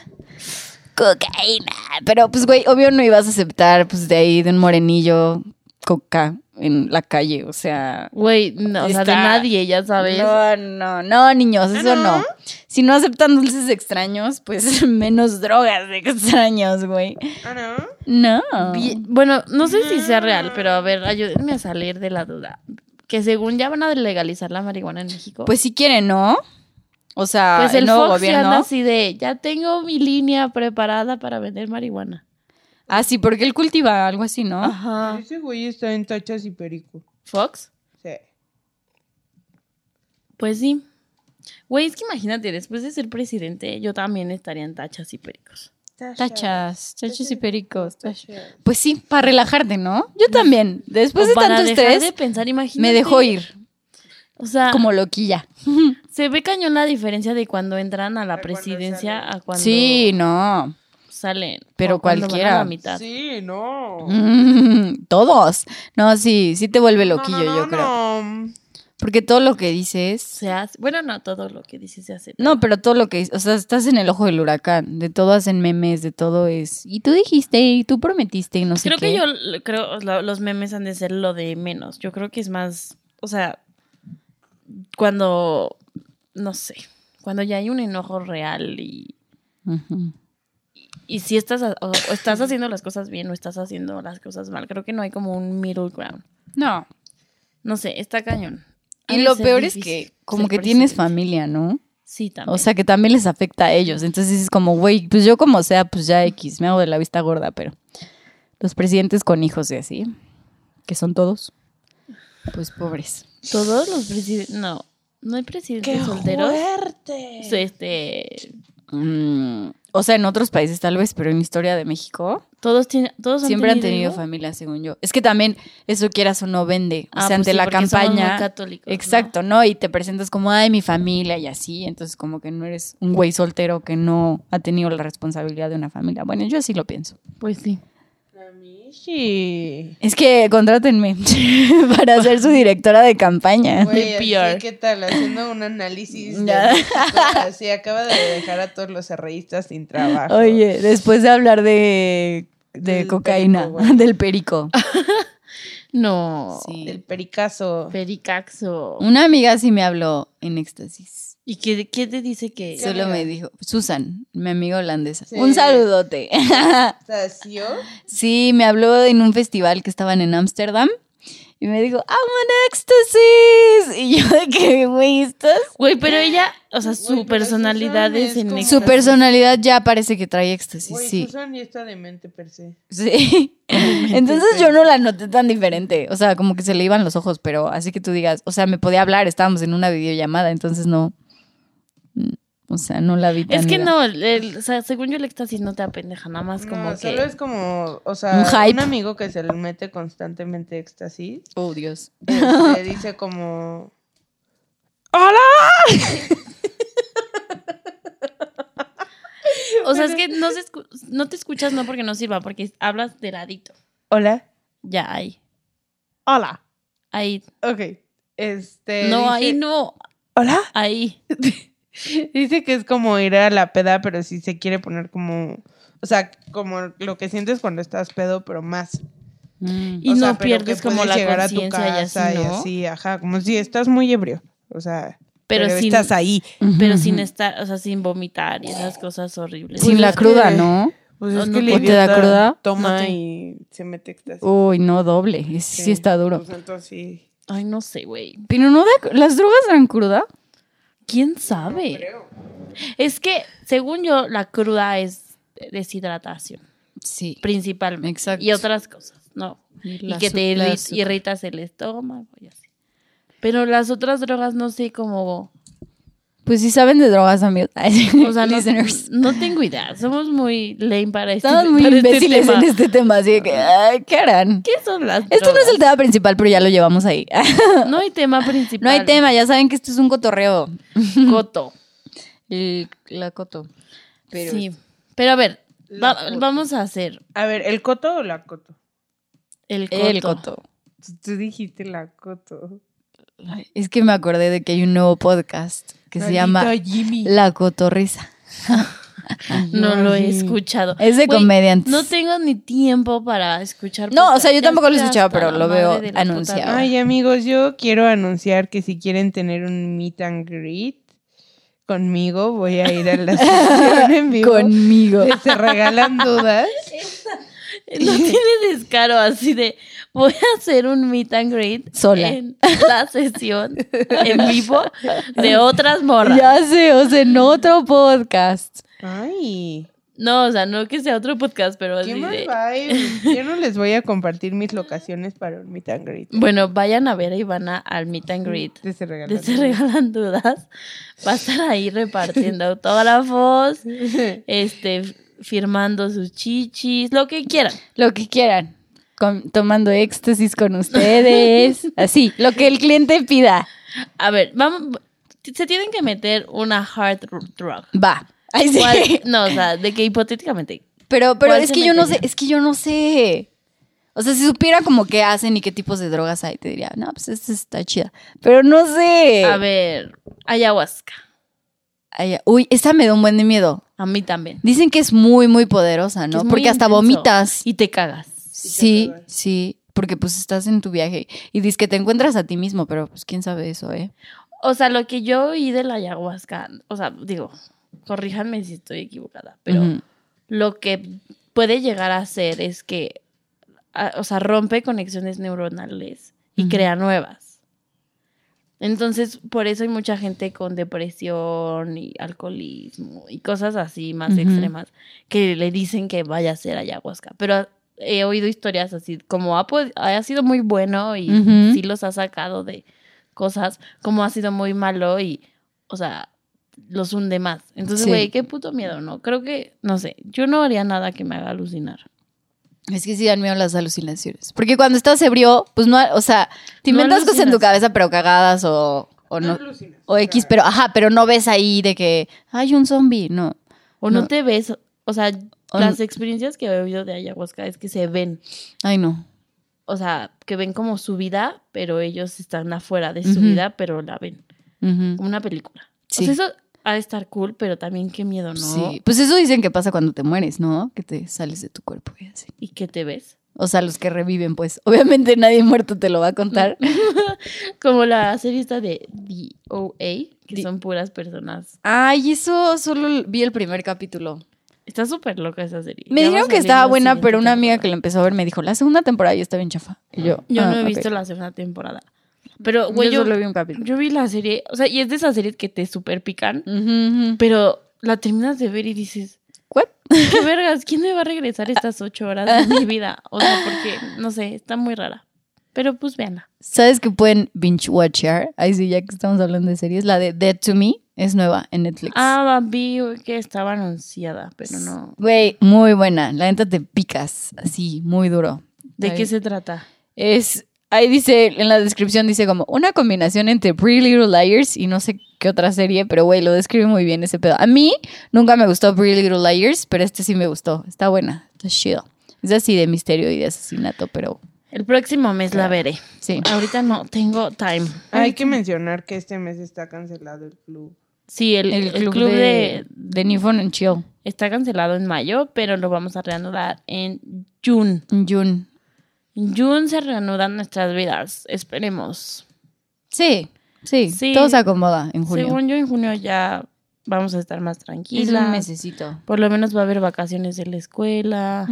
[SPEAKER 3] Cocaína. Pero pues, güey, obvio no ibas a aceptar, pues de ahí, de un morenillo, coca en la calle. O sea.
[SPEAKER 2] Güey, no, o sea, de
[SPEAKER 3] Está-
[SPEAKER 2] nadie, ya sabes.
[SPEAKER 3] No, no, no, niños, eso
[SPEAKER 4] no?
[SPEAKER 3] no. Si no aceptan dulces extraños, pues [laughs] menos drogas de extraños, güey.
[SPEAKER 4] ¿Ah, no?
[SPEAKER 3] No.
[SPEAKER 2] Vi- Bueno, no sé si sea
[SPEAKER 3] Mm.
[SPEAKER 2] real, pero a ver, ayúdenme a salir de la duda. Que según ya van a legalizar la marihuana en México.
[SPEAKER 3] Pues ah, si quieren, ¿no? O sea,
[SPEAKER 2] Pues
[SPEAKER 3] el
[SPEAKER 2] el
[SPEAKER 3] nuevo
[SPEAKER 2] Fox sí anda
[SPEAKER 3] gobierno.
[SPEAKER 2] así de, ya tengo mi línea preparada para vender marihuana.
[SPEAKER 3] Ah, sí, porque él cultiva algo así, ¿no?
[SPEAKER 2] Ajá.
[SPEAKER 4] Ese güey está en tachas y perico.
[SPEAKER 2] ¿Fox?
[SPEAKER 4] Sí.
[SPEAKER 2] Pues sí. Güey, es que imagínate, después de ser presidente, yo también estaría en tachas y pericos.
[SPEAKER 3] Tachas, tachas y pericos. tachas.
[SPEAKER 4] Tachas.
[SPEAKER 3] Pues sí, para relajarte, ¿no? Yo también. Después
[SPEAKER 2] Pues, O
[SPEAKER 3] de
[SPEAKER 2] para
[SPEAKER 3] tanto
[SPEAKER 2] dejar
[SPEAKER 3] estrés,
[SPEAKER 2] de Ah. pensar, imagínate.
[SPEAKER 3] me dejó ir
[SPEAKER 2] O sea,
[SPEAKER 3] como loquilla.
[SPEAKER 2] se ve cañón la diferencia de cuando entran a la
[SPEAKER 4] A cuando
[SPEAKER 2] presidencia
[SPEAKER 4] salen.
[SPEAKER 2] a cuando
[SPEAKER 3] Sí, no.
[SPEAKER 2] salen.
[SPEAKER 3] Pero
[SPEAKER 2] O cuando van a
[SPEAKER 3] cualquiera.
[SPEAKER 2] la mitad.
[SPEAKER 4] Sí, no.
[SPEAKER 3] Mm, todos. No, sí, sí te vuelve loquillo,
[SPEAKER 4] No, no,
[SPEAKER 3] yo creo.
[SPEAKER 4] no.
[SPEAKER 3] Porque todo lo que dices.
[SPEAKER 2] Se hace- Bueno, no todo lo que dices se hace.
[SPEAKER 3] No, pero todo lo que dices. O sea, estás en el ojo del huracán. De todo hacen memes, de todo es. Y tú dijiste, y tú prometiste, y no sé
[SPEAKER 2] creo
[SPEAKER 3] qué.
[SPEAKER 2] que yo l- creo lo- los memes han de ser lo de menos. Yo creo que es más, o sea, cuando no sé, cuando ya hay un enojo real y
[SPEAKER 3] Ujú.
[SPEAKER 2] y si estás a- o, o estás haciendo las cosas bien o estás haciendo las cosas mal, creo que no hay como un middle ground.
[SPEAKER 3] No.
[SPEAKER 2] No sé, está cañón. Ha
[SPEAKER 3] Y
[SPEAKER 2] de
[SPEAKER 3] lo
[SPEAKER 2] ser
[SPEAKER 3] peor es
[SPEAKER 2] difícil
[SPEAKER 3] que como
[SPEAKER 2] ser
[SPEAKER 3] que tienes
[SPEAKER 2] presidente.
[SPEAKER 3] familia, ¿no?
[SPEAKER 2] Sí, también.
[SPEAKER 3] O sea, que también les afecta a ellos. Entonces es como, güey, pues yo como sea, pues ya X, me hago de la vista gorda, pero los presidentes con hijos y así, que son todos, pues pobres.
[SPEAKER 2] todos los presidentes, no, no hay presidentes
[SPEAKER 4] ¡Qué
[SPEAKER 2] solteros.
[SPEAKER 4] fuerte!
[SPEAKER 2] Este,
[SPEAKER 3] Mm, o sea, en otros países tal vez, pero en la historia de México
[SPEAKER 2] todos tienen todos
[SPEAKER 3] siempre han tenido
[SPEAKER 2] hijos?
[SPEAKER 3] familia, según yo. Es que también eso quieras o no vende. O
[SPEAKER 2] Ah,
[SPEAKER 3] sea,
[SPEAKER 2] pues
[SPEAKER 3] ante
[SPEAKER 2] sí,
[SPEAKER 3] la
[SPEAKER 2] porque somos muy
[SPEAKER 3] campaña.
[SPEAKER 2] católicos, ¿no?
[SPEAKER 3] Exacto, ¿no? Y te presentas como, ay, mi familia y así, entonces como que no eres un güey soltero que no ha tenido la responsabilidad de una familia. Bueno, yo así lo pienso.
[SPEAKER 2] Pues sí.
[SPEAKER 4] La Mishi.
[SPEAKER 3] Es que contrátenme [laughs] para ser su directora de campaña.
[SPEAKER 4] Güey, así,
[SPEAKER 2] PR.
[SPEAKER 4] ¿qué tal? Haciendo un análisis. de [laughs]
[SPEAKER 3] Ya.
[SPEAKER 4] México, así acaba de dejar a todos los cerreístas sin trabajo.
[SPEAKER 3] Oye, después de hablar de, de
[SPEAKER 4] Del
[SPEAKER 3] cocaína,
[SPEAKER 4] perico, güey.
[SPEAKER 3] [laughs]
[SPEAKER 4] Ah,
[SPEAKER 3] del perico. Oh,
[SPEAKER 2] No.
[SPEAKER 4] Del pericazo.
[SPEAKER 2] Pericaxo.
[SPEAKER 3] Una amiga sí me habló en éxtasis.
[SPEAKER 2] ¿Y qué, qué te dice que?
[SPEAKER 4] Sí.
[SPEAKER 3] Solo
[SPEAKER 4] amiga?
[SPEAKER 3] me dijo, Susan, mi amiga holandesa.
[SPEAKER 4] Sí.
[SPEAKER 3] Un saludote.
[SPEAKER 4] ¿Sació?
[SPEAKER 3] sí, me habló en un festival que estaban en Ámsterdam. Y me dijo, I'm an éxtasis. Y yo de que, güey, estás
[SPEAKER 2] Güey, pero ella, o sea,
[SPEAKER 4] Güey,
[SPEAKER 2] su
[SPEAKER 4] pero
[SPEAKER 2] personalidad
[SPEAKER 4] Susana
[SPEAKER 2] es
[SPEAKER 4] es
[SPEAKER 2] en
[SPEAKER 4] como-
[SPEAKER 2] ex-
[SPEAKER 3] Su personalidad ya parece que trae éxtasis,
[SPEAKER 4] Güey,
[SPEAKER 3] sí.
[SPEAKER 4] Susan ya está demente per se.
[SPEAKER 3] Sí. [laughs] Entonces yo no la noté tan diferente. O sea, como que se le iban los ojos, pero así que tú digas, o sea, me podía hablar, estábamos en una videollamada, entonces no. mm, O sea, no la vi tan
[SPEAKER 2] Es que
[SPEAKER 3] ida.
[SPEAKER 2] no, el- o sea, según yo el éxtasis no te apendeja, nada más como
[SPEAKER 4] no,
[SPEAKER 2] que
[SPEAKER 4] solo es como, o sea,
[SPEAKER 3] Un
[SPEAKER 4] un,
[SPEAKER 3] hype.
[SPEAKER 4] amigo que se le mete constantemente éxtasis.
[SPEAKER 3] Oh, Dios.
[SPEAKER 2] [laughs]
[SPEAKER 4] Le dice como...
[SPEAKER 2] O sea, es que no, se escu- no te escuchas no porque no sirva, porque hablas de ladito.
[SPEAKER 4] Hola.
[SPEAKER 2] Ya, ahí.
[SPEAKER 4] Hola.
[SPEAKER 2] Ahí.
[SPEAKER 4] Ok. Este.
[SPEAKER 2] No,
[SPEAKER 4] dice-
[SPEAKER 2] ahí no.
[SPEAKER 4] Hola.
[SPEAKER 2] Ahí.
[SPEAKER 4] Dice que es como ir a la peda, pero si se quiere poner como. O sea, como lo que sientes cuando estás pedo, pero más.
[SPEAKER 3] Mm.
[SPEAKER 2] Y
[SPEAKER 4] O sea,
[SPEAKER 2] no
[SPEAKER 4] pero
[SPEAKER 2] pierdes
[SPEAKER 4] que
[SPEAKER 2] como
[SPEAKER 4] puedes
[SPEAKER 2] la
[SPEAKER 4] llegar a tu
[SPEAKER 2] conciencia y
[SPEAKER 4] casa
[SPEAKER 2] así, ¿no?
[SPEAKER 4] así, ajá, como si estás muy ebrio. O sea,
[SPEAKER 2] Pero
[SPEAKER 4] pero,
[SPEAKER 2] sin-
[SPEAKER 4] estás ahí.
[SPEAKER 2] Pero
[SPEAKER 3] Ujú,
[SPEAKER 2] sin
[SPEAKER 3] ujú.
[SPEAKER 2] estar, o sea, sin vomitar y esas cosas horribles.
[SPEAKER 4] Pues
[SPEAKER 3] Sin la
[SPEAKER 4] es que-
[SPEAKER 3] cruda, ¿no?
[SPEAKER 4] Pues
[SPEAKER 2] No,
[SPEAKER 4] es
[SPEAKER 2] no
[SPEAKER 4] que la
[SPEAKER 2] puedo.
[SPEAKER 3] ¿O te da
[SPEAKER 4] idiota
[SPEAKER 3] cruda?
[SPEAKER 4] Toma
[SPEAKER 2] No te-
[SPEAKER 4] y se mete éxtasis.
[SPEAKER 3] Uy, no, doble. Ese Sí, está duro.
[SPEAKER 4] Pues entonces sí.
[SPEAKER 2] Ay, no sé, güey.
[SPEAKER 3] Pero no da- ¿Las drogas dan cruda?
[SPEAKER 2] ¿Quién
[SPEAKER 4] No
[SPEAKER 2] sabe?
[SPEAKER 4] creo.
[SPEAKER 2] Es que, según yo, la cruda es deshidratación,
[SPEAKER 3] Sí.
[SPEAKER 2] principalmente.
[SPEAKER 3] Exacto.
[SPEAKER 2] Y otras cosas, ¿no? Y que te irri- irritas el estómago y así. Pero las otras drogas no sé cómo.
[SPEAKER 3] Pues sí saben de drogas, amigos. [laughs]
[SPEAKER 2] O sea, no,
[SPEAKER 3] Listeners.
[SPEAKER 2] no tengo idea. Somos muy lame para este,
[SPEAKER 3] Estamos
[SPEAKER 2] [laughs]
[SPEAKER 3] muy
[SPEAKER 2] para este
[SPEAKER 3] imbéciles
[SPEAKER 2] tema.
[SPEAKER 3] en este tema, así de que, ay, ¿qué harán?
[SPEAKER 2] ¿Qué son las drogas?
[SPEAKER 3] Esto no es el tema principal, pero ya lo llevamos ahí. [laughs]
[SPEAKER 2] No hay tema principal.
[SPEAKER 3] No hay tema, ya saben que esto es un cotorreo.
[SPEAKER 2] Coto.
[SPEAKER 3] El- la coto. Pero
[SPEAKER 2] sí. Pero a ver,
[SPEAKER 4] La
[SPEAKER 2] va-
[SPEAKER 4] coto.
[SPEAKER 2] vamos a hacer
[SPEAKER 4] A ver, ¿el coto o la coto?
[SPEAKER 2] el coto.
[SPEAKER 3] el coto.
[SPEAKER 4] Tú, tú dijiste la coto.
[SPEAKER 3] Ay, Es que me acordé de que hay un nuevo podcast que se llama
[SPEAKER 4] Maldito Jimmy.
[SPEAKER 3] La Cotorrisa.
[SPEAKER 2] No lo he
[SPEAKER 4] Ay.
[SPEAKER 2] escuchado.
[SPEAKER 3] Es de
[SPEAKER 2] Güey,
[SPEAKER 3] comediantes.
[SPEAKER 2] No tengo ni tiempo para escuchar.
[SPEAKER 3] No, o
[SPEAKER 2] podcast.
[SPEAKER 3] sea, yo
[SPEAKER 2] Ya
[SPEAKER 3] tampoco lo he
[SPEAKER 2] estoy
[SPEAKER 3] escuchado,
[SPEAKER 2] hasta
[SPEAKER 3] pero
[SPEAKER 2] la
[SPEAKER 3] lo
[SPEAKER 2] madre
[SPEAKER 3] veo
[SPEAKER 2] de la
[SPEAKER 3] anunciado.
[SPEAKER 2] puta madre.
[SPEAKER 4] Ay, amigos, yo quiero anunciar que si quieren tener un meet and greet conmigo, voy a ir
[SPEAKER 3] [laughs]
[SPEAKER 4] a la sesión en vivo.
[SPEAKER 3] Conmigo.
[SPEAKER 4] Se regalan dudas.
[SPEAKER 2] [laughs] No tiene descaro así de voy a hacer un meet and greet
[SPEAKER 3] Sola.
[SPEAKER 2] en la sesión en vivo de otras morras.
[SPEAKER 3] Ya sé, o sea, en otro podcast.
[SPEAKER 4] Ay,
[SPEAKER 2] No, o sea, no que sea otro podcast, pero así
[SPEAKER 4] qué mal
[SPEAKER 2] de
[SPEAKER 4] vibe. Yo no les voy a compartir mis locaciones para un meet
[SPEAKER 3] [laughs]
[SPEAKER 4] and greet.
[SPEAKER 2] bueno, vayan a ver a Ivana al meet and greet.
[SPEAKER 4] Te se regalan.
[SPEAKER 2] Te se regalan dudas. Va a estar ahí
[SPEAKER 3] [laughs]
[SPEAKER 2] repartiendo autógrafos, este, f- firmando sus chichis, lo que quieran.
[SPEAKER 3] Lo que quieran. Con- tomando éxtasis
[SPEAKER 2] [laughs]
[SPEAKER 3] con ustedes. Así, lo que el cliente pida.
[SPEAKER 2] A ver, vamos, se tienen que meter una hard drug.
[SPEAKER 3] Va. Ay, sí.
[SPEAKER 2] [laughs] ¿Cuál- No, o sea, de que hipotéticamente.
[SPEAKER 3] Pero, pero
[SPEAKER 2] ¿Cuál
[SPEAKER 3] es
[SPEAKER 2] se
[SPEAKER 3] que yo no sé,
[SPEAKER 2] metería?
[SPEAKER 3] es que yo no sé. O sea, si supiera como qué hacen y qué tipos de drogas hay, te diría, no, pues esta está chida. Pero no sé.
[SPEAKER 2] A ver, ayahuasca.
[SPEAKER 3] Ay, uy, esta me da un buen de miedo.
[SPEAKER 2] A mí también.
[SPEAKER 3] Dicen que es muy, muy poderosa,
[SPEAKER 2] Que
[SPEAKER 3] ¿no?
[SPEAKER 2] es muy
[SPEAKER 3] Porque hasta
[SPEAKER 2] intenso.
[SPEAKER 3] vomitas.
[SPEAKER 2] Y te cagas.
[SPEAKER 3] Sí,
[SPEAKER 4] cagas.
[SPEAKER 3] sí. Porque pues estás en tu viaje y dices que te encuentras a ti mismo, pero pues quién sabe eso, ¿eh?
[SPEAKER 2] O sea, lo que yo oí de la ayahuasca, o sea, digo, corríjanme si estoy equivocada, pero
[SPEAKER 3] Ujú.
[SPEAKER 2] lo que puede llegar a ser es que, a- o sea, rompe conexiones neuronales y
[SPEAKER 3] Ujú.
[SPEAKER 2] crea nuevas. Entonces, por eso hay mucha gente con depresión y alcoholismo y cosas así más
[SPEAKER 3] Ujú.
[SPEAKER 2] extremas que le dicen que vaya a ser ayahuasca. Pero he oído historias así, como ha, pod- ha sido muy bueno y
[SPEAKER 3] Ujú.
[SPEAKER 2] sí los ha sacado de cosas, como ha sido muy malo y, o sea, los hunde más. Entonces,
[SPEAKER 3] Sí.
[SPEAKER 2] güey, qué puto miedo, ¿no? Creo que, no sé, yo no haría nada que me haga alucinar.
[SPEAKER 3] Es que sí dan miedo las alucinaciones. Porque cuando estás ebrio, pues no, o sea, te
[SPEAKER 2] No
[SPEAKER 3] inventas cosas en tu
[SPEAKER 2] alucinas.
[SPEAKER 3] cabeza, pero cagadas o, o no.
[SPEAKER 4] alucinas,
[SPEAKER 3] O X,
[SPEAKER 4] sea,
[SPEAKER 3] pero ajá, pero no ves ahí de que hay un zombie, no.
[SPEAKER 2] O no,
[SPEAKER 3] No.
[SPEAKER 2] te ves, o sea,
[SPEAKER 3] O
[SPEAKER 2] las experiencias que he oído de ayahuasca es que se ven,
[SPEAKER 3] Ay, no.
[SPEAKER 2] o sea, que ven como su vida, pero ellos están afuera de su
[SPEAKER 3] Ujú.
[SPEAKER 2] vida, pero la ven,
[SPEAKER 3] Ujú.
[SPEAKER 2] como una película.
[SPEAKER 3] Sí.
[SPEAKER 2] O sea, eso ha de estar cool, pero también qué miedo, ¿no?
[SPEAKER 3] Sí. Pues eso dicen que pasa cuando te mueres, ¿no? Que te sales de tu cuerpo y así.
[SPEAKER 2] ¿Y qué te ves?
[SPEAKER 3] O sea, los que reviven, pues. [laughs] Obviamente nadie muerto te lo va a contar.
[SPEAKER 2] Como la serie esta de DOA, que
[SPEAKER 3] D-
[SPEAKER 2] son puras personas.
[SPEAKER 3] Ay, eso solo vi el primer capítulo.
[SPEAKER 2] Está súper loca esa serie. Ya
[SPEAKER 3] Me
[SPEAKER 2] va a
[SPEAKER 3] dijeron que
[SPEAKER 2] salir
[SPEAKER 3] estaba
[SPEAKER 2] la
[SPEAKER 3] buena,
[SPEAKER 2] siguiente
[SPEAKER 3] pero una amiga
[SPEAKER 2] temporada.
[SPEAKER 3] que la empezó a ver me dijo, la segunda temporada ya está bien chafa. Y yo,
[SPEAKER 2] Yo no
[SPEAKER 3] ah,
[SPEAKER 2] he
[SPEAKER 3] ok.
[SPEAKER 2] visto la segunda temporada. Pero, güey,
[SPEAKER 3] yo
[SPEAKER 2] yo,
[SPEAKER 3] solo vi un capítulo.
[SPEAKER 2] yo vi la serie, o sea, y es de esas series que te super pican,
[SPEAKER 3] Ujú, ujú.
[SPEAKER 2] pero la terminas de ver y dices,
[SPEAKER 3] What? [laughs]
[SPEAKER 2] ¿qué vergas? ¿Quién me va a regresar estas ocho horas de mi vida? O sea, porque, no sé, está muy rara. Pero pues veanla.
[SPEAKER 3] ¿Sabes que pueden binge watchear? Ahí sí, ya que estamos hablando de series, la de Dead to Me es nueva en Netflix.
[SPEAKER 2] Ah, vi que estaba anunciada, pero no.
[SPEAKER 3] Güey, muy buena. La neta te picas así, muy duro.
[SPEAKER 2] ¿De
[SPEAKER 3] Ay.
[SPEAKER 2] qué se trata?
[SPEAKER 3] Es, ahí dice, en la descripción dice como una combinación entre Pretty Little Liars y no sé qué otra serie, pero güey, lo describe muy bien ese pedo. A mí nunca me gustó Pretty Little Liars, pero este sí me gustó. Está buena, está chido. Es así de misterio y de asesinato, pero
[SPEAKER 2] El próximo mes la veré.
[SPEAKER 3] sí.
[SPEAKER 2] Ahorita no tengo time.
[SPEAKER 4] Hay que mencionar que este mes está cancelado el club.
[SPEAKER 2] Sí, el, el club, de,
[SPEAKER 3] de New Phone and Chill
[SPEAKER 2] está cancelado en mayo, pero lo vamos a reanudar en June.
[SPEAKER 3] en June.
[SPEAKER 2] En June se reanudan nuestras vidas, esperemos.
[SPEAKER 3] Sí, sí,
[SPEAKER 2] Sí.
[SPEAKER 3] Todo se acomoda en junio.
[SPEAKER 2] Según yo, en junio ya vamos a estar más
[SPEAKER 3] es
[SPEAKER 2] tranquilas.
[SPEAKER 3] un mesecito.
[SPEAKER 2] Por lo menos va a haber vacaciones de la escuela.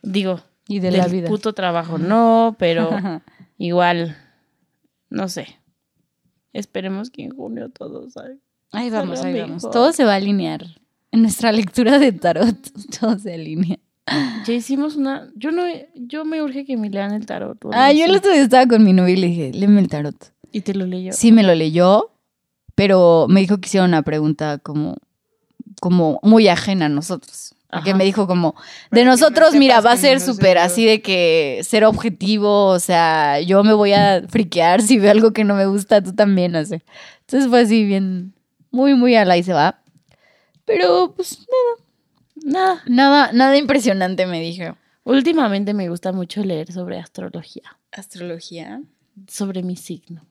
[SPEAKER 2] Digo,
[SPEAKER 3] Y Mm. de
[SPEAKER 2] del
[SPEAKER 3] la vida.
[SPEAKER 2] puto trabajo no, pero igual, no sé. Esperemos que en junio todo salga.
[SPEAKER 3] [laughs] Ahí vamos, ahí
[SPEAKER 2] Salga
[SPEAKER 3] vamos.
[SPEAKER 2] mejor.
[SPEAKER 3] Todo se va a alinear. En nuestra lectura de tarot, [laughs] todo se alinea.
[SPEAKER 2] Ya hicimos una. Yo no. Yo me urge que me lean el tarot. o
[SPEAKER 3] Ah,
[SPEAKER 2] algo
[SPEAKER 3] yo el
[SPEAKER 2] así.
[SPEAKER 3] otro día estaba con mi novio y le dije, léeme el tarot.
[SPEAKER 2] Y te lo leyó.
[SPEAKER 3] Sí, me lo leyó, pero me dijo que hiciera una pregunta como, como muy ajena a nosotros. Porque
[SPEAKER 2] Ajá.
[SPEAKER 3] me dijo como,
[SPEAKER 4] Para
[SPEAKER 3] de
[SPEAKER 4] que no
[SPEAKER 3] nosotros, mira,
[SPEAKER 4] sepas
[SPEAKER 3] va a
[SPEAKER 4] que
[SPEAKER 3] ser
[SPEAKER 4] no sé
[SPEAKER 3] súper
[SPEAKER 4] yo.
[SPEAKER 3] así de que ser objetivo, o sea, yo me voy a friquear si veo algo que no me gusta, tú también, o sea. Entonces fue así bien, muy, muy a la y se va. Pero, pues,
[SPEAKER 2] Nada.
[SPEAKER 3] nada, nada impresionante me dijo.
[SPEAKER 2] Últimamente me gusta mucho leer sobre astrología,
[SPEAKER 3] ¿Astrología?
[SPEAKER 2] sobre mi signo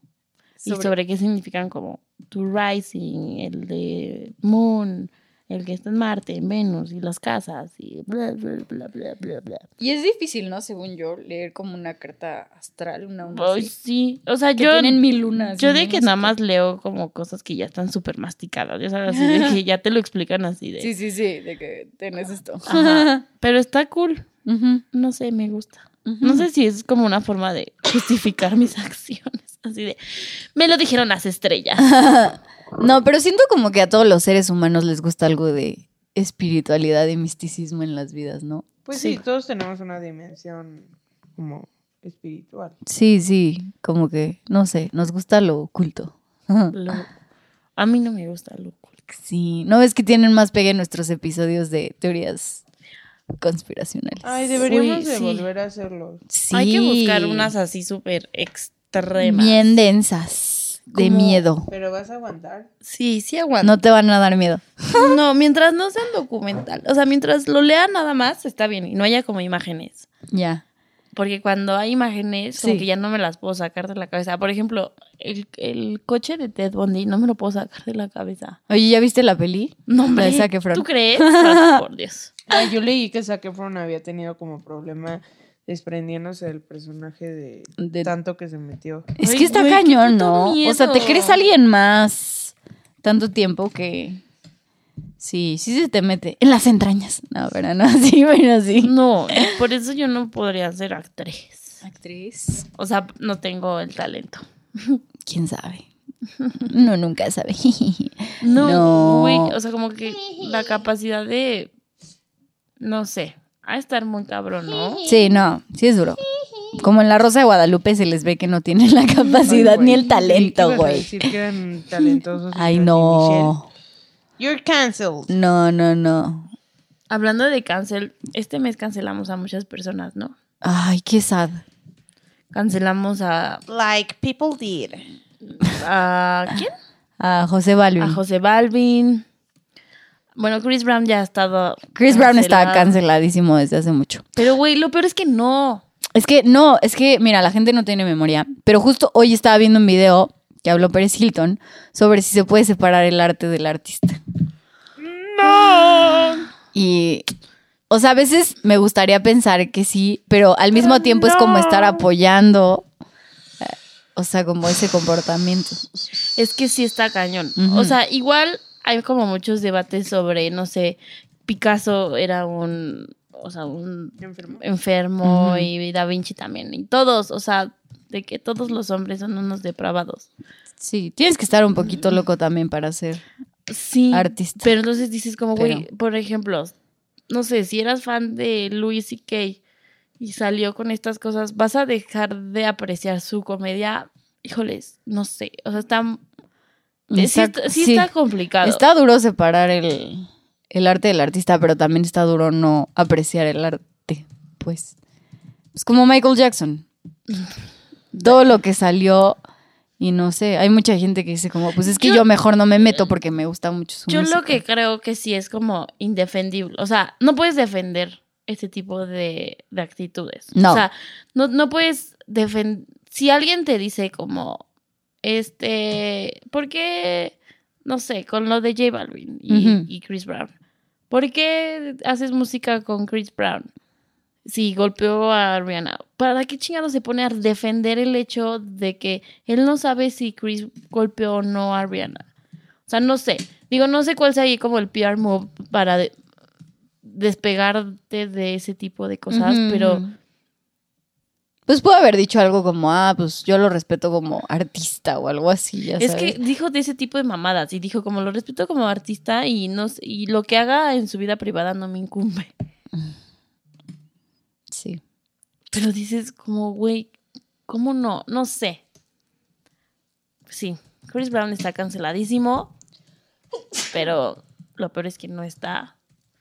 [SPEAKER 2] y
[SPEAKER 3] Sobre-
[SPEAKER 2] sobre qué significan como tu rising, el de Moon, el que está en Marte, en Venus y las casas y bla, bla, bla, bla, bla, bla.
[SPEAKER 3] Y es difícil, ¿no? Según yo, leer como una carta astral, una...
[SPEAKER 2] Ay, sí. O sea,
[SPEAKER 3] Que
[SPEAKER 2] yo.
[SPEAKER 3] tienen mil lunas,
[SPEAKER 2] Yo
[SPEAKER 3] ¿no?
[SPEAKER 2] de que
[SPEAKER 3] No sé
[SPEAKER 2] nada
[SPEAKER 3] qué.
[SPEAKER 2] más leo como cosas que ya están súper masticadas. Ya sabes, así
[SPEAKER 3] [laughs]
[SPEAKER 2] de que ya te lo explican así de.
[SPEAKER 3] Sí, sí, sí, de que tenés esto.
[SPEAKER 2] Ajá. Pero está cool. No sé, me gusta. No sé si es como una forma de justificar mis [laughs] acciones. Así de. Me lo dijeron las estrellas.
[SPEAKER 3] No, pero siento como que a todos los seres humanos les gusta algo de espiritualidad y misticismo en las vidas, ¿no?
[SPEAKER 4] Pues
[SPEAKER 2] Sí.
[SPEAKER 4] sí, todos tenemos una dimensión como espiritual.
[SPEAKER 3] Sí, sí, como que, no sé, nos gusta lo [laughs] oculto.
[SPEAKER 2] Lo- A mí no me gusta lo cool.
[SPEAKER 3] Sí, ¿no ves que tienen más pegue en nuestros episodios de teorías conspiracionales?
[SPEAKER 4] Ay, deberíamos
[SPEAKER 2] Uy,
[SPEAKER 4] de
[SPEAKER 2] sí.
[SPEAKER 4] volver a hacerlo.
[SPEAKER 3] Sí.
[SPEAKER 2] Hay que buscar unas así súper extremas.
[SPEAKER 3] bien densas, de
[SPEAKER 2] Como-
[SPEAKER 3] miedo.
[SPEAKER 4] Pero vas a aguantar.
[SPEAKER 2] Sí, sí aguanto.
[SPEAKER 3] No te van a dar miedo.
[SPEAKER 2] No. mientras no sean documental. O sea, mientras lo lean nada más, está bien. Y no haya como imágenes.
[SPEAKER 3] Ya.
[SPEAKER 2] Porque cuando hay imágenes, como
[SPEAKER 3] Sí.
[SPEAKER 2] que ya no me las puedo sacar de la cabeza. Por ejemplo, el, el coche de Ted Bundy no me lo puedo sacar de la cabeza.
[SPEAKER 3] Oye, ¿ya viste la peli?
[SPEAKER 2] No,
[SPEAKER 3] La
[SPEAKER 2] hombre.
[SPEAKER 3] de Zac Efron.
[SPEAKER 2] ¿Tú crees? Ay, por [laughs] Dios.
[SPEAKER 4] Ah, yo leí que Zac Efron había tenido como problema desprendiéndose del personaje de,
[SPEAKER 3] De-
[SPEAKER 4] tanto que se metió.
[SPEAKER 3] Es
[SPEAKER 2] Ay,
[SPEAKER 3] que está
[SPEAKER 2] güey, qué
[SPEAKER 3] cañón,
[SPEAKER 2] puto
[SPEAKER 3] ¿no? O sea, te
[SPEAKER 2] miedo.
[SPEAKER 3] crees alguien más tanto tiempo que. Sí, sí se te mete. En las entrañas. No, pero no, [laughs] sí, bueno, sí.
[SPEAKER 2] No, por eso yo no podría ser actriz.
[SPEAKER 3] Actriz.
[SPEAKER 2] O sea, no tengo el talento.
[SPEAKER 3] ¿Quién sabe? No, nunca sabe. [laughs] No.
[SPEAKER 2] No, güey. O sea, como que la capacidad de. No sé. A estar muy cabrón, ¿no?
[SPEAKER 3] Sí, no, sí es duro. Como en La Rosa de Guadalupe se les ve que no tienen la capacidad ni el talento,
[SPEAKER 4] Creí que ibas a
[SPEAKER 3] güey.
[SPEAKER 4] decir que eran talentosos.
[SPEAKER 3] Ay,
[SPEAKER 4] Anthony
[SPEAKER 3] no.
[SPEAKER 4] Michelle. You're cancelled.
[SPEAKER 3] No, no, no.
[SPEAKER 2] Hablando de cancel, este mes cancelamos a muchas personas, ¿no?
[SPEAKER 3] Ay, qué sad.
[SPEAKER 2] Cancelamos a.
[SPEAKER 4] Like people did.
[SPEAKER 2] ¿A quién?
[SPEAKER 3] A José Balvin.
[SPEAKER 2] a José Balvin. Bueno, Chris Brown ya ha estado.
[SPEAKER 3] Chris Brown está
[SPEAKER 2] cancelado.
[SPEAKER 3] canceladísimo desde hace mucho.
[SPEAKER 2] Pero, güey, lo peor es que no.
[SPEAKER 3] Es que no, es que mira, la gente no tiene memoria, pero justo hoy estaba viendo un video que habló Pérez Hilton sobre si se puede separar el arte del artista. No. Y o sea, a veces me gustaría pensar que sí, pero al mismo tiempo es como estar apoyando eh, o sea, como ese comportamiento.
[SPEAKER 2] Es que sí está cañón.
[SPEAKER 3] Ujú.
[SPEAKER 2] O sea, igual hay como muchos debates sobre, no sé, Picasso era un. O sea, un
[SPEAKER 4] Enfermo.
[SPEAKER 2] enfermo
[SPEAKER 3] Ujú.
[SPEAKER 2] y Da Vinci también. Y todos, o sea, de que todos los hombres son unos depravados.
[SPEAKER 3] Sí, tienes que estar un poquito loco también para hacer.
[SPEAKER 2] Sí.
[SPEAKER 3] Artista.
[SPEAKER 2] Pero entonces dices como, güey,
[SPEAKER 3] Pero-
[SPEAKER 2] por ejemplo, no sé, si eras fan de Louis C.K. y salió con estas cosas, ¿vas a dejar de apreciar su comedia? Híjoles, no sé. O sea, está... eh, Sí, está, sí está complicado.
[SPEAKER 3] Está duro separar el, el arte del artista, pero también está duro no apreciar el arte, pues. Es como Michael Jackson. Todo lo que salió y no sé, hay mucha gente que dice como, pues es que yo,
[SPEAKER 2] Yo-
[SPEAKER 3] mejor no me meto porque me gusta mucho su
[SPEAKER 2] Yo lo
[SPEAKER 3] música.
[SPEAKER 2] que creo que sí es como indefendible. O sea, no puedes defender este tipo de, de actitudes.
[SPEAKER 3] No.
[SPEAKER 2] O sea, no, no puedes defender. Si alguien te dice como, este, ¿por qué? No sé, con lo de J Balvin y,
[SPEAKER 3] Ujú.
[SPEAKER 2] y Chris Brown. ¿Por qué haces música con Chris Brown? Si golpeó a Rihanna. ¿para qué chingados se pone a defender el hecho de que él no sabe si Chris golpeó o no a Rihanna? O sea, no sé. Digo, no sé cuál sea ahí como el PR move para de- despegarte de ese tipo de cosas,
[SPEAKER 3] Ujú.
[SPEAKER 2] pero
[SPEAKER 3] Pues puedo haber dicho algo como, ah, pues yo lo respeto como artista o algo así, ya
[SPEAKER 2] es
[SPEAKER 3] sabes.
[SPEAKER 2] que dijo de ese tipo de mamadas y dijo como lo respeto como artista y no sé- y lo que haga en su vida privada no me incumbe.
[SPEAKER 3] Sí.
[SPEAKER 2] Pero dices como, güey, ¿cómo no? No sé. Sí, Chris Brown está canceladísimo, pero lo peor es que no está,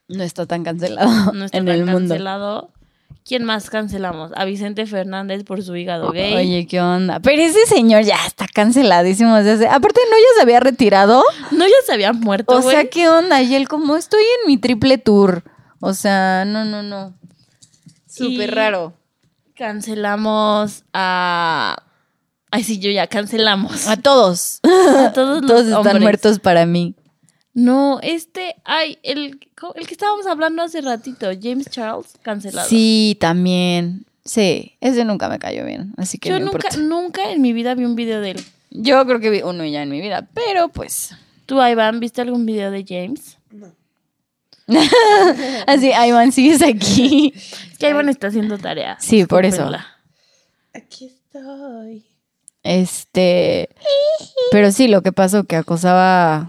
[SPEAKER 3] No está tan cancelado
[SPEAKER 2] no está
[SPEAKER 3] en
[SPEAKER 2] tan
[SPEAKER 3] el mundo.
[SPEAKER 2] cancelado. ¿Quién más cancelamos? A Vicente Fernández por su hígado gay.
[SPEAKER 3] Oye, ¿qué onda? Pero ese señor ya está canceladísimo. desde hace- Aparte, ¿no ya se había retirado?
[SPEAKER 2] No, ya se había muerto,
[SPEAKER 3] O sea,
[SPEAKER 2] güey.
[SPEAKER 3] ¿qué onda? Y él como, estoy en mi triple tour. O sea, no, no, no. Súper
[SPEAKER 2] Y-
[SPEAKER 3] raro.
[SPEAKER 2] Cancelamos a... Ay, sí, yo ya cancelamos.
[SPEAKER 3] A todos.
[SPEAKER 2] [laughs] A todos los
[SPEAKER 3] Todos están
[SPEAKER 2] hombres.
[SPEAKER 3] muertos para mí.
[SPEAKER 2] No, este... Ay, el, el que estábamos hablando hace ratito, James Charles, cancelado.
[SPEAKER 3] Sí, también. Sí, ese nunca me cayó bien, así que
[SPEAKER 2] Yo
[SPEAKER 3] no
[SPEAKER 2] nunca,
[SPEAKER 3] importa.
[SPEAKER 2] nunca en mi vida vi un video de él.
[SPEAKER 3] Yo creo que vi uno ya en mi vida,
[SPEAKER 2] [laughs]
[SPEAKER 3] pero pues.
[SPEAKER 2] ¿Tú, Iván, viste algún video de James?
[SPEAKER 3] Así, Iván,
[SPEAKER 2] [laughs]
[SPEAKER 3] sigues aquí.
[SPEAKER 2] Es que Iván está haciendo tarea.
[SPEAKER 3] Sí, por eso.
[SPEAKER 2] Discúlpenla.
[SPEAKER 4] Aquí estoy.
[SPEAKER 3] Este. Pero sí, lo que pasó que acosaba a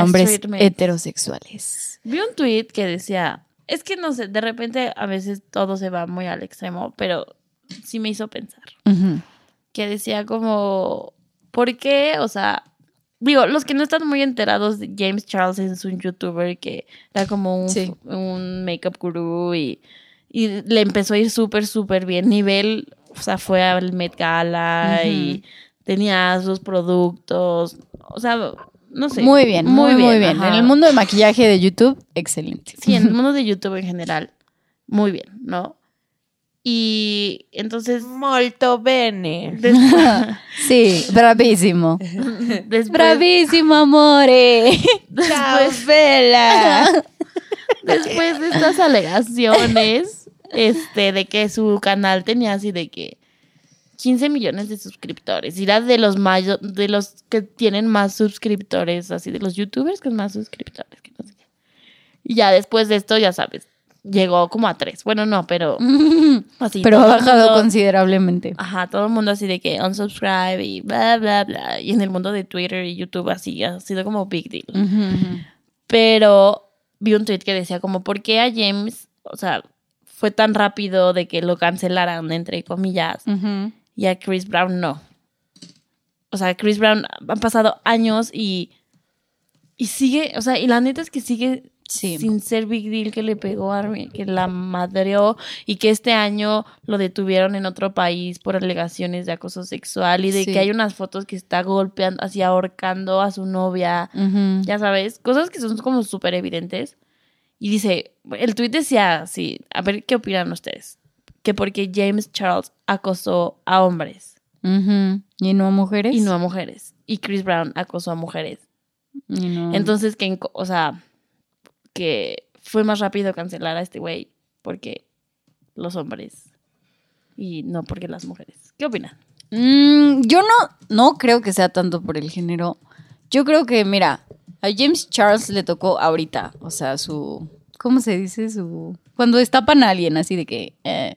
[SPEAKER 2] A
[SPEAKER 3] hombres
[SPEAKER 2] straight men.
[SPEAKER 3] heterosexuales.
[SPEAKER 2] Vi un tweet que decía, es que no sé, de repente a veces todo se va muy al extremo, pero sí me hizo pensar.
[SPEAKER 3] Ujú.
[SPEAKER 2] Que decía como, ¿por qué? O sea, digo, los que no están muy enterados, James Charles es un youtuber que era como un,
[SPEAKER 3] Sí.
[SPEAKER 2] un make-up guru y, y le empezó a ir súper, súper bien. Nivel, o sea, fue al Met Gala
[SPEAKER 3] Ujú.
[SPEAKER 2] y tenía sus productos. O sea, no sé.
[SPEAKER 3] Muy bien, muy, muy bien.
[SPEAKER 2] ajá.
[SPEAKER 3] En el mundo de maquillaje de YouTube, excelente.
[SPEAKER 2] Sí,
[SPEAKER 3] [laughs]
[SPEAKER 2] en el mundo de YouTube en general. Muy bien, ¿no? Y entonces,
[SPEAKER 4] Molto bene.
[SPEAKER 2] des-
[SPEAKER 3] [laughs] Sí, bravísimo.
[SPEAKER 2] Pues, después,
[SPEAKER 3] Bravísimo, amore.
[SPEAKER 4] Chao,
[SPEAKER 2] después,
[SPEAKER 3] [laughs]
[SPEAKER 4] Pues Vela.
[SPEAKER 2] después de estas alegaciones, este, de que su canal tenía así de que 15 millones de suscriptores. Y era de los mayo- de los que tienen más suscriptores, así de los youtubers con más suscriptores. que no sé qué. Y ya después de esto, ya sabes, llegó como a tres. Bueno, no,
[SPEAKER 3] [laughs]
[SPEAKER 2] pero así.
[SPEAKER 3] Pero ha
[SPEAKER 2] todo el
[SPEAKER 3] bajado
[SPEAKER 2] mundo-
[SPEAKER 3] considerablemente.
[SPEAKER 2] Ajá, todo el mundo así de que unsubscribe y bla, bla, bla. Y en el mundo de Twitter y YouTube así ha sido como big deal.
[SPEAKER 3] Ujú, ujú.
[SPEAKER 2] Pero vi un tweet que decía como, ¿por qué a James, o sea, fue tan rápido de que lo cancelaran, entre comillas,
[SPEAKER 3] Ujú.
[SPEAKER 2] y a Chris Brown no? O sea, Chris Brown han pasado años y, y sigue, o sea, y la neta es que sigue
[SPEAKER 3] Sí.
[SPEAKER 2] sin ser big deal que le pegó a Armin, que la madreó y que este año lo detuvieron en otro país por alegaciones de acoso sexual y de
[SPEAKER 3] Sí.
[SPEAKER 2] que hay unas fotos que está golpeando, así ahorcando a su novia,
[SPEAKER 3] Ujú.
[SPEAKER 2] ya sabes, cosas que son como súper evidentes. Y dice, el tuit decía así, a ver qué opinan ustedes, que porque James Charles acosó a hombres
[SPEAKER 3] Ujú. ¿Y no a mujeres?
[SPEAKER 2] y no a mujeres y Chris Brown acosó a mujeres.
[SPEAKER 3] Y no a-
[SPEAKER 2] Entonces, que, en co- o sea, que fue más rápido cancelar a este güey porque los hombres y no porque las mujeres. ¿Qué opinan?
[SPEAKER 3] Mm, yo no, no creo que sea tanto por el género. Yo creo que, mira, a James Charles le tocó ahorita, o sea, su... ¿Cómo se dice? Su... Cuando destapan a alguien, así de que... eh,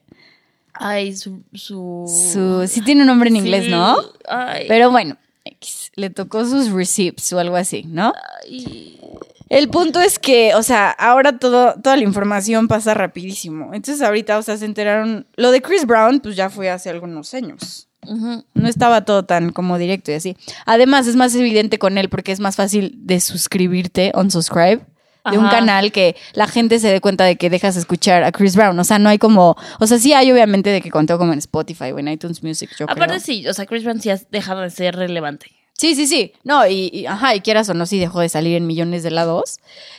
[SPEAKER 2] Ay, su... su...
[SPEAKER 3] su... Sí tiene un nombre en inglés,
[SPEAKER 2] sí,
[SPEAKER 3] ¿no?
[SPEAKER 2] Ay,
[SPEAKER 3] Pero bueno, X, le tocó sus receipts o algo así, ¿no?
[SPEAKER 2] ay.
[SPEAKER 3] El punto es que, o sea, ahora todo, toda la información pasa rapidísimo. Entonces ahorita, o sea, se enteraron... Lo de Chris Brown, pues ya fue hace algunos años.
[SPEAKER 2] Ujú.
[SPEAKER 3] No estaba todo tan como directo y así. Además, es más evidente con él porque es más fácil de suscribirte, unsubscribe, de un
[SPEAKER 2] Ajá.
[SPEAKER 3] canal que la gente se dé cuenta de que dejas de escuchar a Chris Brown. O sea, no hay como. O sea, sí hay obviamente de que contó como en Spotify o en iTunes Music. Yo
[SPEAKER 2] Aparte
[SPEAKER 3] creo.
[SPEAKER 2] sí, o sea, Chris Brown sí ha dejado de ser relevante.
[SPEAKER 3] Sí, sí, sí. No, y, y- ajá, y quieras o no, sí dejó de salir en millones de lados.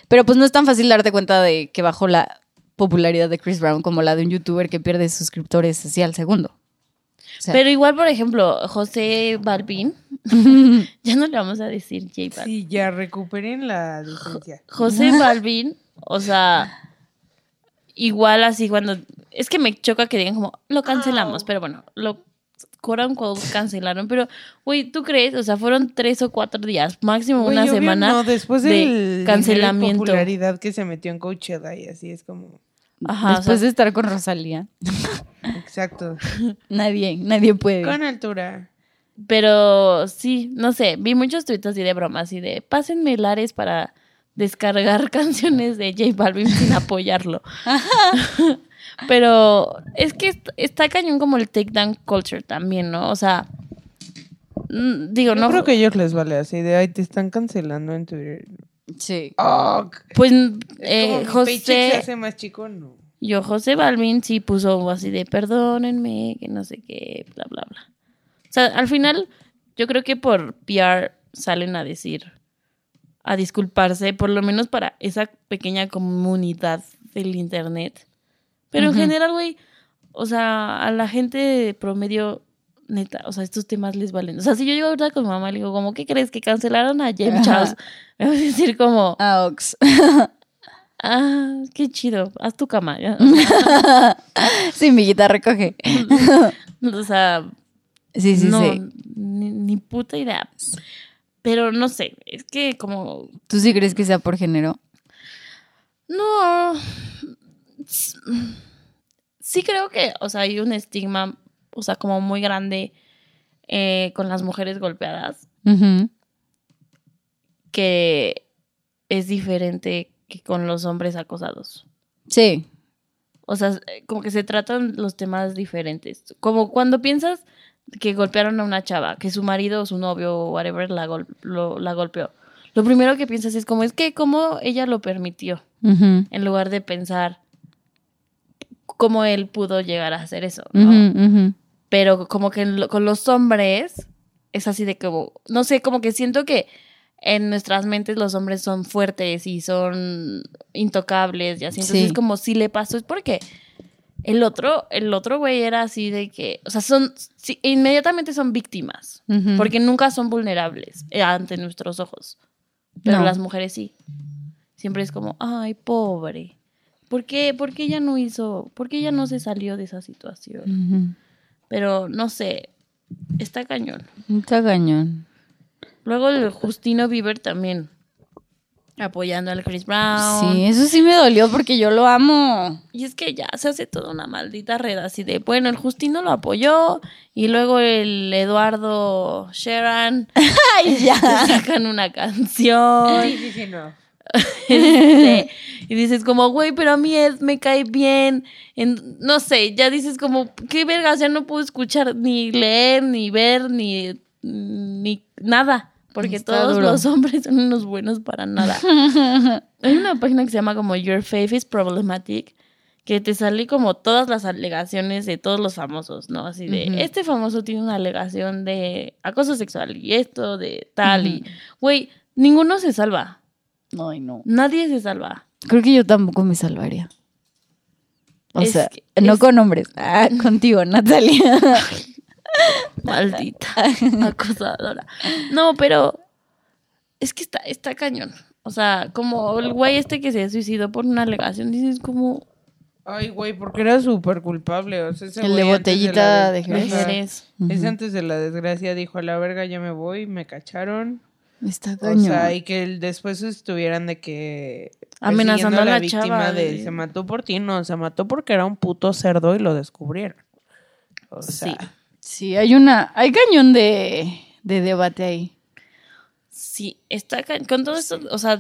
[SPEAKER 3] Pero pues no es tan fácil darte cuenta de que bajó la popularidad de Chris Brown como la de un youtuber que pierde suscriptores así al segundo. O sea,
[SPEAKER 2] Pero igual, por ejemplo, José
[SPEAKER 4] [laughs]
[SPEAKER 2] Balvin, ya no le vamos a decir J Balvin.
[SPEAKER 4] Sí, [laughs] ya recuperen la licencia.
[SPEAKER 2] José Balvin, o sea, Igual así cuando... Es que me choca que digan como, lo
[SPEAKER 4] Ah.
[SPEAKER 2] cancelamos, pero bueno, lo quote unquote, cancelaron. Pero, güey, ¿tú crees? O sea, fueron tres o cuatro días, máximo
[SPEAKER 4] Güey,
[SPEAKER 2] una
[SPEAKER 4] obvio
[SPEAKER 2] semana
[SPEAKER 4] No, después
[SPEAKER 2] de
[SPEAKER 4] del
[SPEAKER 2] cancelamiento.
[SPEAKER 4] cancelamiento. popularidad que se metió en Coachella y así es como.
[SPEAKER 2] Ajá, o
[SPEAKER 3] Después
[SPEAKER 2] sea,
[SPEAKER 3] de estar con Rosalía.
[SPEAKER 4] Exacto.
[SPEAKER 3] Nadie, nadie puede.
[SPEAKER 4] Con altura.
[SPEAKER 2] pero sí, no sé, vi muchos tweets así de bromas así de, pásenme el Ares para descargar [laughs] canciones de J Balvin
[SPEAKER 4] [laughs]
[SPEAKER 2] sin apoyarlo. [laughs] pero es que est- está cañón como el takedown culture también, ¿no? O sea, mm, digo,
[SPEAKER 4] Yo
[SPEAKER 2] no...
[SPEAKER 4] creo que a ellos les vale así de, ay, te están cancelando en Twitter.
[SPEAKER 3] Sí.
[SPEAKER 4] Oh,
[SPEAKER 2] Pues
[SPEAKER 4] como
[SPEAKER 2] eh,
[SPEAKER 4] mi paycheck se
[SPEAKER 2] José,
[SPEAKER 4] hace más chico, no.
[SPEAKER 2] yo José Balvin sí puso así de perdónenme, que no sé qué, bla, bla, bla. O sea, al final yo creo que por PR salen a decir, a disculparse, por lo menos para esa pequeña comunidad del Internet. Pero
[SPEAKER 3] Ujú.
[SPEAKER 2] en general, güey, o sea, a la gente promedio, neta, o sea, estos temas les valen. O sea, si yo llego ahorita con mi mamá y le digo, como, ¿qué crees? Que cancelaron a James
[SPEAKER 3] Ajá.
[SPEAKER 2] Charles. Me va a decir como...
[SPEAKER 3] Aux.
[SPEAKER 2] Ah, qué chido. Haz tu cama.
[SPEAKER 3] [laughs]
[SPEAKER 2] ya.
[SPEAKER 3] [laughs] sí, mi guitarra recoge.
[SPEAKER 2] o sea,
[SPEAKER 3] Sí, sí,
[SPEAKER 2] no,
[SPEAKER 3] sí.
[SPEAKER 2] Ni, ni puta idea. Pero no sé, es que como...
[SPEAKER 3] ¿Tú sí crees que sea por género?
[SPEAKER 2] No. s- Sí creo que, o sea, hay un estigma, o sea, como muy grande eh, con las mujeres golpeadas,
[SPEAKER 3] Ujú.
[SPEAKER 2] que es diferente que con los hombres acosados.
[SPEAKER 3] Sí.
[SPEAKER 2] O sea, eh, como que se tratan los temas diferentes. Como cuando piensas que golpearon a una chava, que su marido o su novio o whatever la, gol- lo- la golpeó. Lo primero que piensas es como, es que cómo ella lo permitió,
[SPEAKER 3] Ujú.
[SPEAKER 2] en lugar de pensar cómo él pudo llegar a hacer eso, ¿no?
[SPEAKER 3] Ujú, ujú.
[SPEAKER 2] Pero como que en lo- con los hombres es así de como, no sé, como que siento que en nuestras mentes los hombres son fuertes y son intocables y así. Entonces
[SPEAKER 3] Sí.
[SPEAKER 2] es como si le pasó, es porque el otro, el otro güey era así de que, o sea, son, sí, inmediatamente son víctimas,
[SPEAKER 3] Ujú.
[SPEAKER 2] porque nunca son vulnerables eh, ante nuestros ojos. Pero
[SPEAKER 3] No.
[SPEAKER 2] las mujeres sí. Siempre es como, ay, pobre. ¿Por qué, ¿Por qué ella no hizo? ¿Por qué ella no se salió de esa situación?
[SPEAKER 3] Ujú.
[SPEAKER 2] Pero no sé, está cañón.
[SPEAKER 3] Está cañón.
[SPEAKER 2] Luego el Justino Bieber también apoyando al Chris Brown.
[SPEAKER 3] Sí, eso sí me dolió porque yo lo amo.
[SPEAKER 2] Y es que ya se hace toda una maldita red así de, bueno, el Justino lo apoyó y luego el Eduardo Sheeran
[SPEAKER 3] [laughs] Ay, ya.
[SPEAKER 2] [laughs] sacan una canción.
[SPEAKER 4] sí, sí, no.
[SPEAKER 2] este, y dices como, güey, pero a mí Ed me cae bien. En- no sé, ya dices como, qué vergas, ya no puedo escuchar ni leer, ni ver, ni, ni nada. Porque
[SPEAKER 3] Está
[SPEAKER 2] todos
[SPEAKER 3] duro.
[SPEAKER 2] los hombres son unos buenos para
[SPEAKER 3] [laughs]
[SPEAKER 2] nada. Hay una página que se llama como Your Faith is Problematic, que te sale como todas las alegaciones de todos los famosos, ¿no? Así de,
[SPEAKER 3] Ujú.
[SPEAKER 2] este famoso tiene una alegación de acoso sexual y esto, de tal, y,
[SPEAKER 3] Ujú.
[SPEAKER 2] güey, ninguno se salva.
[SPEAKER 3] Ay, no.
[SPEAKER 2] Nadie se salva.
[SPEAKER 3] Creo que yo tampoco me salvaría. O
[SPEAKER 2] Es
[SPEAKER 3] sea,
[SPEAKER 2] que-
[SPEAKER 3] no
[SPEAKER 2] es-
[SPEAKER 3] con hombres.
[SPEAKER 2] [laughs]
[SPEAKER 3] Ah, contigo, Natalia.
[SPEAKER 4] [laughs]
[SPEAKER 2] Maldita acosadora. No, pero es que está, está cañón. O sea, como el güey este que se suicidó por una alegación, dices como
[SPEAKER 4] Ay, güey, porque era súper culpable. O sea, ese
[SPEAKER 3] El
[SPEAKER 4] güey
[SPEAKER 3] de
[SPEAKER 4] antes
[SPEAKER 3] botellita
[SPEAKER 4] la
[SPEAKER 3] de
[SPEAKER 4] desgracia-
[SPEAKER 3] Jerez.
[SPEAKER 4] Ajá.
[SPEAKER 2] eres.
[SPEAKER 4] Es
[SPEAKER 3] Ujú.
[SPEAKER 4] antes de la desgracia, dijo, a la verga, ya me voy, me cacharon.
[SPEAKER 3] Está
[SPEAKER 4] O
[SPEAKER 3] cañón.
[SPEAKER 4] sea, y que el- después estuvieran de que... pues,
[SPEAKER 2] Amenazando
[SPEAKER 4] persiguiendo
[SPEAKER 2] a la chava,
[SPEAKER 4] de,
[SPEAKER 2] de-
[SPEAKER 4] Se mató por ti, no, se mató porque era un puto cerdo y lo descubrieron. O sea,
[SPEAKER 2] Sí.
[SPEAKER 3] Sí, hay una, hay cañón de, de debate ahí.
[SPEAKER 2] Sí, está ca- con todo esto, o sea,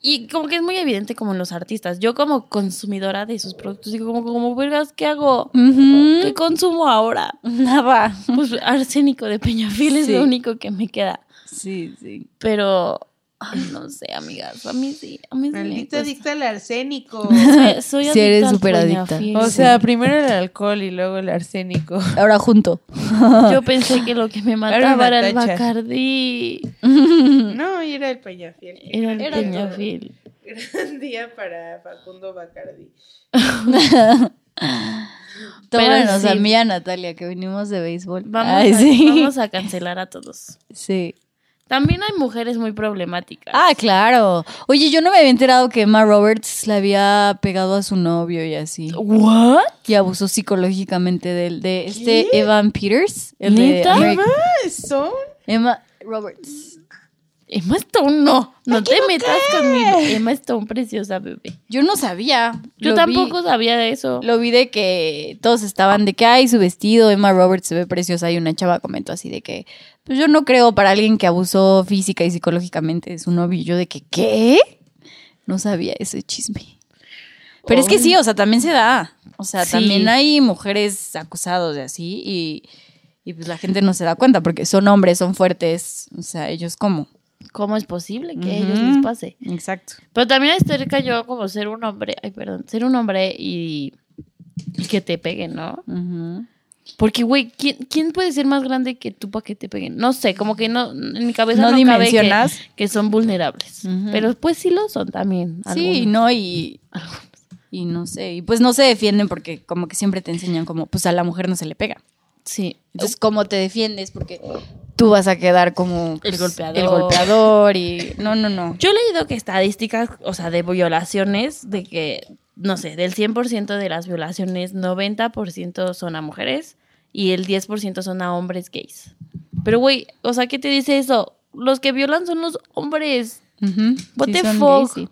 [SPEAKER 2] y como que es muy evidente como en los artistas. Yo como consumidora de sus productos digo como como vergas, ¿qué hago? ¿Qué consumo ahora?
[SPEAKER 3] Nada.
[SPEAKER 2] Pues arsénico de Peñafil es
[SPEAKER 3] Sí.
[SPEAKER 2] lo único que me queda.
[SPEAKER 3] Sí, sí.
[SPEAKER 2] Pero ay, no sé, amigas, a mí sí, a mí sí me
[SPEAKER 4] maldita
[SPEAKER 2] cuesta.
[SPEAKER 4] adicta al arsénico.
[SPEAKER 3] [laughs]
[SPEAKER 2] Soy- soy
[SPEAKER 3] Sí,
[SPEAKER 2] adicta
[SPEAKER 3] eres
[SPEAKER 2] al
[SPEAKER 3] súper adicta.
[SPEAKER 2] Peñafil.
[SPEAKER 4] O
[SPEAKER 3] [laughs]
[SPEAKER 4] sea, primero el alcohol y luego
[SPEAKER 2] [laughs]
[SPEAKER 4] el [laughs] arsénico.
[SPEAKER 3] Ahora junto.
[SPEAKER 2] yo pensé que lo que me
[SPEAKER 4] Era
[SPEAKER 2] mataba
[SPEAKER 4] una
[SPEAKER 2] era el
[SPEAKER 4] tacha.
[SPEAKER 2] Bacardí.
[SPEAKER 4] No, y era el Peñafiel.
[SPEAKER 2] Era el
[SPEAKER 4] Era
[SPEAKER 2] Peñafil.
[SPEAKER 4] Gran día para Facundo Bacardi.
[SPEAKER 3] Tómanos
[SPEAKER 2] sí.
[SPEAKER 3] a mí y a Natalia, que venimos de béisbol.
[SPEAKER 2] Vamos,
[SPEAKER 3] [laughs] Ay,
[SPEAKER 2] a,
[SPEAKER 3] sí.
[SPEAKER 2] vamos a cancelar a todos.
[SPEAKER 3] Sí.
[SPEAKER 2] También hay mujeres muy problemáticas.
[SPEAKER 3] Ah, claro. Oye, yo no me había enterado que Emma Roberts le había pegado a su novio y así.
[SPEAKER 2] ¿What?
[SPEAKER 3] Y abusó psicológicamente de él. De este Evan Peters. El
[SPEAKER 2] ¿Neta?
[SPEAKER 3] de American-
[SPEAKER 4] Ah, son.
[SPEAKER 3] Emma Roberts.
[SPEAKER 2] Emma Stone, no. No te metas conmigo. Emma Stone, preciosa, bebé.
[SPEAKER 3] Yo no sabía.
[SPEAKER 2] Yo
[SPEAKER 3] Lo vi-
[SPEAKER 2] tampoco sabía de eso.
[SPEAKER 3] Lo vi de que todos estaban de que, ay, su vestido, Emma Roberts se ve preciosa. Y una chava comentó así de que, pues yo no creo para alguien que abusó física y psicológicamente de su novio. Y yo de que, ¿qué? No sabía ese chisme. Pero es que sí, o sea, también se da. O sea,
[SPEAKER 2] Sí.
[SPEAKER 3] también hay mujeres acusadas de así y, y pues la gente no se da cuenta porque son hombres, son fuertes. O sea, ellos como.
[SPEAKER 2] ¿Cómo es posible que a
[SPEAKER 3] Ujú.
[SPEAKER 2] ellos les pase?
[SPEAKER 3] Exacto.
[SPEAKER 2] Pero también es cerca yo como ser un hombre, ay, perdón, ser un hombre y, y que te peguen, ¿no?
[SPEAKER 3] Ujú.
[SPEAKER 2] Porque, güey, ¿quién, quién puede ser más grande que tú para que te peguen? No sé, como que no, en mi cabeza
[SPEAKER 3] No
[SPEAKER 2] Pues no, cabe que-
[SPEAKER 3] dimensionas.
[SPEAKER 2] que, son vulnerables.
[SPEAKER 3] Ujú.
[SPEAKER 2] Pero pues sí lo son también.
[SPEAKER 3] Sí,
[SPEAKER 2] algunos.
[SPEAKER 3] no, y. Y no sé, y pues no se defienden porque como que siempre te enseñan como, pues a la mujer no se le pega.
[SPEAKER 2] Sí.
[SPEAKER 3] Entonces, ¿cómo te defiendes? Porque tú vas a quedar como pues,
[SPEAKER 2] El golpeador.
[SPEAKER 3] Oh. El golpeador y... No, no, no.
[SPEAKER 2] Yo he leído que estadísticas, o sea, de violaciones, de que, no sé, del 100% de las violaciones, 90% son a mujeres y el 10% son a hombres gays. Pero, güey, o sea, ¿qué te dice eso? Los que violan son los hombres.
[SPEAKER 3] Ujú.
[SPEAKER 2] What
[SPEAKER 3] Sí,
[SPEAKER 2] the
[SPEAKER 3] son
[SPEAKER 2] fuck?
[SPEAKER 3] gays, sí.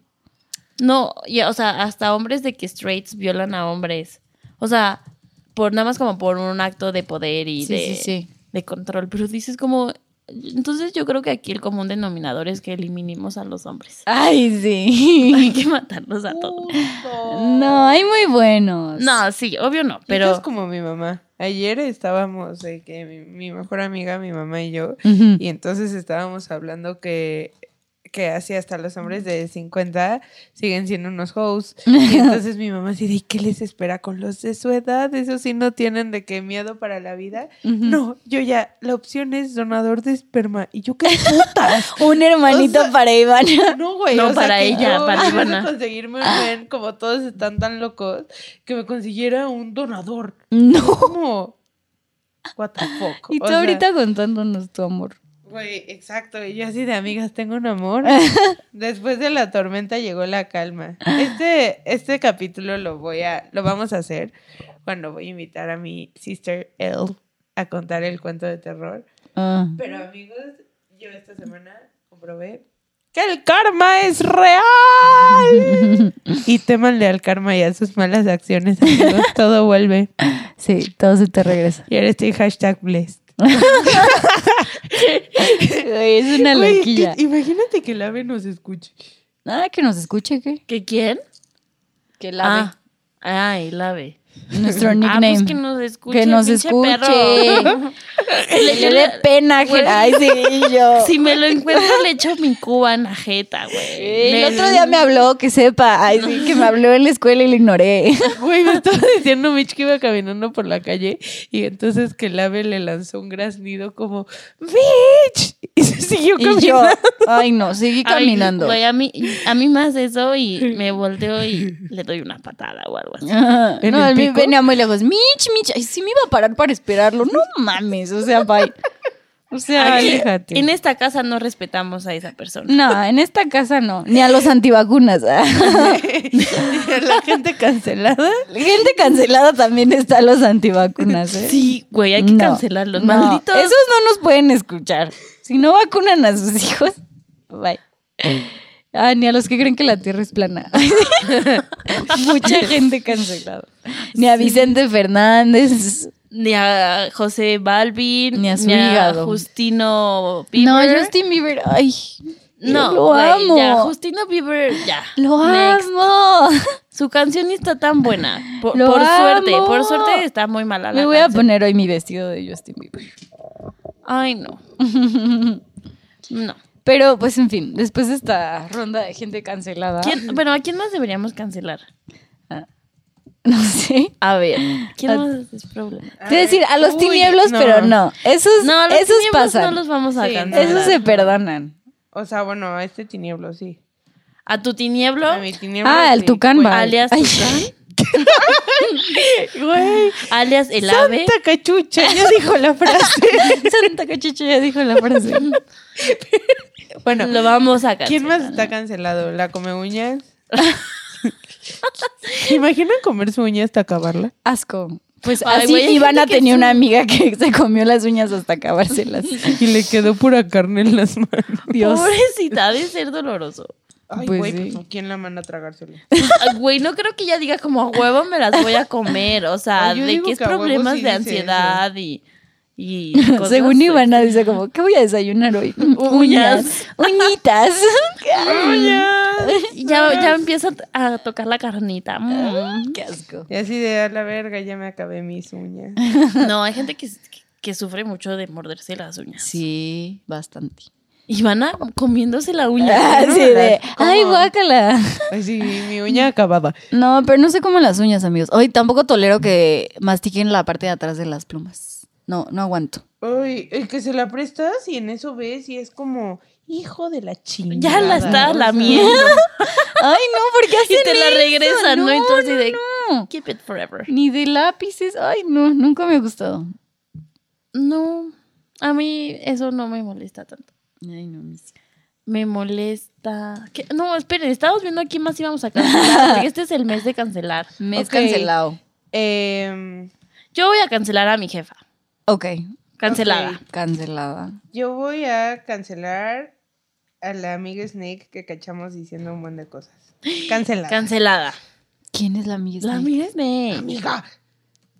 [SPEAKER 2] No, ya, o sea, hasta hombres de que straights violan a hombres. O sea, por nada más como por un acto de poder y
[SPEAKER 3] Sí,
[SPEAKER 2] de,
[SPEAKER 3] sí, sí.
[SPEAKER 2] de control. Pero dices como... Entonces yo creo que aquí el común denominador es que eliminemos a los hombres. [laughs]
[SPEAKER 3] Ay, sí.
[SPEAKER 2] Hay que matarlos a todos.
[SPEAKER 3] [laughs] No, hay muy buenos.
[SPEAKER 2] No, sí, obvio no,
[SPEAKER 4] Pero es
[SPEAKER 2] pero
[SPEAKER 4] como mi mamá. Ayer estábamos, eh, que mi, mi mejor amiga, mi mamá y yo,
[SPEAKER 3] Ujú.
[SPEAKER 4] y entonces estábamos hablando que, que así hasta los hombres de 50 siguen siendo unos hoes.
[SPEAKER 2] [laughs]
[SPEAKER 4] Y entonces mi mamá así de, "¿Y ¿qué les espera con los de su edad? Eso sí no tienen de qué miedo para la vida.
[SPEAKER 3] Ujú.
[SPEAKER 2] Mm.
[SPEAKER 4] No, yo ya, la opción es donador de esperma. Y yo, ¿qué
[SPEAKER 2] [laughs]
[SPEAKER 4] putas?
[SPEAKER 3] Un hermanito
[SPEAKER 4] O sea-
[SPEAKER 3] para Iván. [laughs]
[SPEAKER 4] No, güey.
[SPEAKER 2] No,
[SPEAKER 4] o sea,
[SPEAKER 2] para
[SPEAKER 4] que
[SPEAKER 2] ella,
[SPEAKER 4] yo,
[SPEAKER 2] para
[SPEAKER 4] [laughs] en vez de
[SPEAKER 2] Ivana.
[SPEAKER 4] conseguirme un men, como todos están tan locos, que me consiguiera un donador.
[SPEAKER 3] No.
[SPEAKER 4] ¿Cómo? What the fuck.
[SPEAKER 3] Y
[SPEAKER 4] o
[SPEAKER 3] tú
[SPEAKER 4] sea,
[SPEAKER 3] ahorita contándonos tu amor.
[SPEAKER 4] Güey, exacto. Y yo así de amigas, tengo un amor. Después de la tormenta llegó la calma. Este, este capítulo lo voy a, lo vamos a hacer cuando voy a invitar a mi sister Elle a contar el cuento de terror.
[SPEAKER 3] Ah.
[SPEAKER 4] Pero amigos, yo esta semana comprobé que el karma es real. y témanle al karma y a sus malas acciones, amigos. Todo vuelve.
[SPEAKER 3] Sí, todo se te regresa.
[SPEAKER 4] Y ahora estoy hashtag blessed.
[SPEAKER 3] [laughs] Güey, es una
[SPEAKER 4] Güey,
[SPEAKER 3] loquilla.
[SPEAKER 4] que- imagínate que el ave nos escuche.
[SPEAKER 3] Ah, que nos escuche, ¿qué?
[SPEAKER 2] ¿que quién?
[SPEAKER 3] Que
[SPEAKER 2] Ah, ay, el ave.
[SPEAKER 3] Nuestro
[SPEAKER 2] Ah,
[SPEAKER 3] nickname.
[SPEAKER 2] pues que nos escuche.
[SPEAKER 3] Que nos
[SPEAKER 2] pinche
[SPEAKER 3] escuche.
[SPEAKER 2] perro. [laughs]
[SPEAKER 3] Le,
[SPEAKER 2] Le-
[SPEAKER 3] dé pena, que-
[SPEAKER 2] Güey.
[SPEAKER 3] Ay, sí, yo.
[SPEAKER 2] Si me lo encuentro, le echo mi cuba en la jeta, güey.
[SPEAKER 3] El
[SPEAKER 2] Le-
[SPEAKER 3] otro día me habló, que sepa. Ay, sí, que me habló en la escuela y lo ignoré.
[SPEAKER 4] Güey, me estaba diciendo Mitch que iba caminando por la calle y entonces que el ave le lanzó un graznido como ¡Mitch! Y se siguió
[SPEAKER 3] Y yo,
[SPEAKER 4] caminando.
[SPEAKER 3] ay, no, seguí
[SPEAKER 2] Ay,
[SPEAKER 3] caminando.
[SPEAKER 2] güey, a mí, a mí me hace eso y me volteo y le doy una patada o algo así.
[SPEAKER 3] Ah,
[SPEAKER 4] ¿En
[SPEAKER 3] No,
[SPEAKER 4] el
[SPEAKER 3] a mí
[SPEAKER 4] pico?
[SPEAKER 3] venía muy lejos. Mich, Mich, ay, sí me iba a parar para esperarlo. No mames, o sea, bye.
[SPEAKER 4] O sea,
[SPEAKER 2] Aquí,
[SPEAKER 4] aléjate.
[SPEAKER 2] En esta casa no respetamos a esa persona.
[SPEAKER 3] No, en esta casa no. Ni a los
[SPEAKER 4] [laughs]
[SPEAKER 3] antivacunas.
[SPEAKER 4] la gente cancelada.
[SPEAKER 3] Gente cancelada también está a los antivacunas, ¿eh?
[SPEAKER 2] Sí, güey, hay que
[SPEAKER 3] No,
[SPEAKER 2] cancelarlos.
[SPEAKER 3] no,
[SPEAKER 2] Malditos.
[SPEAKER 3] Esos no nos pueden escuchar. Si no vacunan a sus hijos, bye. Ah, ni a los que creen que la Tierra es plana. [laughs]
[SPEAKER 2] [laughs]
[SPEAKER 3] Mucha gente cancelada. Ni a Vicente Fernández.
[SPEAKER 2] Ni a José Balvin,
[SPEAKER 3] Ni a su hígado.
[SPEAKER 2] Justino
[SPEAKER 3] No,
[SPEAKER 2] Bieber.
[SPEAKER 3] Justin Bieber. Ay,
[SPEAKER 2] No,
[SPEAKER 3] lo
[SPEAKER 2] güey,
[SPEAKER 3] amo.
[SPEAKER 2] Ya, Justino Bieber, ya.
[SPEAKER 3] Lo
[SPEAKER 2] Next.
[SPEAKER 3] amo.
[SPEAKER 2] Su canción está tan buena. Por,
[SPEAKER 3] Lo
[SPEAKER 2] por suerte,
[SPEAKER 3] amo.
[SPEAKER 2] por suerte está muy mala la
[SPEAKER 3] Me voy a
[SPEAKER 2] canción.
[SPEAKER 3] poner hoy mi vestido de Justin Bieber.
[SPEAKER 2] Ay,
[SPEAKER 3] [laughs]
[SPEAKER 2] no. No.
[SPEAKER 3] Pero, pues, en fin, después de esta ronda de gente cancelada.
[SPEAKER 2] ¿Quién- bueno, ¿a quién más deberíamos cancelar?
[SPEAKER 3] [laughs] No sé.
[SPEAKER 2] A ver, ¿quién
[SPEAKER 4] Ah,
[SPEAKER 3] A-
[SPEAKER 2] más es problema?
[SPEAKER 3] Te voy a decir, a los
[SPEAKER 4] Uy,
[SPEAKER 3] tinieblos,
[SPEAKER 4] no.
[SPEAKER 3] pero no. Esos,
[SPEAKER 2] No, a los
[SPEAKER 3] esos
[SPEAKER 2] tinieblos
[SPEAKER 3] pasan.
[SPEAKER 2] no los vamos a
[SPEAKER 4] Sí,
[SPEAKER 2] cancelar.
[SPEAKER 3] Esos se perdonan.
[SPEAKER 4] O sea, bueno, a este tinieblo sí.
[SPEAKER 2] A tu tinieblo,
[SPEAKER 4] A mi tinieblo
[SPEAKER 3] Ah, el
[SPEAKER 4] sí.
[SPEAKER 3] tucán va.
[SPEAKER 2] alias
[SPEAKER 3] Ay. [laughs]
[SPEAKER 2] [laughs] Tucán.
[SPEAKER 4] Güey.
[SPEAKER 2] Alias el ave.
[SPEAKER 4] Santa cachucha, ya dijo la frase.
[SPEAKER 3] Santa Cachucha ya dijo
[SPEAKER 2] [laughs]
[SPEAKER 3] la frase.
[SPEAKER 4] Bueno,
[SPEAKER 2] Lo vamos a
[SPEAKER 4] ¿quién más
[SPEAKER 2] cancelar.
[SPEAKER 4] está cancelado? ¿La come
[SPEAKER 3] [laughs]
[SPEAKER 4] uñas? ¿Se imaginan comer su uña hasta acabarla?
[SPEAKER 3] Asco. Pues
[SPEAKER 2] Ay,
[SPEAKER 3] así
[SPEAKER 2] güey, hay
[SPEAKER 3] Ivana
[SPEAKER 2] gente que
[SPEAKER 3] tenía
[SPEAKER 2] es
[SPEAKER 3] una amiga que [laughs] se comió las uñas hasta acabárselas.
[SPEAKER 2] [laughs]
[SPEAKER 4] Y le quedó pura carne en las manos.
[SPEAKER 3] Dios.
[SPEAKER 2] Pobrecita, ha de ser doloroso.
[SPEAKER 4] Ay,
[SPEAKER 3] Pues
[SPEAKER 4] güey,
[SPEAKER 3] sí.
[SPEAKER 4] pues, ¿quién la manda a [laughs] tragárselo?
[SPEAKER 2] Ah, Güey, no creo que ella diga como a huevo me las voy a comer. O sea,
[SPEAKER 4] Ay, yo
[SPEAKER 2] de
[SPEAKER 4] digo
[SPEAKER 2] que es
[SPEAKER 4] que a huevo
[SPEAKER 2] problemas
[SPEAKER 4] sí
[SPEAKER 2] de
[SPEAKER 4] dice
[SPEAKER 2] ansiedad y.
[SPEAKER 4] [laughs]
[SPEAKER 2] y cosas
[SPEAKER 3] Según
[SPEAKER 2] de-
[SPEAKER 3] Ivana dice como, ¿qué voy a desayunar hoy? Mm,
[SPEAKER 2] [laughs] Uñas.
[SPEAKER 3] Uñitas.
[SPEAKER 2] [laughs]
[SPEAKER 3] [laughs]
[SPEAKER 4] ¡Uñas!
[SPEAKER 2] Ya,
[SPEAKER 4] [laughs]
[SPEAKER 2] ya empieza a tocar la carnita.
[SPEAKER 4] Ah.
[SPEAKER 2] Mm.
[SPEAKER 3] Qué asco.
[SPEAKER 4] Y así de a la verga, ya me acabé mis uñas.
[SPEAKER 2] No, hay gente que, que sufre mucho de morderse las uñas.
[SPEAKER 3] Sí, bastante.
[SPEAKER 2] Ivana comiéndose la uña.
[SPEAKER 3] Así Ah, de,
[SPEAKER 2] ¿Cómo?
[SPEAKER 3] ay, guácala.
[SPEAKER 4] Así,
[SPEAKER 3] [laughs]
[SPEAKER 4] mi uña acabada.
[SPEAKER 3] No, pero no sé cómo las uñas, amigos. Hoy tampoco tolero que mastiquen la parte de atrás de las plumas. No, no aguanto.
[SPEAKER 4] Ay, el que se la prestas y en eso ves y es como, hijo de la chingada.
[SPEAKER 2] Ya la está [laughs]
[SPEAKER 4] O sea,
[SPEAKER 2] lamiendo.
[SPEAKER 3] Ay, no, [laughs] porque así
[SPEAKER 2] Y te la regresan, ¿no? Entonces, de-
[SPEAKER 3] no.
[SPEAKER 2] Keep it forever.
[SPEAKER 3] Ni de lápices. Ay, no, nunca me ha gustado.
[SPEAKER 2] No, a mí eso no me molesta tanto.
[SPEAKER 3] Ay, no, mis-
[SPEAKER 2] Me molesta. ¿Qué? No, esperen, estábamos viendo aquí más íbamos a cancelar. Porque este es el mes de cancelar.
[SPEAKER 3] Me es
[SPEAKER 4] Ok.
[SPEAKER 3] cancelado.
[SPEAKER 4] em,
[SPEAKER 2] Yo voy a cancelar a mi jefa.
[SPEAKER 3] Ok,
[SPEAKER 2] Cancelada.
[SPEAKER 4] Ok.
[SPEAKER 3] cancelada.
[SPEAKER 4] yo voy a cancelar a la amiga Snake que cachamos diciendo un montón de cosas. Cancelar.
[SPEAKER 2] Cancelada.
[SPEAKER 3] ¿Quién es la amiga?
[SPEAKER 2] La
[SPEAKER 3] Snake?
[SPEAKER 2] amiga es de.
[SPEAKER 4] Amiga.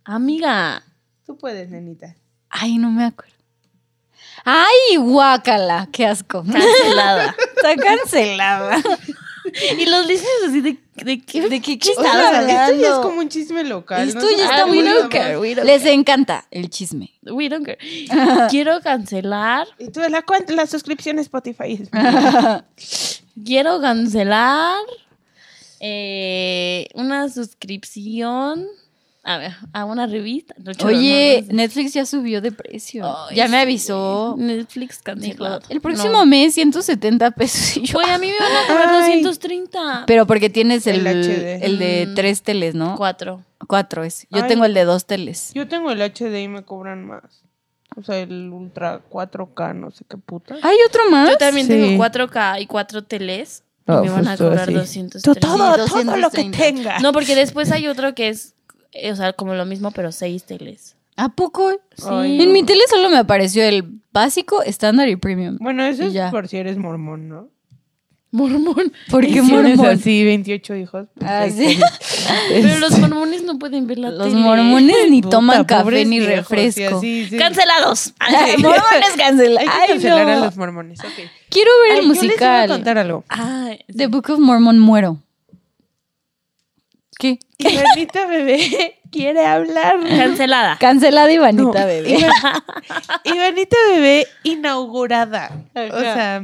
[SPEAKER 2] Amiga.
[SPEAKER 4] Tú puedes, nenita.
[SPEAKER 3] Ay, no me acuerdo. Ay, guácala, qué asco.
[SPEAKER 2] Cancelada.
[SPEAKER 3] [laughs] Está cancelada.
[SPEAKER 2] y los listeners así de, de qué.
[SPEAKER 3] ¿De qué
[SPEAKER 4] O sea,
[SPEAKER 3] estás
[SPEAKER 4] esto ya es
[SPEAKER 3] hablando?
[SPEAKER 4] como un chisme local.
[SPEAKER 3] Esto
[SPEAKER 4] no sé
[SPEAKER 3] ya
[SPEAKER 4] por
[SPEAKER 3] está
[SPEAKER 2] Ah,
[SPEAKER 4] qué
[SPEAKER 3] muy
[SPEAKER 2] we
[SPEAKER 4] hablamos.
[SPEAKER 2] don't
[SPEAKER 3] local.
[SPEAKER 2] care, we don't
[SPEAKER 3] Les encanta el chisme.
[SPEAKER 2] We don't
[SPEAKER 3] [laughs]
[SPEAKER 2] care. Quiero cancelar.
[SPEAKER 4] Y tú la cuenta la suscripción a
[SPEAKER 3] [laughs]
[SPEAKER 4] Spotify.
[SPEAKER 2] Quiero cancelar eh, una suscripción a, ver, a una revista. No, choro,
[SPEAKER 3] Oye,
[SPEAKER 2] no, no sé.
[SPEAKER 3] Netflix ya subió de precio.
[SPEAKER 2] Ay,
[SPEAKER 3] ya me
[SPEAKER 2] sí.
[SPEAKER 3] avisó.
[SPEAKER 2] Netflix cancelado.
[SPEAKER 3] El próximo
[SPEAKER 2] mes.
[SPEAKER 3] mes, 170 pesos. [laughs] Y yo,
[SPEAKER 2] a mí me van a cobrar
[SPEAKER 4] Ay.
[SPEAKER 2] 230.
[SPEAKER 3] Pero porque tienes el,
[SPEAKER 4] El
[SPEAKER 3] el,
[SPEAKER 4] HD.
[SPEAKER 3] de
[SPEAKER 2] Mm.
[SPEAKER 3] tres teles, ¿no?
[SPEAKER 2] Cuatro.
[SPEAKER 3] Cuatro es. Yo
[SPEAKER 4] Ay.
[SPEAKER 3] tengo el de dos teles.
[SPEAKER 4] Yo tengo el HD y me cobran más. O sea, el Ultra 4K, no sé qué puta.
[SPEAKER 3] ¿Hay otro más?
[SPEAKER 2] Yo también
[SPEAKER 4] Sí.
[SPEAKER 2] tengo 4K y 4 teles. Y
[SPEAKER 4] Ah,
[SPEAKER 2] me van a
[SPEAKER 4] justo
[SPEAKER 2] cobrar
[SPEAKER 4] así.
[SPEAKER 2] 230.
[SPEAKER 3] todo, todo lo que
[SPEAKER 4] tenga.
[SPEAKER 2] No, porque después hay otro que es, eh, o sea, como lo mismo, pero seis teles.
[SPEAKER 3] ¿A poco?
[SPEAKER 4] Ay,
[SPEAKER 3] En
[SPEAKER 4] no.
[SPEAKER 3] mi tele solo me apareció el básico, estándar y premium.
[SPEAKER 4] Bueno, eso
[SPEAKER 3] Y
[SPEAKER 4] es
[SPEAKER 3] ya.
[SPEAKER 4] por si eres mormón, ¿no?
[SPEAKER 2] Mormón.
[SPEAKER 3] ¿Por
[SPEAKER 4] Y
[SPEAKER 2] [laughs]
[SPEAKER 3] qué
[SPEAKER 4] si eres
[SPEAKER 3] mormón?
[SPEAKER 4] así, 28 hijos. pues,
[SPEAKER 3] Ah,
[SPEAKER 4] ahí
[SPEAKER 3] sí. Este,
[SPEAKER 2] Pero los mormones no pueden ver la
[SPEAKER 3] Los
[SPEAKER 2] tele.
[SPEAKER 3] mormones ni
[SPEAKER 4] Puta,
[SPEAKER 3] toman café
[SPEAKER 4] pobres
[SPEAKER 3] ni
[SPEAKER 4] viejos,
[SPEAKER 3] refresco.
[SPEAKER 4] sí, así, sí.
[SPEAKER 2] ¡Cancelados!
[SPEAKER 3] [laughs] Ay,
[SPEAKER 4] [laughs]
[SPEAKER 3] Mormones cancela.
[SPEAKER 4] Hay que
[SPEAKER 3] Ay,
[SPEAKER 4] cancelar
[SPEAKER 3] no.
[SPEAKER 4] a los mormones. ok.
[SPEAKER 3] Quiero ver
[SPEAKER 4] Ay,
[SPEAKER 3] el
[SPEAKER 4] Yo les iba a
[SPEAKER 3] musical.
[SPEAKER 4] contar algo.
[SPEAKER 2] Ay, sí.
[SPEAKER 3] The Book of Mormon muero. ¿Qué?
[SPEAKER 4] Ivanita bebé [laughs] quiere hablar.
[SPEAKER 2] Cancelada.
[SPEAKER 3] Cancelada Ivanita,
[SPEAKER 4] No,
[SPEAKER 3] bebé.
[SPEAKER 4] Ivan- Ivanita bebé inaugurada. O sea,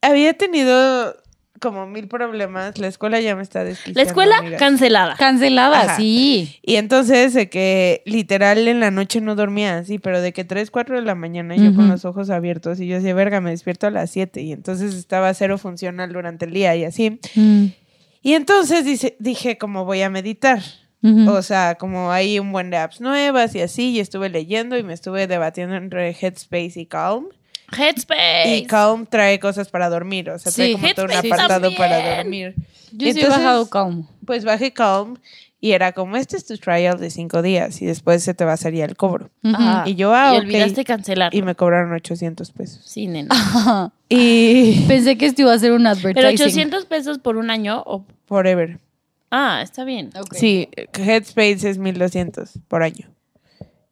[SPEAKER 4] había tenido como mil problemas. La escuela ya me está desquiciando.
[SPEAKER 2] La escuela
[SPEAKER 4] amigas.
[SPEAKER 2] cancelada.
[SPEAKER 3] [laughs] Cancelada,
[SPEAKER 4] Ajá.
[SPEAKER 3] sí.
[SPEAKER 4] Y entonces de que literal en la noche no dormía así, pero de que 3, 4 de la mañana yo con
[SPEAKER 3] Ujú.
[SPEAKER 4] los ojos abiertos y yo decía, verga, me despierto a las 7 y entonces estaba cero funcional durante el día y así.
[SPEAKER 2] Mm.
[SPEAKER 4] Y entonces dice, dije, como voy a meditar.
[SPEAKER 3] Ujú.
[SPEAKER 4] O sea, como hay un buen de apps nuevas y así, y estuve leyendo y me estuve debatiendo entre Headspace y Calm.
[SPEAKER 2] Headspace.
[SPEAKER 4] Y Calm trae cosas para dormir, o sea,
[SPEAKER 3] Sí,
[SPEAKER 4] trae como todo un
[SPEAKER 2] Headspace
[SPEAKER 4] apartado para
[SPEAKER 2] también.
[SPEAKER 4] dormir.
[SPEAKER 3] Yo sí he
[SPEAKER 4] Entonces-
[SPEAKER 3] bajado calmo.
[SPEAKER 4] Pues bajé Calm y era como, este es tu trial de cinco días y después se te va a salir el cobro.
[SPEAKER 2] Ajá.
[SPEAKER 4] Y yo, ah,
[SPEAKER 2] Y
[SPEAKER 4] ok.
[SPEAKER 2] olvidaste cancelar.
[SPEAKER 4] Y me cobraron 800 pesos.
[SPEAKER 2] Sí, nena.
[SPEAKER 3] Ajá.
[SPEAKER 4] Y
[SPEAKER 3] [laughs] Pensé que esto iba a ser un
[SPEAKER 2] Pero
[SPEAKER 3] Ah, advertising.
[SPEAKER 2] 800 pesos por un año. o-
[SPEAKER 4] forever.
[SPEAKER 2] Ah, está bien.
[SPEAKER 3] Ok.
[SPEAKER 4] Sí, Headspace es 1200 por año.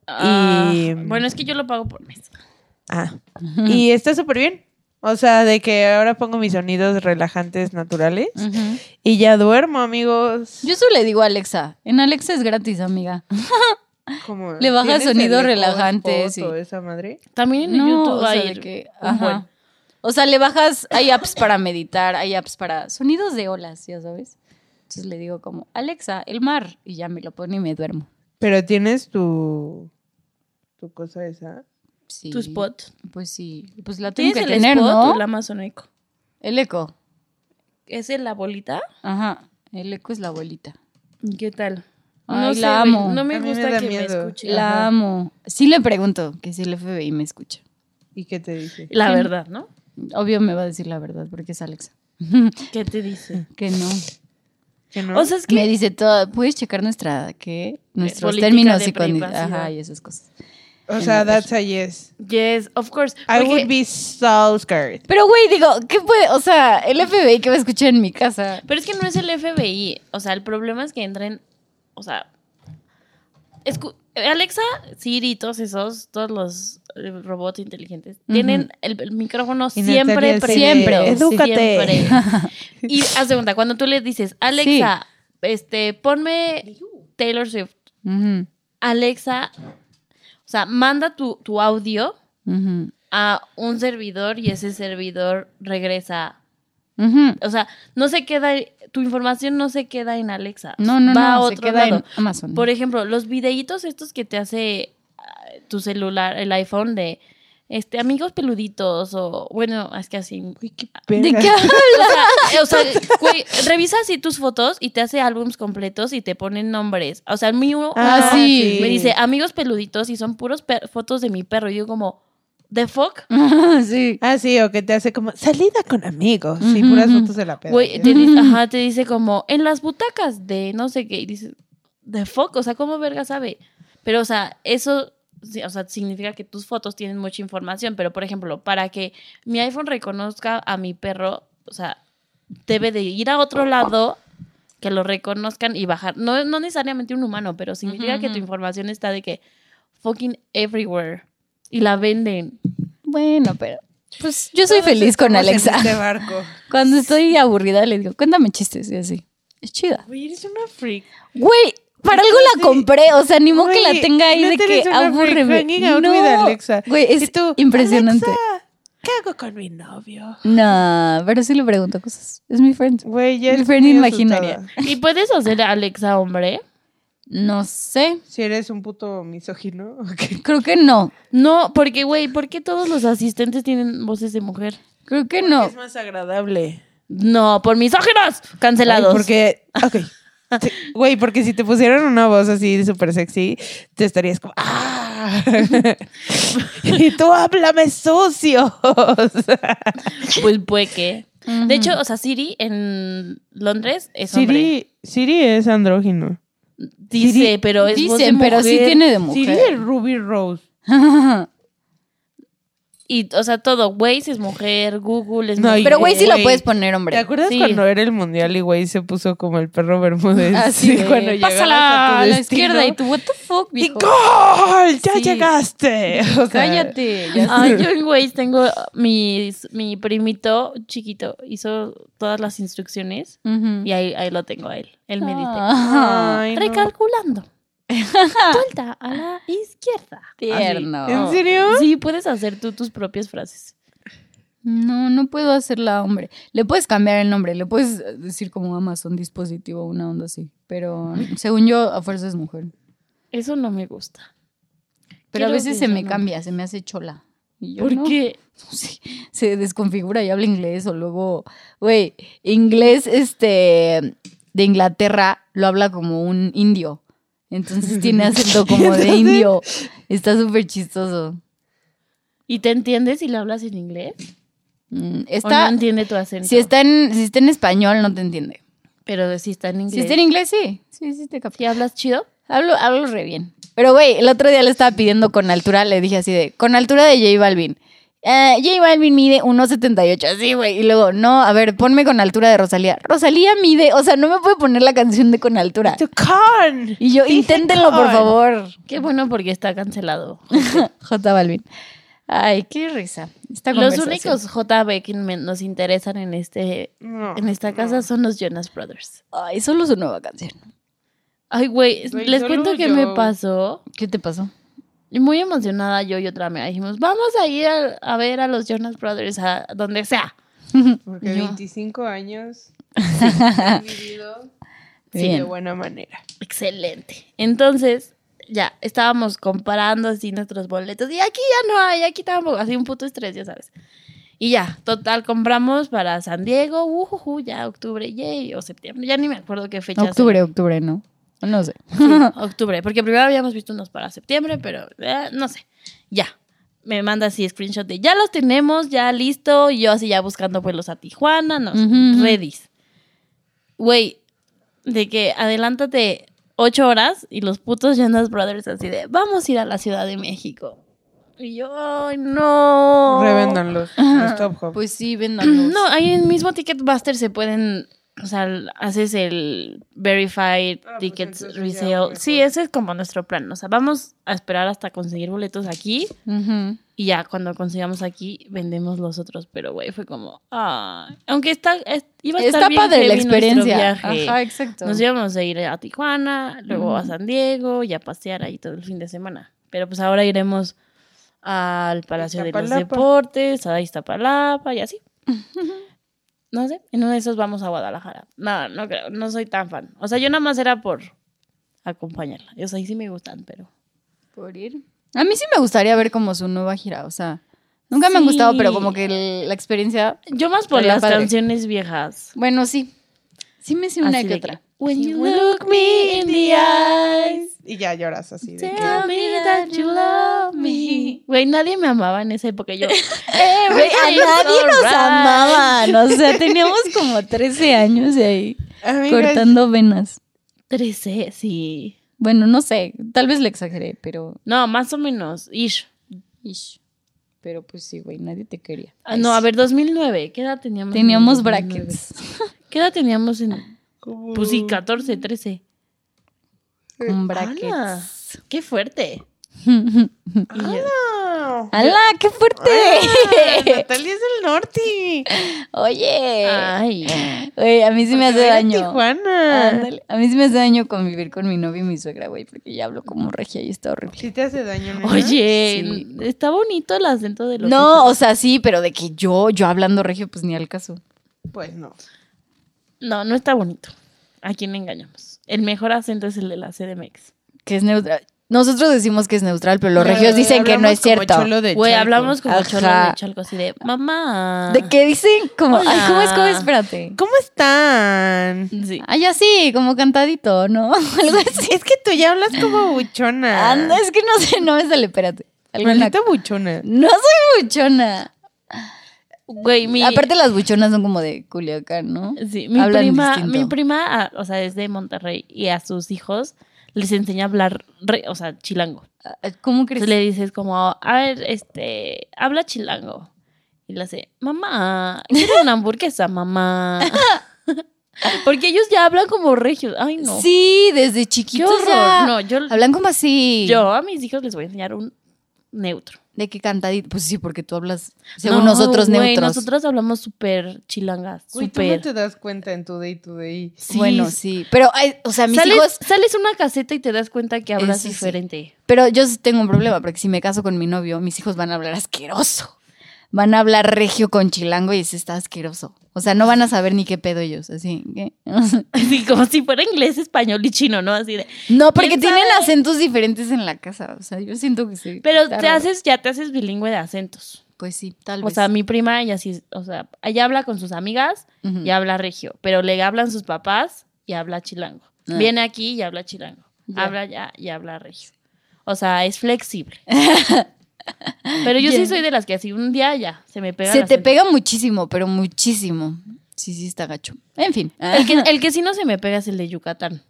[SPEAKER 2] Ah,
[SPEAKER 4] Y-
[SPEAKER 2] Bueno, es que yo lo pago por mes.
[SPEAKER 4] Ah. Y está súper bien. O sea, de que ahora pongo mis sonidos relajantes naturales
[SPEAKER 3] Ujú.
[SPEAKER 4] y ya duermo, amigos.
[SPEAKER 3] Yo eso le digo a Alexa. En Alexa es gratis, amiga.
[SPEAKER 4] Como,
[SPEAKER 3] Le baja
[SPEAKER 4] ¿tienes
[SPEAKER 3] sonido
[SPEAKER 4] el Echo
[SPEAKER 3] relajante,
[SPEAKER 4] Spot
[SPEAKER 3] sí.
[SPEAKER 4] o esa madre?
[SPEAKER 2] También en
[SPEAKER 3] No,
[SPEAKER 2] YouTube
[SPEAKER 3] o sea,
[SPEAKER 2] hay
[SPEAKER 3] de que-
[SPEAKER 2] un
[SPEAKER 3] ajá.
[SPEAKER 2] buen.
[SPEAKER 3] O sea, le bajas, hay apps para meditar, hay apps para sonidos de olas, ya sabes. Entonces le digo como, Alexa, el mar. Y ya me lo pone y me duermo.
[SPEAKER 4] Pero tienes tu tu cosa esa.
[SPEAKER 3] Sí.
[SPEAKER 2] Tu spot.
[SPEAKER 3] Pues sí. Pues la tengo
[SPEAKER 2] ¿Tienes
[SPEAKER 3] que
[SPEAKER 2] el
[SPEAKER 3] tener,
[SPEAKER 2] spot
[SPEAKER 3] ¿no?
[SPEAKER 2] o el Amazon Echo?
[SPEAKER 3] El eco.
[SPEAKER 2] ¿Es el la bolita?
[SPEAKER 3] Ajá. El eco es la abuelita.
[SPEAKER 2] ¿Qué tal?
[SPEAKER 3] Ay,
[SPEAKER 2] no
[SPEAKER 3] la
[SPEAKER 2] sé, güey,
[SPEAKER 3] amo.
[SPEAKER 2] No
[SPEAKER 4] A
[SPEAKER 2] me
[SPEAKER 4] mí me
[SPEAKER 2] gusta
[SPEAKER 4] da
[SPEAKER 2] que me
[SPEAKER 4] miedo.
[SPEAKER 2] escuche.
[SPEAKER 3] La
[SPEAKER 2] Ajá.
[SPEAKER 3] amo. Sí le pregunto que si el FBI me escucha.
[SPEAKER 4] ¿Y qué te dice?
[SPEAKER 2] La verdad, ¿no?
[SPEAKER 3] Obvio me va a decir la verdad porque es Alexa. [laughs]
[SPEAKER 2] ¿Qué te dice?
[SPEAKER 3] que no.
[SPEAKER 4] ¿Que no?
[SPEAKER 2] O sea, es que
[SPEAKER 3] Me dice todo, puedes checar nuestra, ¿qué? Nuestros
[SPEAKER 2] Política
[SPEAKER 3] términos
[SPEAKER 2] de
[SPEAKER 3] y condiciones.
[SPEAKER 2] privacidad.
[SPEAKER 3] Ajá, y esas cosas.
[SPEAKER 4] O
[SPEAKER 3] pues,
[SPEAKER 4] sea, that's a yes.
[SPEAKER 2] yes, of course.
[SPEAKER 4] I
[SPEAKER 2] Porque-
[SPEAKER 4] would be so scared.
[SPEAKER 3] Pero, güey, digo, ¿qué puede? O sea, el FBI que va a escuchar en mi casa.
[SPEAKER 2] Pero es que no es el FBI. O sea, el problema es que entren. O sea. escu- Alexa, Siri, todos esos, todos los eh, robots inteligentes, tienen el, el micrófono
[SPEAKER 4] Y
[SPEAKER 2] siempre
[SPEAKER 4] Natalia
[SPEAKER 2] presente.
[SPEAKER 4] dice,
[SPEAKER 3] Siempre,
[SPEAKER 4] "Edúcate".
[SPEAKER 2] siempre. Y haz de cuenta, cuando tú le dices, Alexa, este, ponme Taylor Swift,
[SPEAKER 3] Ujú,
[SPEAKER 2] Alexa, o sea, manda tu, tu audio
[SPEAKER 3] ujú,
[SPEAKER 2] a un servidor y ese servidor regresa
[SPEAKER 3] ujú.
[SPEAKER 2] o sea, no se queda, tu información no se queda en Alexa.
[SPEAKER 3] No, no,
[SPEAKER 2] Va a
[SPEAKER 3] no, se
[SPEAKER 2] otro
[SPEAKER 3] queda en
[SPEAKER 2] lado.
[SPEAKER 3] Amazon.
[SPEAKER 2] Por ejemplo, los videitos estos que te hace ah, tu celular, el iPhone de este amigos peluditos o bueno, es que así.
[SPEAKER 4] Uy, qué
[SPEAKER 3] ¿De
[SPEAKER 4] pena.
[SPEAKER 3] qué
[SPEAKER 2] O sea, eh,
[SPEAKER 3] [laughs]
[SPEAKER 2] o sea, güey, revisa así tus fotos y te hace álbums completos y te ponen nombres. O sea, el mío
[SPEAKER 3] Ah,
[SPEAKER 2] uno
[SPEAKER 3] sí.
[SPEAKER 2] me dice amigos peluditos y son puros per- fotos de mi perro. Y yo como, ¿the fuck?
[SPEAKER 3] habla? [laughs] sí.
[SPEAKER 4] Ah, sí, o que te hace como salida con amigos y
[SPEAKER 3] Ujú,
[SPEAKER 4] puras
[SPEAKER 3] ujú.
[SPEAKER 4] fotos de la peda.
[SPEAKER 2] Güey, te dice, ajá, te dice como en las butacas de no sé qué, y dices, de fuck, o sea, ¿cómo verga sabe? Pero, o sea, eso, sí, o sea, significa que tus fotos tienen mucha información, pero, por ejemplo, para que mi iPhone reconozca a mi perro, o sea, debe de ir a otro lado que lo reconozcan y bajar. No, no necesariamente un humano, pero significa
[SPEAKER 3] Ujú,
[SPEAKER 2] que tu
[SPEAKER 3] ujú.
[SPEAKER 2] información está de que fucking everywhere y la venden.
[SPEAKER 3] Bueno, pero pues yo soy
[SPEAKER 4] Todos
[SPEAKER 3] feliz con
[SPEAKER 4] estamos en
[SPEAKER 3] Alexa.
[SPEAKER 4] este barco.
[SPEAKER 3] Cuando estoy aburrida le digo, cuéntame chistes y así. Es chida.
[SPEAKER 4] Güey, eres una freak.
[SPEAKER 3] Güey, para algo la compré, o sea, ni modo que la
[SPEAKER 4] Güey,
[SPEAKER 3] tenga ahí de
[SPEAKER 4] neta eres
[SPEAKER 3] que
[SPEAKER 4] una freak
[SPEAKER 3] aburreme.
[SPEAKER 4] hanging out with
[SPEAKER 3] No,
[SPEAKER 4] Alexa.
[SPEAKER 3] güey,
[SPEAKER 4] Y
[SPEAKER 3] es
[SPEAKER 4] tú,
[SPEAKER 3] impresionante.
[SPEAKER 4] "Alexa, ¿qué hago con mi novio?
[SPEAKER 3] No, pero sí le pregunto cosas. Es mi friend.
[SPEAKER 4] Güey, ya
[SPEAKER 3] Mi
[SPEAKER 4] es
[SPEAKER 3] friend
[SPEAKER 4] muy
[SPEAKER 3] imaginaria.
[SPEAKER 4] asustada.
[SPEAKER 2] ¿Y puedes hacer a Alexa hombre?
[SPEAKER 3] No sé.
[SPEAKER 4] Si eres un puto misógino, [laughs] ok.
[SPEAKER 3] Creo que no.
[SPEAKER 2] No, porque, güey, ¿por qué todos los asistentes tienen voces de mujer?
[SPEAKER 3] Creo que no.
[SPEAKER 4] Es más agradable.
[SPEAKER 2] No, por misóginos. Cancelados.
[SPEAKER 4] Ay, porque, ok. Sí, Güey, porque si te pusieran una voz así súper sexy, te estarías como, ¡ah! [laughs] y tú háblame sucio.
[SPEAKER 2] Pues pueque.
[SPEAKER 3] Ujú.
[SPEAKER 2] De hecho, o sea, Siri en Londres es hombre.
[SPEAKER 4] [laughs] Siri, Siri es andrógino.
[SPEAKER 2] Dice,
[SPEAKER 3] Siri-
[SPEAKER 2] pero es voz de
[SPEAKER 3] Dicen, pero sí
[SPEAKER 2] mujer.
[SPEAKER 3] tiene de
[SPEAKER 4] Siri es
[SPEAKER 3] mujer.
[SPEAKER 4] Ruby Rose.
[SPEAKER 2] Y, o sea, todo. Waze es mujer, Google es
[SPEAKER 3] [laughs]
[SPEAKER 4] No, y-
[SPEAKER 2] mujer.
[SPEAKER 3] pero güey, sí lo
[SPEAKER 4] Güey.
[SPEAKER 3] puedes poner,
[SPEAKER 4] ¿Te
[SPEAKER 3] hombre.
[SPEAKER 4] acuerdas
[SPEAKER 2] Sí.
[SPEAKER 4] cuando era el mundial y güey se puso como el perro Bermúdez?
[SPEAKER 2] Ah,
[SPEAKER 3] Así de,
[SPEAKER 4] cuando llegabas
[SPEAKER 3] Pásala a
[SPEAKER 4] tu
[SPEAKER 3] la
[SPEAKER 4] destino.
[SPEAKER 3] izquierda y tú, what the fuck,
[SPEAKER 4] ¡Y
[SPEAKER 3] viejo.
[SPEAKER 4] gol! ¡Ya
[SPEAKER 3] Sí.
[SPEAKER 4] llegaste! O sea,
[SPEAKER 3] Cállate. ya sé.
[SPEAKER 2] Ay, yo en Waze tengo mis, mi primito chiquito. Hizo todas las instrucciones
[SPEAKER 3] Ujú.
[SPEAKER 2] y ahí, ahí lo tengo a él. Él me dice.
[SPEAKER 3] Ah,
[SPEAKER 4] Ay,
[SPEAKER 3] [laughs]
[SPEAKER 4] no.
[SPEAKER 2] Recalculando. Vuelta a la izquierda.
[SPEAKER 3] tierno.
[SPEAKER 4] ¿En serio?
[SPEAKER 2] Sí, puedes hacer tú tus propias frases.
[SPEAKER 3] No, no puedo hacerla, hombre. Le puedes cambiar el nombre, le puedes decir como Amazon dispositivo, una onda así. Pero según yo, a fuerza es mujer.
[SPEAKER 2] Eso no me gusta.
[SPEAKER 3] Pero a
[SPEAKER 2] Quiero
[SPEAKER 3] veces se me
[SPEAKER 2] pensar, ¿no?
[SPEAKER 3] cambia, se me hace chola. Y yo,
[SPEAKER 2] ¿Por
[SPEAKER 3] no,
[SPEAKER 2] qué?
[SPEAKER 3] no sé, se desconfigura y habla inglés o luego, güey, inglés este de Inglaterra lo habla como un indio.
[SPEAKER 2] [laughs]
[SPEAKER 3] Entonces tiene acento como de
[SPEAKER 4] Entonces-
[SPEAKER 3] indio. Está súper chistoso.
[SPEAKER 2] ¿Y te entiendes si le hablas en inglés?
[SPEAKER 3] Mm,
[SPEAKER 2] ¿O no
[SPEAKER 3] Está,
[SPEAKER 2] entiende tu acento?
[SPEAKER 3] si, está en, si está en español, no te entiende.
[SPEAKER 2] Pero si está en inglés.
[SPEAKER 3] Si está en inglés, sí. Sí, sí, te capta.
[SPEAKER 2] ¿Sí hablas chido?
[SPEAKER 3] Hablo, hablo re bien. Pero, güey, el otro día le estaba pidiendo con altura, le dije así de, con altura de J Balvin. Eh, J Balvin mide 1,78, así, güey. Y luego, no, a ver, ponme con altura de Rosalía. Rosalía mide, o sea, no me puede poner la canción de con altura.
[SPEAKER 4] ¡Tu con!
[SPEAKER 3] Y yo,
[SPEAKER 4] Dije
[SPEAKER 3] inténtenlo, por
[SPEAKER 4] con.
[SPEAKER 3] favor.
[SPEAKER 2] Qué bueno porque está cancelado.
[SPEAKER 3] J Balvin. Ay, qué risa. Esta
[SPEAKER 2] Los
[SPEAKER 3] conversación.
[SPEAKER 2] únicos JB que me- nos interesan en, este,
[SPEAKER 4] Ah, No,
[SPEAKER 2] en esta casa son los Jonas Brothers.
[SPEAKER 3] Ay, solo su nueva canción.
[SPEAKER 2] Ay, güey,
[SPEAKER 4] Güey,
[SPEAKER 2] les
[SPEAKER 4] solo
[SPEAKER 2] cuento que
[SPEAKER 4] yo.
[SPEAKER 2] me pasó.
[SPEAKER 3] ¿Qué te pasó?
[SPEAKER 2] Y muy emocionada yo y otra amiga dijimos, vamos a ir a, a ver a los Jonas Brothers a donde sea.
[SPEAKER 4] Porque
[SPEAKER 2] Yo.
[SPEAKER 4] 25 años han vivido sí, de
[SPEAKER 3] Bien.
[SPEAKER 4] buena manera.
[SPEAKER 2] Excelente. Entonces, ya, estábamos comparando así nuestros boletos. Y aquí ya no hay, aquí tampoco, así un puto estrés, ya sabes. Y ya, total, compramos para San Diego, ujuju, ya octubre, yay, o septiembre, ya ni me acuerdo qué fecha.
[SPEAKER 3] Octubre, octubre, ¿no? No sé. [laughs]
[SPEAKER 2] [laughs] octubre, porque primero habíamos visto unos para septiembre, pero eh, no sé. Ya. Me manda así screenshot de ya los tenemos, ya listo. y Yo así ya buscando vuelos a Tijuana, no sé,
[SPEAKER 3] Ujú, ujú.
[SPEAKER 2] redis. Güey, de que adelántate ocho horas y los putos Jonas Brothers así de vamos a ir a la Ciudad de México. Y yo, ay, no.
[SPEAKER 4] Revendan los, los Top Hop.
[SPEAKER 3] Pues sí, véndanos.
[SPEAKER 2] No, ahí en mismo Ticketbuster se pueden, o sea, l- haces el verified
[SPEAKER 4] Ah, pues
[SPEAKER 2] tickets
[SPEAKER 4] entonces ya
[SPEAKER 2] resale.
[SPEAKER 4] mejor.
[SPEAKER 2] Sí, ese es como nuestro plan. O sea, vamos a esperar hasta conseguir boletos aquí
[SPEAKER 3] Ujú.
[SPEAKER 2] y ya cuando consigamos aquí vendemos los otros. Pero güey, fue como, ah, aunque está, es- iba a estar
[SPEAKER 3] Está
[SPEAKER 2] bien
[SPEAKER 3] padre la
[SPEAKER 2] heavy nuestro
[SPEAKER 3] experiencia.
[SPEAKER 2] viaje.
[SPEAKER 3] Ajá, exacto.
[SPEAKER 2] Nos íbamos a ir a Tijuana, luego a
[SPEAKER 3] Ujú.
[SPEAKER 2] San Diego y a pasear ahí todo el fin de semana. Pero pues ahora iremos al Palacio de los
[SPEAKER 4] Iztapalapa.
[SPEAKER 2] Deportes, a Iztapalapa y así. No sé, en uno de esos vamos a Guadalajara. No, no creo, no soy tan fan. O sea, yo nada más era por acompañarla. O sea, ahí sí me gustan, pero...
[SPEAKER 3] Por ir. A mí sí me gustaría ver como su nueva gira, o sea, nunca me han
[SPEAKER 2] Sí.
[SPEAKER 3] gustado, pero como que el- la experiencia,
[SPEAKER 2] Yo más por
[SPEAKER 3] Estaría
[SPEAKER 2] las
[SPEAKER 3] padre.
[SPEAKER 2] canciones viejas.
[SPEAKER 3] bueno, sí. Sí me sé una
[SPEAKER 2] Así
[SPEAKER 3] que
[SPEAKER 2] de que,
[SPEAKER 3] otra.
[SPEAKER 2] When
[SPEAKER 3] Sí,
[SPEAKER 2] you look me in the eyes.
[SPEAKER 4] Y ya lloras así de que...
[SPEAKER 2] Tell me that you love me. Güey, nadie me amaba en esa época. [laughs] Yo,
[SPEAKER 3] Güey, a nadie nos amaban, o sea, teníamos como 13 años de ahí,
[SPEAKER 4] Amigas,
[SPEAKER 3] cortando venas.
[SPEAKER 2] 13, sí.
[SPEAKER 3] Bueno, no sé, tal vez le exageré, pero...
[SPEAKER 2] No, más o menos. Ish.
[SPEAKER 3] ish. Pero pues sí, güey, nadie te quería.
[SPEAKER 2] Ah, no, a ver, 2009. ¿Qué edad teníamos? en el
[SPEAKER 3] Teníamos
[SPEAKER 2] 2009?
[SPEAKER 3] brackets.
[SPEAKER 2] ¿Qué edad teníamos en.?
[SPEAKER 4] como-
[SPEAKER 2] Pues sí, 14, 13.
[SPEAKER 3] Un
[SPEAKER 2] Ala,
[SPEAKER 3] brackets.
[SPEAKER 2] ¡Qué fuerte!
[SPEAKER 4] Y ya-
[SPEAKER 3] ¡Hala, qué fuerte!
[SPEAKER 4] Ah, Natalia es del norte.
[SPEAKER 3] Oye.
[SPEAKER 2] Ay.
[SPEAKER 3] Oye, a mí sí me hace
[SPEAKER 4] Porque era
[SPEAKER 3] daño.
[SPEAKER 4] Tijuana.
[SPEAKER 3] Ándale. A mí sí me hace daño convivir con mi novio y mi suegra, güey, porque ya hablo como regia y está horrible.
[SPEAKER 4] Sí te hace daño, nena?
[SPEAKER 2] Oye,
[SPEAKER 3] Sí.
[SPEAKER 2] está bonito el acento de los.
[SPEAKER 3] No, o
[SPEAKER 2] hijos.
[SPEAKER 3] sea, sí, pero de que yo, yo hablando regio, pues ni al caso.
[SPEAKER 4] Pues no.
[SPEAKER 2] No, no está bonito. ¿A quién engañamos? El mejor acento es el de la CDMX.
[SPEAKER 3] Que es neutral. Nosotros decimos que es neutral, pero los regios dicen que no es cierto.
[SPEAKER 2] Güey, hablamos como
[SPEAKER 3] Ajá.
[SPEAKER 2] cholo de chalco así de mamá.
[SPEAKER 3] ¿De qué dicen? Como, ay,
[SPEAKER 2] Hola.
[SPEAKER 3] ¿cómo es? ¿Cómo es? Espérate.
[SPEAKER 4] ¿Cómo están?
[SPEAKER 2] Sí.
[SPEAKER 3] Ay, así, como cantadito, ¿no? [laughs] Algo así.
[SPEAKER 4] Es que tú ya hablas como
[SPEAKER 2] Ah.
[SPEAKER 4] buchona.
[SPEAKER 3] Anda, es que no sé, no me sale, espérate. Algo en la-
[SPEAKER 4] Maldita buchona.
[SPEAKER 3] No soy buchona.
[SPEAKER 2] Güey, mi.
[SPEAKER 3] Aparte las buchonas son como de Culiacán, ¿no?
[SPEAKER 2] Sí, mi
[SPEAKER 3] Hablan
[SPEAKER 2] prima,
[SPEAKER 3] distinto.
[SPEAKER 2] mi prima, ah, o sea, es de Monterrey y a sus hijos les enseña a hablar, re- o sea, chilango.
[SPEAKER 3] Ah, ¿Cómo crees?
[SPEAKER 2] Entonces le dices como, a ver, este, habla chilango. Y le hace, mamá, quiero una hamburguesa,
[SPEAKER 3] [laughs]
[SPEAKER 2] mamá. Porque ellos ya hablan como regios. Ay, no.
[SPEAKER 3] Sí, desde
[SPEAKER 2] qué
[SPEAKER 3] chiquitos
[SPEAKER 2] horror.
[SPEAKER 3] ya
[SPEAKER 2] No, yo,
[SPEAKER 3] hablan como así.
[SPEAKER 2] yo a mis hijos les voy a enseñar un neutro.
[SPEAKER 3] De que cantadito. Pues sí, porque tú hablas según
[SPEAKER 2] No,
[SPEAKER 3] nosotros
[SPEAKER 2] güey,
[SPEAKER 3] neutros.
[SPEAKER 2] Nosotros hablamos súper chilangas,
[SPEAKER 4] Uy, tú no
[SPEAKER 2] súper.
[SPEAKER 4] te das cuenta en tu day to day.
[SPEAKER 2] Sí,
[SPEAKER 3] Bueno, sí. Pero, ay, o sea, mis
[SPEAKER 2] sales,
[SPEAKER 3] hijos.
[SPEAKER 2] sales una caseta y te das cuenta que hablas
[SPEAKER 3] Eso sí.
[SPEAKER 2] diferente.
[SPEAKER 3] Pero yo sí tengo un problema, porque si me caso con mi novio, mis hijos van a hablar asqueroso. Van a hablar regio con chilango y eso está asqueroso. O sea, no van a saber ni qué pedo ellos. Así que.
[SPEAKER 2] Así como si fuera inglés, español y chino, ¿no? Así de.
[SPEAKER 3] [laughs] No, porque
[SPEAKER 2] ¿Quién
[SPEAKER 3] tienen
[SPEAKER 2] sabe?
[SPEAKER 3] acentos diferentes en la casa. O sea, yo siento que sí.
[SPEAKER 2] Pero
[SPEAKER 3] está
[SPEAKER 2] te
[SPEAKER 3] raro.
[SPEAKER 2] haces, ya te haces bilingüe de acentos.
[SPEAKER 3] Pues sí, tal
[SPEAKER 2] O
[SPEAKER 3] vez.
[SPEAKER 2] sea, mi prima, ella sí, o sea, ella habla con sus amigas
[SPEAKER 3] Ujú.
[SPEAKER 2] y habla regio, pero le hablan sus papás y habla chilango.
[SPEAKER 3] Ah.
[SPEAKER 2] Viene aquí y habla chilango.
[SPEAKER 3] Ya.
[SPEAKER 2] Habla ya y habla regio. O sea, es
[SPEAKER 3] [laughs]
[SPEAKER 2] flexible. pero yo
[SPEAKER 3] Ya.
[SPEAKER 2] sí soy de las que así un día ya se me pega.
[SPEAKER 3] Se
[SPEAKER 2] el
[SPEAKER 3] te
[SPEAKER 2] acento.
[SPEAKER 3] pega muchísimo, pero muchísimo. Sí, sí, está gacho. En fin.
[SPEAKER 2] El que, el que sí no se me pega es el de Yucatán.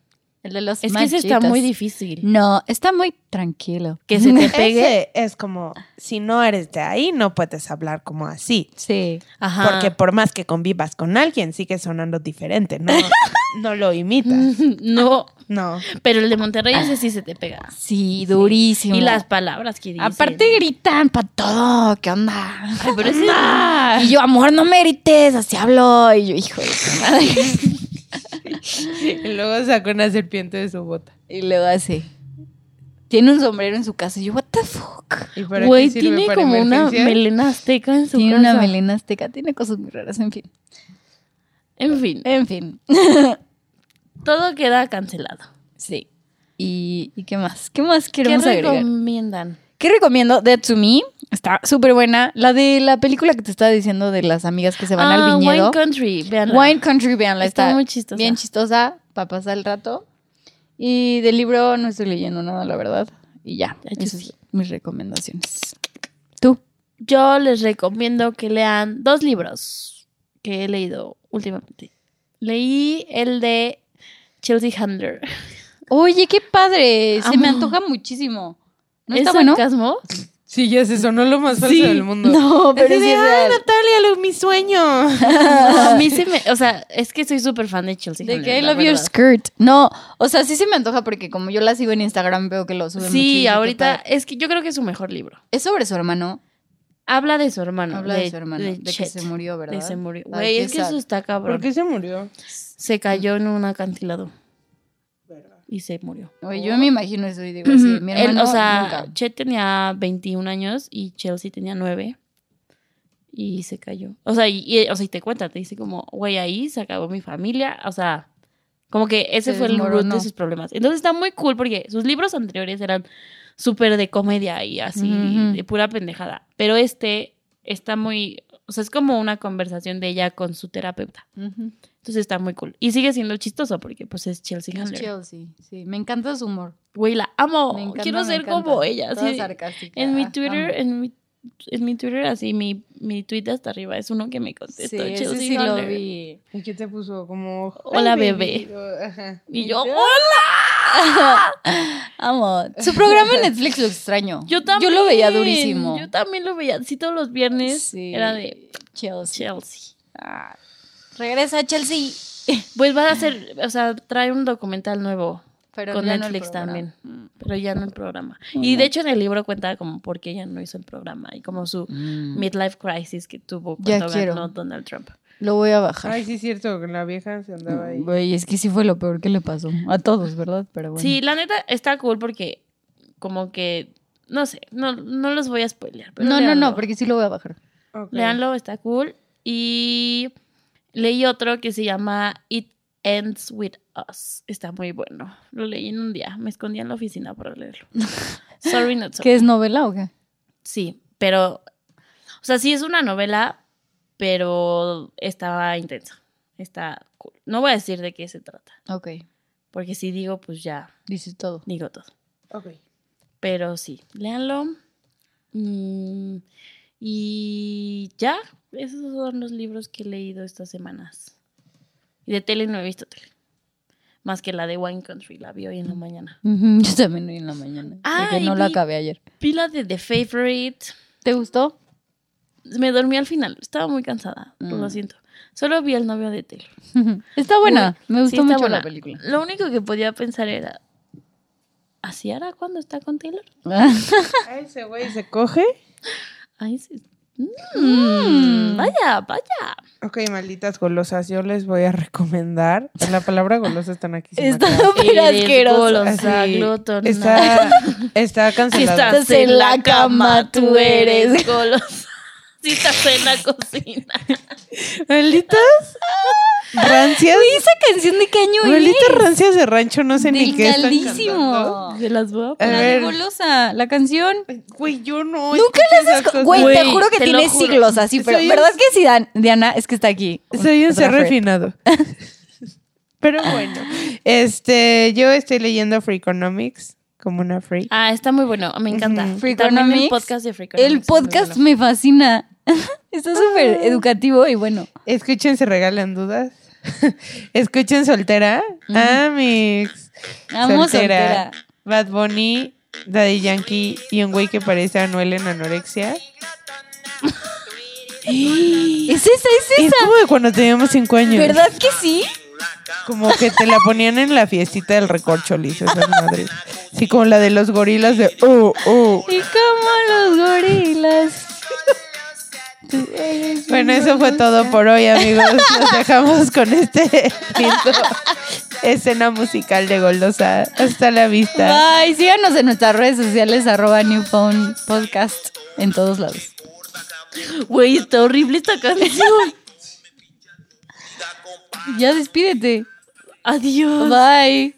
[SPEAKER 3] El de los
[SPEAKER 2] Es que ese está
[SPEAKER 3] machitos.
[SPEAKER 2] muy difícil.
[SPEAKER 3] No, está muy tranquilo.
[SPEAKER 2] Que se
[SPEAKER 3] [laughs]
[SPEAKER 2] te pegue.
[SPEAKER 4] Ese es como, si no eres de ahí, no puedes hablar como así.
[SPEAKER 3] Sí.
[SPEAKER 2] Ajá.
[SPEAKER 4] Porque por más que convivas con alguien, sigue sonando diferente. No, no lo imitas.
[SPEAKER 2] [laughs] no.
[SPEAKER 4] No.
[SPEAKER 2] Pero el de Monterrey ese sí se te pega.
[SPEAKER 3] Sí, durísimo.
[SPEAKER 2] Y las palabras que dicen.
[SPEAKER 3] Aparte gritan para todo. ¿Qué onda?
[SPEAKER 2] Ay, pero ese-
[SPEAKER 3] Y yo, amor, no me grites, así hablo. Y yo, hijo de su madre.
[SPEAKER 4] [laughs] Y luego sacó una serpiente de su bota.
[SPEAKER 3] [laughs] Y luego así. Tiene un sombrero en su casa. Y yo, what the fuck.
[SPEAKER 4] ¿Y para qué
[SPEAKER 2] Güey,
[SPEAKER 4] sirve?
[SPEAKER 2] tiene
[SPEAKER 4] ¿Para
[SPEAKER 2] como una
[SPEAKER 4] emergencias?
[SPEAKER 2] melena azteca en su
[SPEAKER 3] Tiene
[SPEAKER 2] casa.
[SPEAKER 3] una melena azteca. Tiene cosas muy raras, en fin.
[SPEAKER 2] En fin,
[SPEAKER 3] En fin.
[SPEAKER 2] Eh, todo queda cancelado.
[SPEAKER 3] Sí. ¿Y, y qué más? ¿Qué más
[SPEAKER 2] ¿Qué
[SPEAKER 3] queremos agregar?
[SPEAKER 2] recomiendan?
[SPEAKER 3] ¿Qué recomiendo? Dead to Me. Está súper buena. La de la película que te estaba diciendo de las amigas que se van
[SPEAKER 2] Ah,
[SPEAKER 3] al
[SPEAKER 2] Wine
[SPEAKER 3] viñedo.
[SPEAKER 2] Country, vean.
[SPEAKER 3] Wine Country, veanla. Está,
[SPEAKER 2] Está muy chistosa.
[SPEAKER 3] Bien chistosa para pasar el rato. Y del libro no estoy leyendo nada, la verdad. Y ya,
[SPEAKER 2] Ya, yo
[SPEAKER 3] esas
[SPEAKER 2] sí.
[SPEAKER 3] son mis recomendaciones. ¿Tú?
[SPEAKER 2] Yo les recomiendo que lean dos libros que he leído últimamente. Leí el de Chelsea Handler.
[SPEAKER 3] Oye, qué padre. Se me
[SPEAKER 2] Amo.
[SPEAKER 3] antoja muchísimo. ¿No
[SPEAKER 2] ¿Es
[SPEAKER 3] está bueno?
[SPEAKER 2] sarcasmo?
[SPEAKER 4] Sí, ya se sonó lo más falso del mundo.
[SPEAKER 3] No, pero
[SPEAKER 4] Así
[SPEAKER 3] sí
[SPEAKER 4] de,
[SPEAKER 3] es
[SPEAKER 4] "Ay,
[SPEAKER 3] real.
[SPEAKER 4] Natalia, lo- mi sueño.
[SPEAKER 2] No, a mí se me... O sea, es que soy súper fan de Chelsea
[SPEAKER 3] De
[SPEAKER 2] Handler,
[SPEAKER 3] que I
[SPEAKER 2] la
[SPEAKER 3] love your
[SPEAKER 2] verdad.
[SPEAKER 3] skirt. No, o sea, sí se me antoja porque como yo la sigo en Instagram veo que lo sube mucho y
[SPEAKER 2] Sí,
[SPEAKER 3] qué
[SPEAKER 2] ahorita...
[SPEAKER 3] padre.
[SPEAKER 2] Es que yo creo que es su mejor libro.
[SPEAKER 3] Es sobre su hermano.
[SPEAKER 2] Habla de su hermano.
[SPEAKER 3] Habla de, su hermano. De, que
[SPEAKER 2] Chet,
[SPEAKER 3] se murió, ¿verdad?
[SPEAKER 2] De se murió.
[SPEAKER 3] Ay,
[SPEAKER 2] Güey,
[SPEAKER 3] qué
[SPEAKER 2] es que
[SPEAKER 3] sad.
[SPEAKER 2] eso está cabrón.
[SPEAKER 4] ¿Por qué se murió?
[SPEAKER 2] Se cayó en un acantilado. Y se murió.
[SPEAKER 3] Oye, yo me imagino eso y digo así, mi
[SPEAKER 2] Él,
[SPEAKER 3] hermano
[SPEAKER 2] o sea,
[SPEAKER 3] nunca.
[SPEAKER 2] Chet tenía 21 años y Chelsea tenía 9. Y se cayó. O sea, y, y- o sea, y te cuenta, te dice como, güey, ahí se acabó mi familia. O sea, como que ese
[SPEAKER 3] Se
[SPEAKER 2] fue el root
[SPEAKER 3] desmoronó.
[SPEAKER 2] de sus problemas. Entonces está muy cool porque sus libros anteriores eran súper de comedia y así,
[SPEAKER 3] Ujú.
[SPEAKER 2] de pura pendejada. Pero este está muy, o sea, es como una conversación de ella con su terapeuta.
[SPEAKER 3] Ujú.
[SPEAKER 2] Entonces está muy cool. Y sigue siendo chistoso porque pues es Chelsea
[SPEAKER 3] Es
[SPEAKER 2] Handler.
[SPEAKER 3] Chelsea, sí. Me encanta su humor.
[SPEAKER 2] Güey, la amo.
[SPEAKER 3] Me encanta,
[SPEAKER 2] Oh, Quiero
[SPEAKER 3] me
[SPEAKER 2] ser
[SPEAKER 3] encanta.
[SPEAKER 2] como ella.
[SPEAKER 3] Toda
[SPEAKER 2] así.
[SPEAKER 3] sarcástica.
[SPEAKER 2] En mi
[SPEAKER 3] Ah,
[SPEAKER 2] Twitter,
[SPEAKER 3] amo.
[SPEAKER 2] en mi, en mi Twitter, así, mi, mi tweet hasta arriba es uno que me
[SPEAKER 3] Sí,
[SPEAKER 2] contestó.
[SPEAKER 3] ese
[SPEAKER 2] Chelsea
[SPEAKER 3] sí lo
[SPEAKER 2] Handler.
[SPEAKER 3] vi.
[SPEAKER 4] ¿Y qué te puso? Como...
[SPEAKER 2] Hola,
[SPEAKER 4] "Ay,
[SPEAKER 2] bebé".
[SPEAKER 4] o- ajá.
[SPEAKER 2] Y yo,
[SPEAKER 4] Ya.
[SPEAKER 2] ¡hola!
[SPEAKER 3] [laughs] Amo. Su programa en Netflix lo extraño.
[SPEAKER 2] Yo también.
[SPEAKER 3] Yo lo veía durísimo.
[SPEAKER 2] Yo también lo veía. Sí, todos los viernes
[SPEAKER 3] Sí.
[SPEAKER 2] era de
[SPEAKER 3] Chelsea.
[SPEAKER 2] Chelsea.
[SPEAKER 3] Ah. Regresa Chelsea.
[SPEAKER 2] Pues va a hacer, o sea, trae un documental nuevo,
[SPEAKER 3] Pero
[SPEAKER 2] Con
[SPEAKER 3] ya no el
[SPEAKER 2] Netflix
[SPEAKER 3] programa.
[SPEAKER 2] también.
[SPEAKER 3] Mm.
[SPEAKER 2] pero ya no el programa. Y de hecho en el libro cuenta como por qué ella no hizo el programa y como su midlife crisis que tuvo
[SPEAKER 3] Mm. Ya
[SPEAKER 2] cuando
[SPEAKER 3] quiero.
[SPEAKER 2] ganó Donald Trump.
[SPEAKER 3] Lo voy a bajar.
[SPEAKER 4] Ay, sí, es cierto, que la vieja se andaba ahí.
[SPEAKER 3] Güey, es que sí fue lo peor que le pasó. A todos, ¿verdad? Pero bueno.
[SPEAKER 2] Sí, la neta está cool porque como que, no sé, no, no los voy a spoilear. Pero
[SPEAKER 3] No, no,
[SPEAKER 2] léanlo.
[SPEAKER 3] no, porque sí lo voy a bajar.
[SPEAKER 4] Ok.
[SPEAKER 2] Léanlo, está cool. Y leí otro que se llama It Ends With Us. Está muy bueno. Lo leí en un día. Me escondí en la oficina para leerlo. Sorry, not sorry.
[SPEAKER 3] ¿Qué es novela o qué?
[SPEAKER 2] Sí, pero... O sea, sí es una novela, pero estaba intensa. Está cool. No voy a decir de qué se trata,
[SPEAKER 3] Ok,
[SPEAKER 2] porque si digo, pues ya
[SPEAKER 3] dices todo.
[SPEAKER 2] digo todo.
[SPEAKER 4] Ok.
[SPEAKER 2] Pero sí, léanlo. Mm, y ya, esos son los libros que he leído estas semanas. Y de tele no he visto tele. Más que la de Wine Country, la vi hoy en la mañana.
[SPEAKER 3] Ujú, Yo también hoy en la mañana.
[SPEAKER 2] Ah,
[SPEAKER 3] porque
[SPEAKER 2] y
[SPEAKER 3] no la
[SPEAKER 2] vi-
[SPEAKER 3] acabé ayer.
[SPEAKER 2] Pila de The Favorite.
[SPEAKER 3] ¿Te gustó? [laughs]
[SPEAKER 2] Me dormí al final, estaba muy cansada, pues lo
[SPEAKER 3] Mm.
[SPEAKER 2] siento. Solo vi el novio de Taylor.
[SPEAKER 3] está buena. Me gustó
[SPEAKER 2] Sí, está
[SPEAKER 3] mucho
[SPEAKER 2] buena.
[SPEAKER 3] la película. [laughs]
[SPEAKER 2] Lo único que podía pensar era, ¿así hará cuando está con Taylor?
[SPEAKER 4] A ese güey se coge.
[SPEAKER 2] Ay, sí. Mm, Vaya, vaya.
[SPEAKER 4] Ok, malditas golosas, yo les voy a recomendar. La palabra golosa están aquí. se me
[SPEAKER 3] está
[SPEAKER 2] [laughs]
[SPEAKER 4] acaba.
[SPEAKER 3] súper
[SPEAKER 2] Eres
[SPEAKER 3] asquerosa.
[SPEAKER 2] golosa,
[SPEAKER 4] Así,
[SPEAKER 2] glotona.
[SPEAKER 4] Está, está
[SPEAKER 2] Si
[SPEAKER 4] cancelada.
[SPEAKER 2] estás en la cama, tú eres golosa. [laughs] Si estás en la cocina.
[SPEAKER 4] Malditas rancias.
[SPEAKER 3] Esa canción de qué año es?
[SPEAKER 4] Malditas rancias de rancho, no sé ni qué están cantando.
[SPEAKER 2] [laughs]
[SPEAKER 3] Delgadísimo.
[SPEAKER 2] Se las voy a
[SPEAKER 4] A
[SPEAKER 3] La de
[SPEAKER 4] ver.
[SPEAKER 3] golosa, la canción.
[SPEAKER 4] Güey, yo no.
[SPEAKER 3] Nunca
[SPEAKER 4] escucho
[SPEAKER 3] las
[SPEAKER 4] esas cosas.
[SPEAKER 3] escuchado. Güey, te
[SPEAKER 2] Güey,
[SPEAKER 3] juro que
[SPEAKER 2] te lo
[SPEAKER 3] tiene
[SPEAKER 2] juro.
[SPEAKER 3] siglos así, pero
[SPEAKER 4] Soy un-
[SPEAKER 3] ¿verdad que sí, Dan- Diana? Es que está aquí.
[SPEAKER 4] Soy un ser
[SPEAKER 3] Otra friend.
[SPEAKER 4] refinado. Pero bueno, este, yo estoy leyendo Freakonomics como una freak.
[SPEAKER 2] Ah, está muy bueno. Me encanta.
[SPEAKER 4] Ujú.
[SPEAKER 2] Y también
[SPEAKER 3] Freakonomics.
[SPEAKER 2] el podcast de Freakonomics.
[SPEAKER 3] El podcast me fascina. [laughs] Está súper
[SPEAKER 4] Ah.
[SPEAKER 3] educativo y bueno.
[SPEAKER 4] Escuchen, se regalan dudas. [laughs] Escuchen, soltera. Amix.
[SPEAKER 3] Amo soltera.
[SPEAKER 4] Bad Bunny, Daddy Yankee y un güey que parece a Anuel
[SPEAKER 3] [gasps]
[SPEAKER 4] en anorexia.
[SPEAKER 3] Es esa, es
[SPEAKER 4] Es
[SPEAKER 3] esa.
[SPEAKER 4] como de cuando teníamos cinco años.
[SPEAKER 3] ¿Verdad que sí?
[SPEAKER 4] Como que te la ponían en la fiestita del recorcholis, esas madres. Sí, como la de los gorilas de oh, oh.
[SPEAKER 3] Y como los gorilas. Tú eres
[SPEAKER 4] Bueno,
[SPEAKER 3] un
[SPEAKER 4] eso fue todo por hoy, amigos. Nos dejamos con este [laughs] lindo escena musical de Golosa. Hasta la vista.
[SPEAKER 3] Bye, síganos en nuestras redes sociales, arroba New Phone Podcast, en todos lados.
[SPEAKER 2] Güey, está horrible esta canción.
[SPEAKER 3] Ya despídete.
[SPEAKER 2] [laughs] Adiós.
[SPEAKER 3] Bye.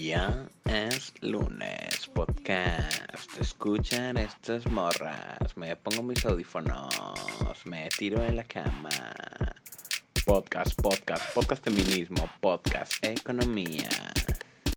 [SPEAKER 5] Ya es lunes, podcast. Escuchan estas morras. Me pongo mis audífonos. Me tiro en la cama. podcast, podcast, podcast feminismo, podcast economía.